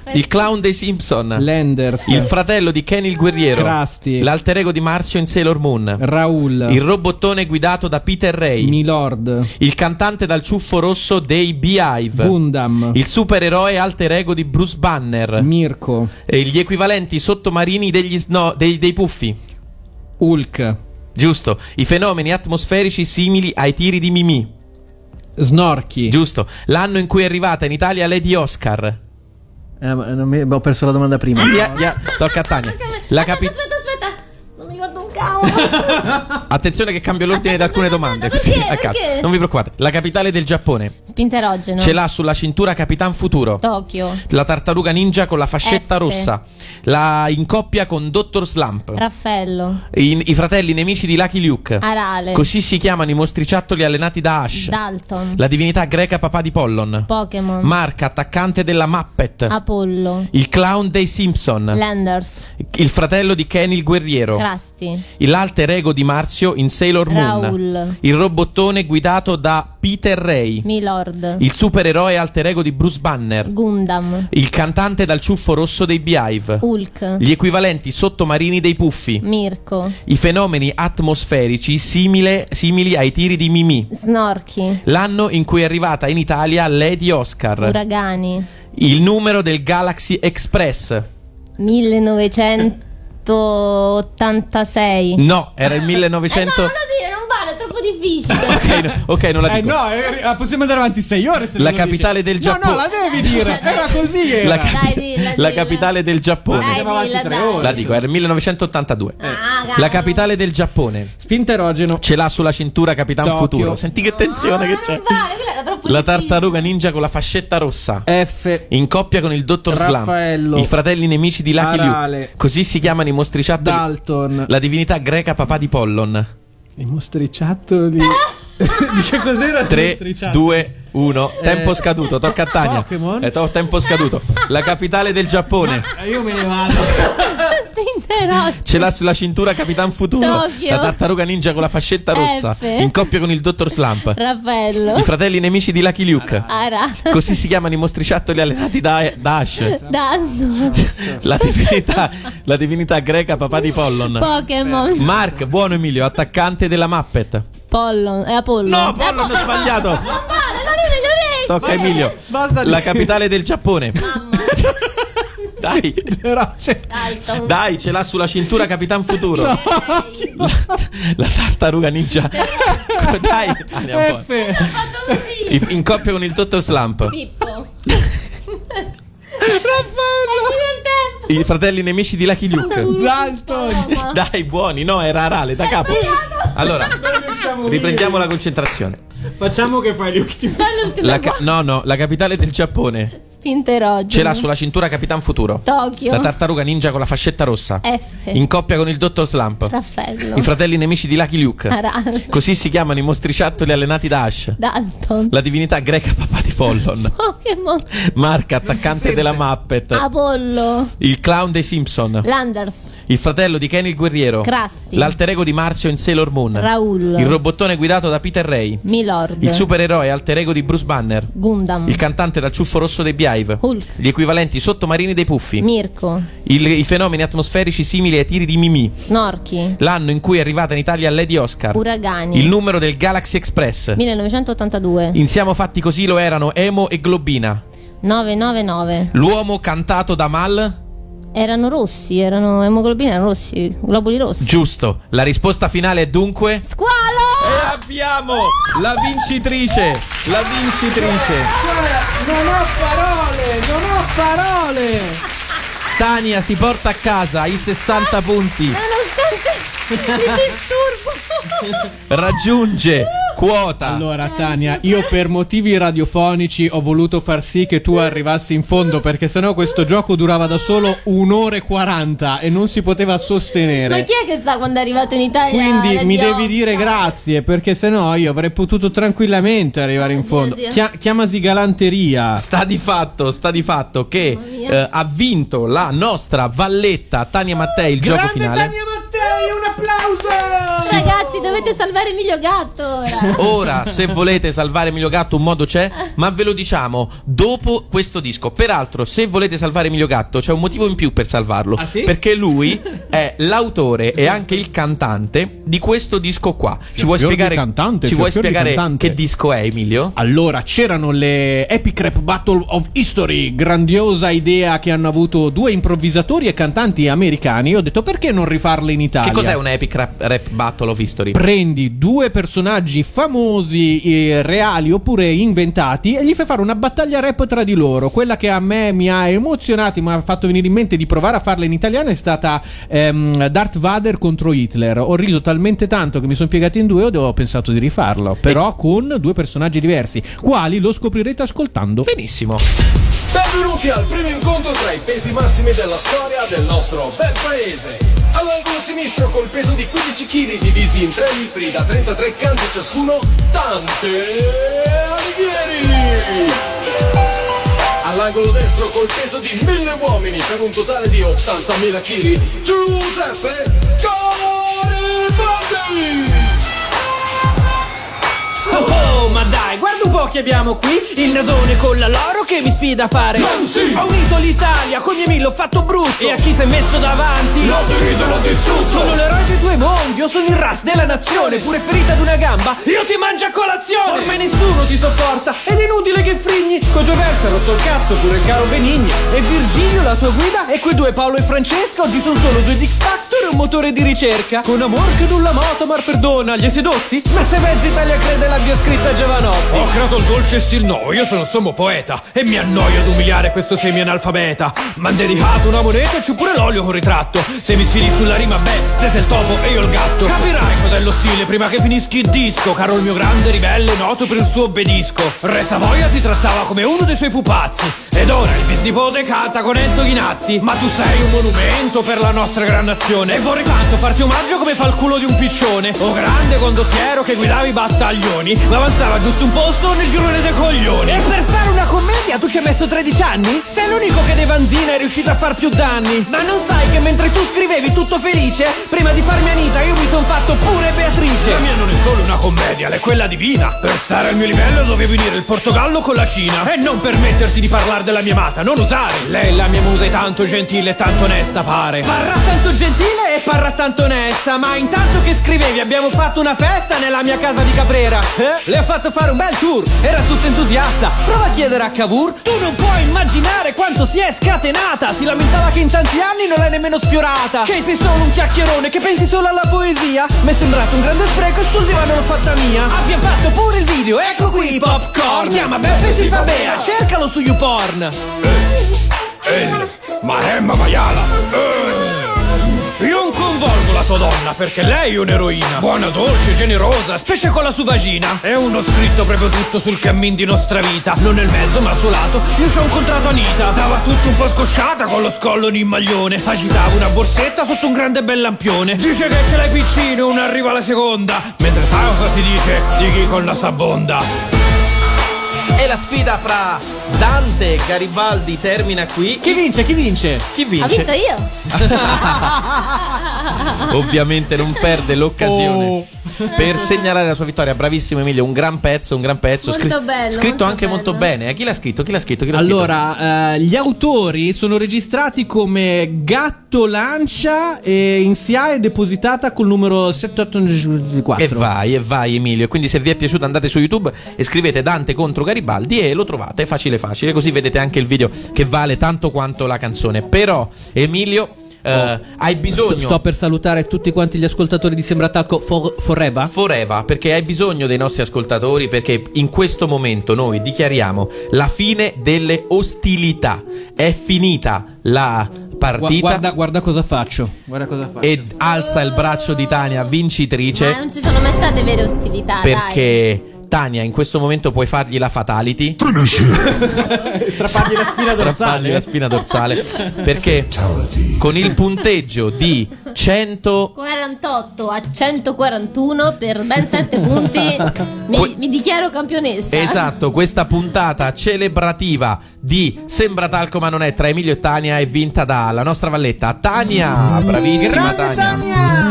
[SPEAKER 2] Muppet. Il clown dei Simpson.
[SPEAKER 1] Lenders.
[SPEAKER 2] il fratello di Kenny il guerriero.
[SPEAKER 1] Krusty.
[SPEAKER 2] L'alter ego di Marzio in Sailor Moon.
[SPEAKER 1] Raul.
[SPEAKER 2] il robottone guidato da Peter Ray.
[SPEAKER 1] Milord.
[SPEAKER 2] il cantante dal ciuffo rosso dei Beehive.
[SPEAKER 1] Gundam.
[SPEAKER 2] il supereroe alter ego di Bruce Banner.
[SPEAKER 1] Mirko.
[SPEAKER 2] e gli equivalenti sottomarini degli sno- dei, dei puffi.
[SPEAKER 1] Hulk.
[SPEAKER 2] Giusto. I fenomeni atmosferici simili ai tiri di Mimì.
[SPEAKER 1] Snorchi.
[SPEAKER 2] Giusto. L'anno in cui è arrivata in Italia Lady Oscar.
[SPEAKER 1] Eh, ma non mi- ho perso la domanda prima.
[SPEAKER 2] Ia- ia- tocca a Tania. La capi-
[SPEAKER 3] Aspetta, aspetta. Non mi ricordo un cavolo.
[SPEAKER 2] Attenzione che cambio l'ordine di
[SPEAKER 3] Aspetta,
[SPEAKER 2] alcune
[SPEAKER 3] aspetta,
[SPEAKER 2] domande.
[SPEAKER 3] aspetta,
[SPEAKER 2] così,
[SPEAKER 3] perché?
[SPEAKER 2] a caso.
[SPEAKER 3] Perché?
[SPEAKER 2] Non vi preoccupate. La capitale del Giappone.
[SPEAKER 3] Spinterogeno.
[SPEAKER 2] Ce l'ha sulla cintura Capitan Futuro.
[SPEAKER 3] Tokyo.
[SPEAKER 2] La tartaruga ninja con la fascetta
[SPEAKER 3] F.
[SPEAKER 2] rossa. La in coppia con Dottor Slump.
[SPEAKER 3] Raffaello.
[SPEAKER 2] I, i fratelli nemici di Lucky Luke.
[SPEAKER 3] Arale.
[SPEAKER 2] Così si chiamano i mostriciattoli allenati Ah, da Ash.
[SPEAKER 3] Dalton.
[SPEAKER 2] La divinità greca papà di Pollon. Ah.
[SPEAKER 3] Pokémon.
[SPEAKER 2] Marca attaccante della Muppet.
[SPEAKER 3] Apollo.
[SPEAKER 2] il clown dei Simpson.
[SPEAKER 3] Landers.
[SPEAKER 2] il fratello di Kenny il guerriero.
[SPEAKER 3] Krusty.
[SPEAKER 2] L'alter ego di Marzio in Sailor Moon.
[SPEAKER 3] Raul.
[SPEAKER 2] Il robottone guidato da Peter Ray.
[SPEAKER 3] Milord.
[SPEAKER 2] Il supereroe alter ego di Bruce Banner.
[SPEAKER 3] Gundam.
[SPEAKER 2] Il cantante dal ciuffo rosso dei Beehive.
[SPEAKER 3] Hulk.
[SPEAKER 2] Gli equivalenti sottomarini dei Puffi.
[SPEAKER 3] Mirko.
[SPEAKER 2] I fenomeni atmosferici simile- simili ai tiri di Mimì.
[SPEAKER 3] Snorchi.
[SPEAKER 2] L'anno in cui è arrivata in Italia Lady Oscar.
[SPEAKER 3] Uragani.
[SPEAKER 2] Il numero del Galaxy Express.
[SPEAKER 3] 1986.
[SPEAKER 2] No, era il
[SPEAKER 3] Eh no,
[SPEAKER 2] 1900.
[SPEAKER 3] non lo dire, non vale, è troppo difficile.
[SPEAKER 2] Ok, no- ok, non la
[SPEAKER 1] Eh
[SPEAKER 2] dico.
[SPEAKER 1] no, eh, possiamo andare avanti 6 ore se
[SPEAKER 2] La
[SPEAKER 1] non lo
[SPEAKER 2] capitale
[SPEAKER 1] dici.
[SPEAKER 2] del Giappone.
[SPEAKER 1] No, no, la devi dire. Era così era.
[SPEAKER 2] La,
[SPEAKER 1] La
[SPEAKER 2] capi-
[SPEAKER 3] Dai, dilla,
[SPEAKER 2] la
[SPEAKER 3] dilla.
[SPEAKER 2] capitale del Giappone.
[SPEAKER 3] Dai,
[SPEAKER 1] andiamo avanti
[SPEAKER 3] dilla,
[SPEAKER 1] tre
[SPEAKER 3] dai.
[SPEAKER 1] ore.
[SPEAKER 2] La dico, eh. era il 1982.
[SPEAKER 3] Eh, Ah, cavolo.
[SPEAKER 2] La capitale del Giappone.
[SPEAKER 1] Spinterogeno.
[SPEAKER 2] Ce l'ha sulla cintura Capitan
[SPEAKER 1] Tokyo.
[SPEAKER 2] Futuro. Senti che tensione
[SPEAKER 3] Ah,
[SPEAKER 2] che
[SPEAKER 3] non
[SPEAKER 2] c'è.
[SPEAKER 3] vale, quella era troppo
[SPEAKER 2] La
[SPEAKER 3] difficile.
[SPEAKER 2] tartaruga ninja con la fascetta rossa.
[SPEAKER 1] F.
[SPEAKER 2] In coppia con il dottor
[SPEAKER 1] Raffaello.
[SPEAKER 2] Slump, i fratelli nemici di Lucky
[SPEAKER 1] Arale.
[SPEAKER 2] Luke. Così si chiamano i mostriciattoli.
[SPEAKER 1] Dalton.
[SPEAKER 2] La divinità greca papà di Pollon.
[SPEAKER 1] I mostriciattoli. Di che cos'era?
[SPEAKER 2] 3, 2, 1. Tempo scaduto. Tocca a Tania.
[SPEAKER 1] Eh. Pokémon?
[SPEAKER 2] Eh, to- tempo scaduto. La capitale del Giappone.
[SPEAKER 1] Eh, Io me ne vado.
[SPEAKER 3] Spinterogeno.
[SPEAKER 2] Ce l'ha sulla cintura Capitan Futuro.
[SPEAKER 3] Tokyo.
[SPEAKER 2] La tartaruga ninja con la fascetta rossa.
[SPEAKER 3] F.
[SPEAKER 2] In coppia con il dottor Slump.
[SPEAKER 3] Raffaello.
[SPEAKER 2] I fratelli nemici di Lucky Luke.
[SPEAKER 3] Arano.
[SPEAKER 2] Così si chiamano i mostriciattoli allenati da Dash.
[SPEAKER 3] Danno.
[SPEAKER 2] La divinità, la divinità greca papà di Pollon. Eh.
[SPEAKER 3] Pokémon.
[SPEAKER 2] Mark, buono Emilio, attaccante della Muppet.
[SPEAKER 3] Pollon. È Apollo.
[SPEAKER 2] No,
[SPEAKER 3] Eh,
[SPEAKER 2] Pollon, ho
[SPEAKER 3] Apollo.
[SPEAKER 2] sbagliato.
[SPEAKER 3] Non vale, non è nelle orecchie.
[SPEAKER 2] Tocca a Emilio.
[SPEAKER 1] Basta di-
[SPEAKER 2] La capitale del Giappone. Dai,
[SPEAKER 1] Però c'è-
[SPEAKER 3] Dalton.
[SPEAKER 2] dai, ce l'ha sulla cintura Capitan Futuro. La, la tartaruga ninja. Dai, andiamo un po'.
[SPEAKER 1] F.
[SPEAKER 3] Ho fatto così.
[SPEAKER 2] in, in coppia con il Dottor Slump.
[SPEAKER 3] Pippo. Raffaello. È
[SPEAKER 2] I fratelli nemici di Lucky Luke.
[SPEAKER 1] Dalton.
[SPEAKER 2] Dai, buoni, no, era Arale, da capo. Allora, riprendiamo la concentrazione.
[SPEAKER 1] Facciamo Diciamo che fai gli ultimi.
[SPEAKER 3] Fai l'ultimo
[SPEAKER 2] La ca- no, no, la capitale del Giappone.
[SPEAKER 3] Spinterogeno.
[SPEAKER 2] Ce l'ha sulla cintura Capitan Futuro.
[SPEAKER 3] Tokyo.
[SPEAKER 2] La tartaruga ninja con la fascetta rossa.
[SPEAKER 3] F.
[SPEAKER 2] In coppia con il Dottor Slump.
[SPEAKER 3] Raffaello.
[SPEAKER 2] I fratelli nemici di Lucky Luke.
[SPEAKER 3] Arale.
[SPEAKER 2] Così si chiamano i mostriciattoli allenati da Ash.
[SPEAKER 3] Dalton. Oh,
[SPEAKER 2] La divinità greca papà di Pollon.
[SPEAKER 3] Pokémon.
[SPEAKER 2] Marca attaccante della
[SPEAKER 3] Ah.
[SPEAKER 2] Muppet.
[SPEAKER 3] Apollo.
[SPEAKER 2] Il clown dei Simpson.
[SPEAKER 3] Landers.
[SPEAKER 2] Il fratello di Kenny il guerriero.
[SPEAKER 3] Krusty.
[SPEAKER 2] L'alter ego di Marzio in Sailor Moon.
[SPEAKER 3] Raul.
[SPEAKER 2] Il robottone guidato da Peter Ray.
[SPEAKER 3] Milord.
[SPEAKER 2] Il supereroe alter ego di Bruce Banner.
[SPEAKER 3] Gundam.
[SPEAKER 2] Il cantante dal ciuffo rosso dei Beehive.
[SPEAKER 3] Mm. Hulk.
[SPEAKER 2] Gli equivalenti sottomarini dei Puffi.
[SPEAKER 3] Mirko.
[SPEAKER 2] Il- I fenomeni atmosferici simili ai tiri di Mimì.
[SPEAKER 3] Snorchi.
[SPEAKER 2] L'anno in cui è arrivata in Italia Lady Oscar.
[SPEAKER 3] Uragani.
[SPEAKER 2] Il numero del Galaxy Express.
[SPEAKER 3] 1982.
[SPEAKER 2] In Siamo fatti così lo erano Emo e Globina.
[SPEAKER 3] 999.
[SPEAKER 2] L'uomo cantato da Mal.
[SPEAKER 3] Erano rossi, erano emoglobine erano rossi, globuli rossi.
[SPEAKER 2] Giusto. La risposta finale è dunque. E
[SPEAKER 3] Squalo!
[SPEAKER 2] abbiamo la vincitrice. La vincitrice.
[SPEAKER 1] Non ho parole, non ho parole.
[SPEAKER 2] Tania si porta a casa i 60 punti.
[SPEAKER 3] Nonostante il disturbo.
[SPEAKER 2] Raggiunge quota.
[SPEAKER 1] Allora, Tania, io per motivi radiofonici ho voluto far sì che tu arrivassi in fondo perché sennò questo gioco durava da solo un'ora e 40 e non si poteva
[SPEAKER 3] Ma
[SPEAKER 1] sostenere.
[SPEAKER 3] chi è che sa quando è arrivato in Italia?
[SPEAKER 1] Quindi
[SPEAKER 3] Radio
[SPEAKER 1] mi devi
[SPEAKER 3] Oscar?
[SPEAKER 1] dire grazie perché sennò io avrei potuto tranquillamente arrivare in fondo.
[SPEAKER 3] Dio.
[SPEAKER 1] Chia- chiamasi galanteria.
[SPEAKER 2] Sta di fatto, sta di fatto che
[SPEAKER 3] mia.
[SPEAKER 2] eh, ha vinto la nostra valletta Tania Mattei il gioco finale.
[SPEAKER 1] Mattei, un applauso!
[SPEAKER 3] Ragazzi, dovete salvare Emilio Gatto ora.
[SPEAKER 2] Ora, se volete salvare Emilio Gatto, un modo c'è, ma ve lo diciamo dopo questo disco. Peraltro, se volete salvare Emilio Gatto, c'è un motivo in più per salvarlo.
[SPEAKER 1] Ah, sì?
[SPEAKER 2] Perché lui è l'autore e anche il cantante di questo disco qua. Ci vuoi
[SPEAKER 1] fior di
[SPEAKER 2] spiegare,
[SPEAKER 1] Cioè, cantante,
[SPEAKER 2] ci
[SPEAKER 1] fior
[SPEAKER 2] vuoi
[SPEAKER 1] fior di
[SPEAKER 2] spiegare
[SPEAKER 1] cantante.
[SPEAKER 2] che disco è, Emilio?
[SPEAKER 1] Allora, c'erano le Epic Rap Battle of History, grandiosa idea che hanno avuto due improvvisatori e cantanti americani. Io ho detto perché non rifarle in Italia?
[SPEAKER 2] Che cos'è un epic rap, rap battle of history?
[SPEAKER 1] Prendi due personaggi famosi, eh, reali oppure inventati, e gli fai fare una battaglia rap tra di loro. Quella che a me mi ha emozionato, mi ha fatto venire in mente di provare a farla in italiano, è stata ehm, Darth Vader contro Hitler. Ho riso talmente tanto che mi sono piegato in due e ho pensato di rifarlo, però con due personaggi diversi, quali lo scoprirete ascoltando.
[SPEAKER 2] Benissimo.
[SPEAKER 9] Benvenuti al primo incontro tra i pesi massimi della storia del nostro bel paese. All'angolo sinistro col peso di 15 kg divisi in tre libri da 33 canti ciascuno, tante alighieri. All'angolo destro col peso di 1000 uomini per un totale di 80.000 kg, Giuseppe Garibaldi!
[SPEAKER 11] Oh, oh, ma dai, guarda un po' che abbiamo qui Il nasone con la loro che mi sfida a fare
[SPEAKER 9] Anzi!
[SPEAKER 11] Ho unito l'Italia, con gli Emil l'ho fatto brutto E a chi si è messo davanti?
[SPEAKER 9] L'ho deriso, l'ho dissunto!
[SPEAKER 11] Sono l'eroe dei due mondi, io sono il ras della nazione Pure ferita ad una gamba, io ti mangio a colazione Ormai nessuno ti sopporta, ed è inutile che frigni Controversa, ha rotto il cazzo, pure il caro Benigni E Virgilio, la tua guida, e quei due Paolo e Francesco Oggi sono solo due di X Factor e un motore di ricerca Con amor che nulla moto, mar perdona, gli hai sedotti? Ma se mezza Italia crede l'abbia scritta Giovanotti
[SPEAKER 9] Ho creato il dolce stil no, io sono il sommo poeta E mi annoio ad umiliare questo semi-analfabeta M'han dedicato una moneta e c'è pure l'olio con ritratto Se mi sfidi sulla rima, beh, te sei il topo e io il gatto Capirai cos'è lo stile prima che finischi il disco Caro il mio grande ribelle, noto per il suo obbedisco Re Savoia ti trattava come uno dei suoi pupazzi Ed ora il bisnipote canta con Enzo Ghinazzi Ma tu sei un monumento per la nostra gran nazione E vorrei tanto farti omaggio come fa il culo di un piccione O grande condottiero che guidavi i battaglioni Ma avanzava giusto un posto nel girone dei coglioni
[SPEAKER 11] E per fare una commedia tu ci hai messo 13 anni? Sei l'unico che dei Vanzina è riuscito a far più danni Ma non sai che mentre tu scrivevi tutto felice Prima di farmi Anita io mi son fatto pure Beatrice
[SPEAKER 9] La mia non è solo una commedia, è quella divina. Per stare al mio livello dovevi unire il Portogallo con la Cina. E non permetterti di parlare della mia amata, non usare. Lei la mia musa è tanto gentile e tanto onesta, pare.
[SPEAKER 11] Parrà tanto gentile e parrà tanto onesta Ma intanto che scrivevi abbiamo fatto una festa nella mia casa di Caprera eh? Le ho fatto fare un bel tour, era tutto entusiasta Prova a chiedere a Cavour Tu non puoi immaginare quanto si è scatenata Si lamentava che in tanti anni non l'hai nemmeno sfiorata Che sei solo un chiacchierone che pensi solo alla poesia Mi è sembrato un grande spreco e sul divano l'ho fatta mia Abbiamo fatto pure il video, ecco qui i popcorn Chiama Beppe si fa bea, cercalo su YouPorn
[SPEAKER 9] Maremma Maiala. Eh. Io non convolgo la tua donna perché lei è un'eroina. Buona, dolce, generosa, specie con la sua vagina. È uno scritto proprio tutto sul cammin di nostra vita. Non nel mezzo, ma al suo lato. Io ci ho incontrato Anita. Dava tutto un po' scosciata con lo scollo in maglione. Agitava una borsetta sotto un grande bel lampione. Dice che ce l'hai piccino, una arriva alla seconda. Mentre sai cosa si dice di chi con la sabonda.
[SPEAKER 2] E la sfida fra Dante e Garibaldi termina qui.
[SPEAKER 1] Chi vince? Chi vince?
[SPEAKER 2] Chi
[SPEAKER 3] Ho
[SPEAKER 2] vince?
[SPEAKER 3] vinto io.
[SPEAKER 2] Ovviamente non perde l'occasione
[SPEAKER 1] Oh.
[SPEAKER 2] per segnalare la sua vittoria. Bravissimo Emilio, un gran pezzo, un gran pezzo.
[SPEAKER 3] Molto bello,
[SPEAKER 2] scritto
[SPEAKER 3] molto
[SPEAKER 2] anche
[SPEAKER 3] bello.
[SPEAKER 2] molto bene. Eh, chi l'ha scritto? Chi l'ha scritto? Chi l'ha
[SPEAKER 1] Allora, eh, gli autori sono registrati come Gatto Lancia e in SIA è depositata col numero
[SPEAKER 2] scritto? E
[SPEAKER 1] 7894.
[SPEAKER 2] vai, e vai Emilio. Quindi se vi è piaciuto andate su YouTube e scrivete Dante contro Garibaldi e lo trovate facile facile, così vedete anche il video che vale tanto quanto la canzone. Però Emilio eh, hai bisogno
[SPEAKER 1] Oh, Sto, sto per salutare tutti quanti gli ascoltatori di Sembratacco for- Foreva.
[SPEAKER 2] Foreva, perché hai bisogno dei nostri ascoltatori, perché in questo momento noi dichiariamo la fine delle ostilità. È finita la
[SPEAKER 1] Gua-
[SPEAKER 2] partita
[SPEAKER 1] Guarda, guarda cosa faccio. Guarda cosa faccio.
[SPEAKER 2] e alza il braccio di Tania
[SPEAKER 3] Ma
[SPEAKER 2] vincitrice
[SPEAKER 3] non ci sono mai state vere ostilità, dai.
[SPEAKER 2] Cioè, perché Tania in questo momento puoi fargli la fatality.
[SPEAKER 1] Strappargli la spina
[SPEAKER 2] strappargli la spina dorsale perché con il punteggio di 100
[SPEAKER 3] 48 a 141 per ben 7 punti mi, mi dichiaro campionessa.
[SPEAKER 2] Esatto, questa puntata celebrativa di Sembra Talco ma non è tra Emilio e Tania è vinta dalla nostra valletta Tania, bravissima
[SPEAKER 3] Grande
[SPEAKER 2] Tania.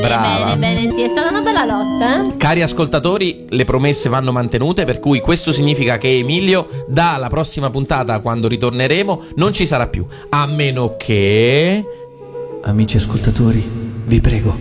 [SPEAKER 2] Brava.
[SPEAKER 3] Bene, bene, sì, è stata una bella lotta. eh.
[SPEAKER 2] Cari ascoltatori, le promesse vanno mantenute, per cui questo significa che Emilio dalla prossima puntata quando ritorneremo non ci sarà più, a meno che
[SPEAKER 1] Amici ascoltatori, vi prego,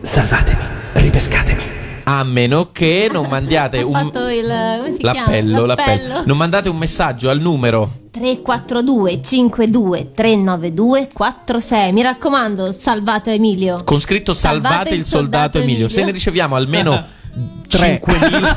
[SPEAKER 1] salvatemi, ripescatemi.
[SPEAKER 2] a meno che non mandiate
[SPEAKER 3] Ho
[SPEAKER 2] un
[SPEAKER 3] fatto il come si
[SPEAKER 2] l'appello,
[SPEAKER 3] chiama?
[SPEAKER 2] l'appello. Non mandate un messaggio al numero
[SPEAKER 3] 342 52 392 46. Mi raccomando, salvate Emilio.
[SPEAKER 2] con scritto salvate, il soldato Emilio. Se ne riceviamo almeno 5.000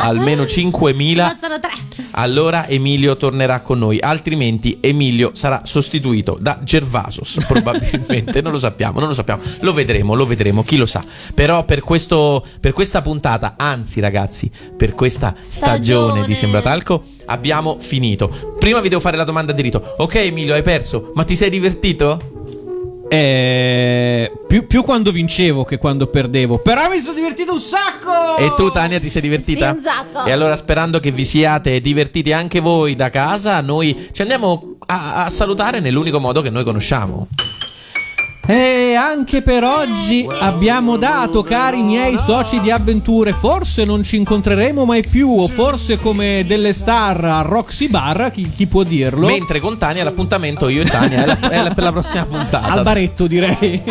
[SPEAKER 2] almeno 5.000
[SPEAKER 3] Passano tre.
[SPEAKER 2] allora Emilio tornerà con noi, altrimenti Emilio sarà sostituito da Gervasos, probabilmente, non lo sappiamo, non lo sappiamo. Lo vedremo, lo vedremo, chi lo sa. Però per questo per questa puntata, anzi ragazzi, per questa stagione,
[SPEAKER 12] Stagione.
[SPEAKER 2] di Sembratalco abbiamo finito. Prima vi devo fare la domanda di rito. Ok Emilio, hai perso, ma ti sei divertito?
[SPEAKER 1] Eh, più, più quando vincevo che quando perdevo. Però mi sono divertito un sacco!
[SPEAKER 2] E tu Tania ti sei divertita?
[SPEAKER 1] Sì, un sacco.
[SPEAKER 2] E allora sperando che vi siate divertiti anche voi da casa, noi ci andiamo a, a salutare nell'unico modo che noi conosciamo.
[SPEAKER 1] E anche per oggi abbiamo dato, cari miei soci di avventure, forse non ci incontreremo mai più, o forse come delle star a Roxy Bar, chi, chi può dirlo?
[SPEAKER 2] Mentre con Tania l'appuntamento io e Tania è, la- è la- per la prossima puntata.
[SPEAKER 1] Al baretto direi.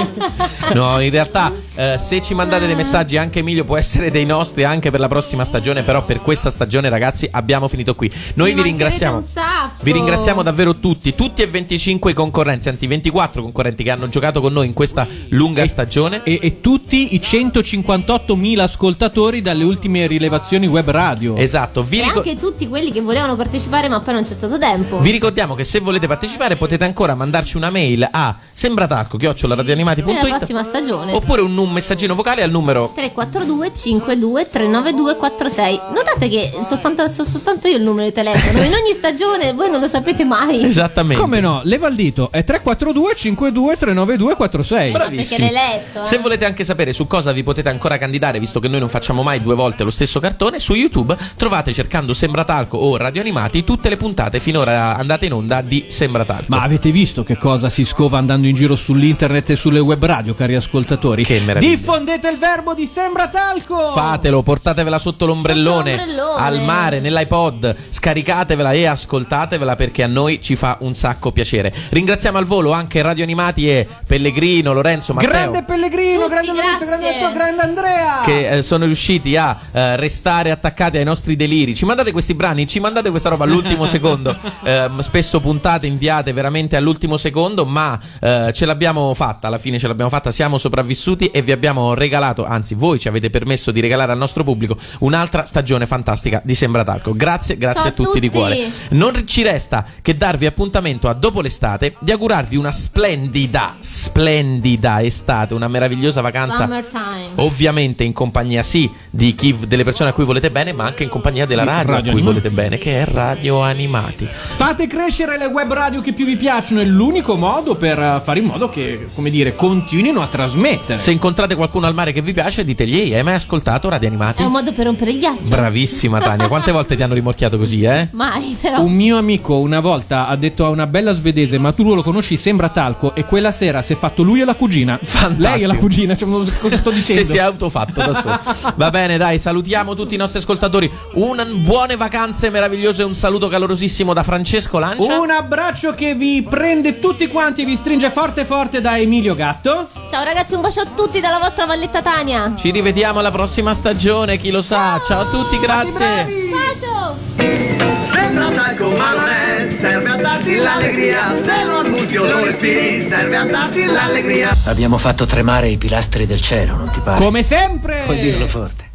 [SPEAKER 2] No, in realtà eh, se ci mandate dei messaggi anche Emilio può essere dei nostri anche per la prossima stagione, però per questa stagione ragazzi abbiamo finito qui. Noi vi ringraziamo.
[SPEAKER 3] Un sacco.
[SPEAKER 2] Vi ringraziamo davvero tutti, tutti e 25 i concorrenti, anzi 24 concorrenti che hanno giocato con noi in questa lunga stagione.
[SPEAKER 1] E, e tutti i 158.000 ascoltatori dalle ultime rilevazioni web radio.
[SPEAKER 2] Esatto, vi
[SPEAKER 3] E
[SPEAKER 2] ricordo...
[SPEAKER 3] anche tutti quelli che volevano partecipare, ma poi non c'è stato tempo.
[SPEAKER 2] Vi ricordiamo che se volete partecipare potete ancora mandarci una mail a
[SPEAKER 3] Nella
[SPEAKER 2] sembratalco.it
[SPEAKER 3] prossima stagione.
[SPEAKER 2] oppure un, un messaggino vocale al numero
[SPEAKER 3] 342 52 392 46 Notate che so soltanto, so soltanto io il numero di telefono In ogni stagione voi non lo sapete mai
[SPEAKER 2] Esattamente.
[SPEAKER 1] Come no? Leva il dito. È 342 52 392 46.
[SPEAKER 3] Perché l'hai letto eh.
[SPEAKER 2] Se volete anche sapere su cosa vi potete ancora candidare, visto che noi non facciamo mai due volte lo stesso cartone, su YouTube trovate cercando Sembratalco o Radio Animati tutte le puntate finora andate in onda di Sembratalco.
[SPEAKER 1] Ma avete visto che cosa si scova andando in giro sull'internet e sulle web radio, cari ascoltatori? Che
[SPEAKER 2] meraviglia.
[SPEAKER 1] Diffondete il verbo di Sembra Talco!
[SPEAKER 2] Fatelo, portatevela sotto l'ombrellone,
[SPEAKER 1] Sotto l'ombrellone.
[SPEAKER 2] al mare, nell'iPod, scaricatevela e ascoltatevela perché a noi ci fa un sacco piacere. Ringraziamo al volo anche Radio Animati e Pellegrino, Lorenzo, Matteo.
[SPEAKER 1] Grande Pellegrino, grande Lorenzo, grande Antonio, grande Andrea!
[SPEAKER 2] che eh, sono riusciti a eh, restare attaccati ai nostri deliri. Ci mandate questi brani, ci mandate questa roba all'ultimo secondo. Ehm, spesso puntate inviate veramente all'ultimo secondo, ma eh, ce l'abbiamo fatta, alla fine ce l'abbiamo fatta, siamo sopravvissuti e vi abbiamo regalato, anzi voi ci avete permesso di regalare al nostro pubblico un'altra stagione fantastica di Sembra Talco. Grazie, grazie
[SPEAKER 13] Ciao
[SPEAKER 2] a tutti,
[SPEAKER 13] a
[SPEAKER 2] di
[SPEAKER 13] tutti.
[SPEAKER 2] cuore. Non ci resta che darvi appuntamento a dopo l'estate, di augurarvi una splendida, splendida estate, una meravigliosa vacanza
[SPEAKER 3] Summertime
[SPEAKER 2] Ovviamente in compagnia sì di chi, delle persone a cui volete bene, ma anche in compagnia della radio,
[SPEAKER 1] Radio
[SPEAKER 2] a cui
[SPEAKER 1] Animati.
[SPEAKER 2] volete bene, che è Radio Animati.
[SPEAKER 1] Fate crescere le web radio che più vi piacciono, è l'unico modo per eh, fare in modo che, come dire, continuino a trasmettere.
[SPEAKER 2] Se incontrate qualcuno al mare che vi piace, ditegli: "Ehi, hai mai ascoltato Radio
[SPEAKER 3] È
[SPEAKER 2] Animati?
[SPEAKER 3] un modo per rompere il ghiaccio
[SPEAKER 2] Bravissima Tania, quante volte ti hanno rimorchiato così, eh?
[SPEAKER 3] Mai però
[SPEAKER 1] Un mio amico una volta ha detto a una bella svedese: Ma tu lo conosci? Sembra talco. E quella sera si è fatto lui e la cugina. Lei e la cugina, cioè, cosa sto dicendo?
[SPEAKER 2] Se si è autofatto da solo. Va bene, dai, salutiamo tutti i nostri ascoltatori. Un buone vacanze meravigliose, un saluto calorosissimo da Francesco Lancia.
[SPEAKER 1] Un abbraccio che vi prende tutti quanti e vi stringe forte forte da Emilio Gatto.
[SPEAKER 3] Ciao ragazzi un bacio a tutti dalla vostra Valletta Tania
[SPEAKER 2] Ci rivediamo alla prossima stagione, chi lo sa. Ciao a tutti, grazie.
[SPEAKER 3] Bacio
[SPEAKER 10] Sembra talco ma non è, serve a darti l'allegria, se lo annusi o lo respiri, serve a darti l'allegria.
[SPEAKER 11] Abbiamo fatto tremare i pilastri del cielo, non ti pare?
[SPEAKER 1] Come sempre!
[SPEAKER 11] Puoi dirlo forte.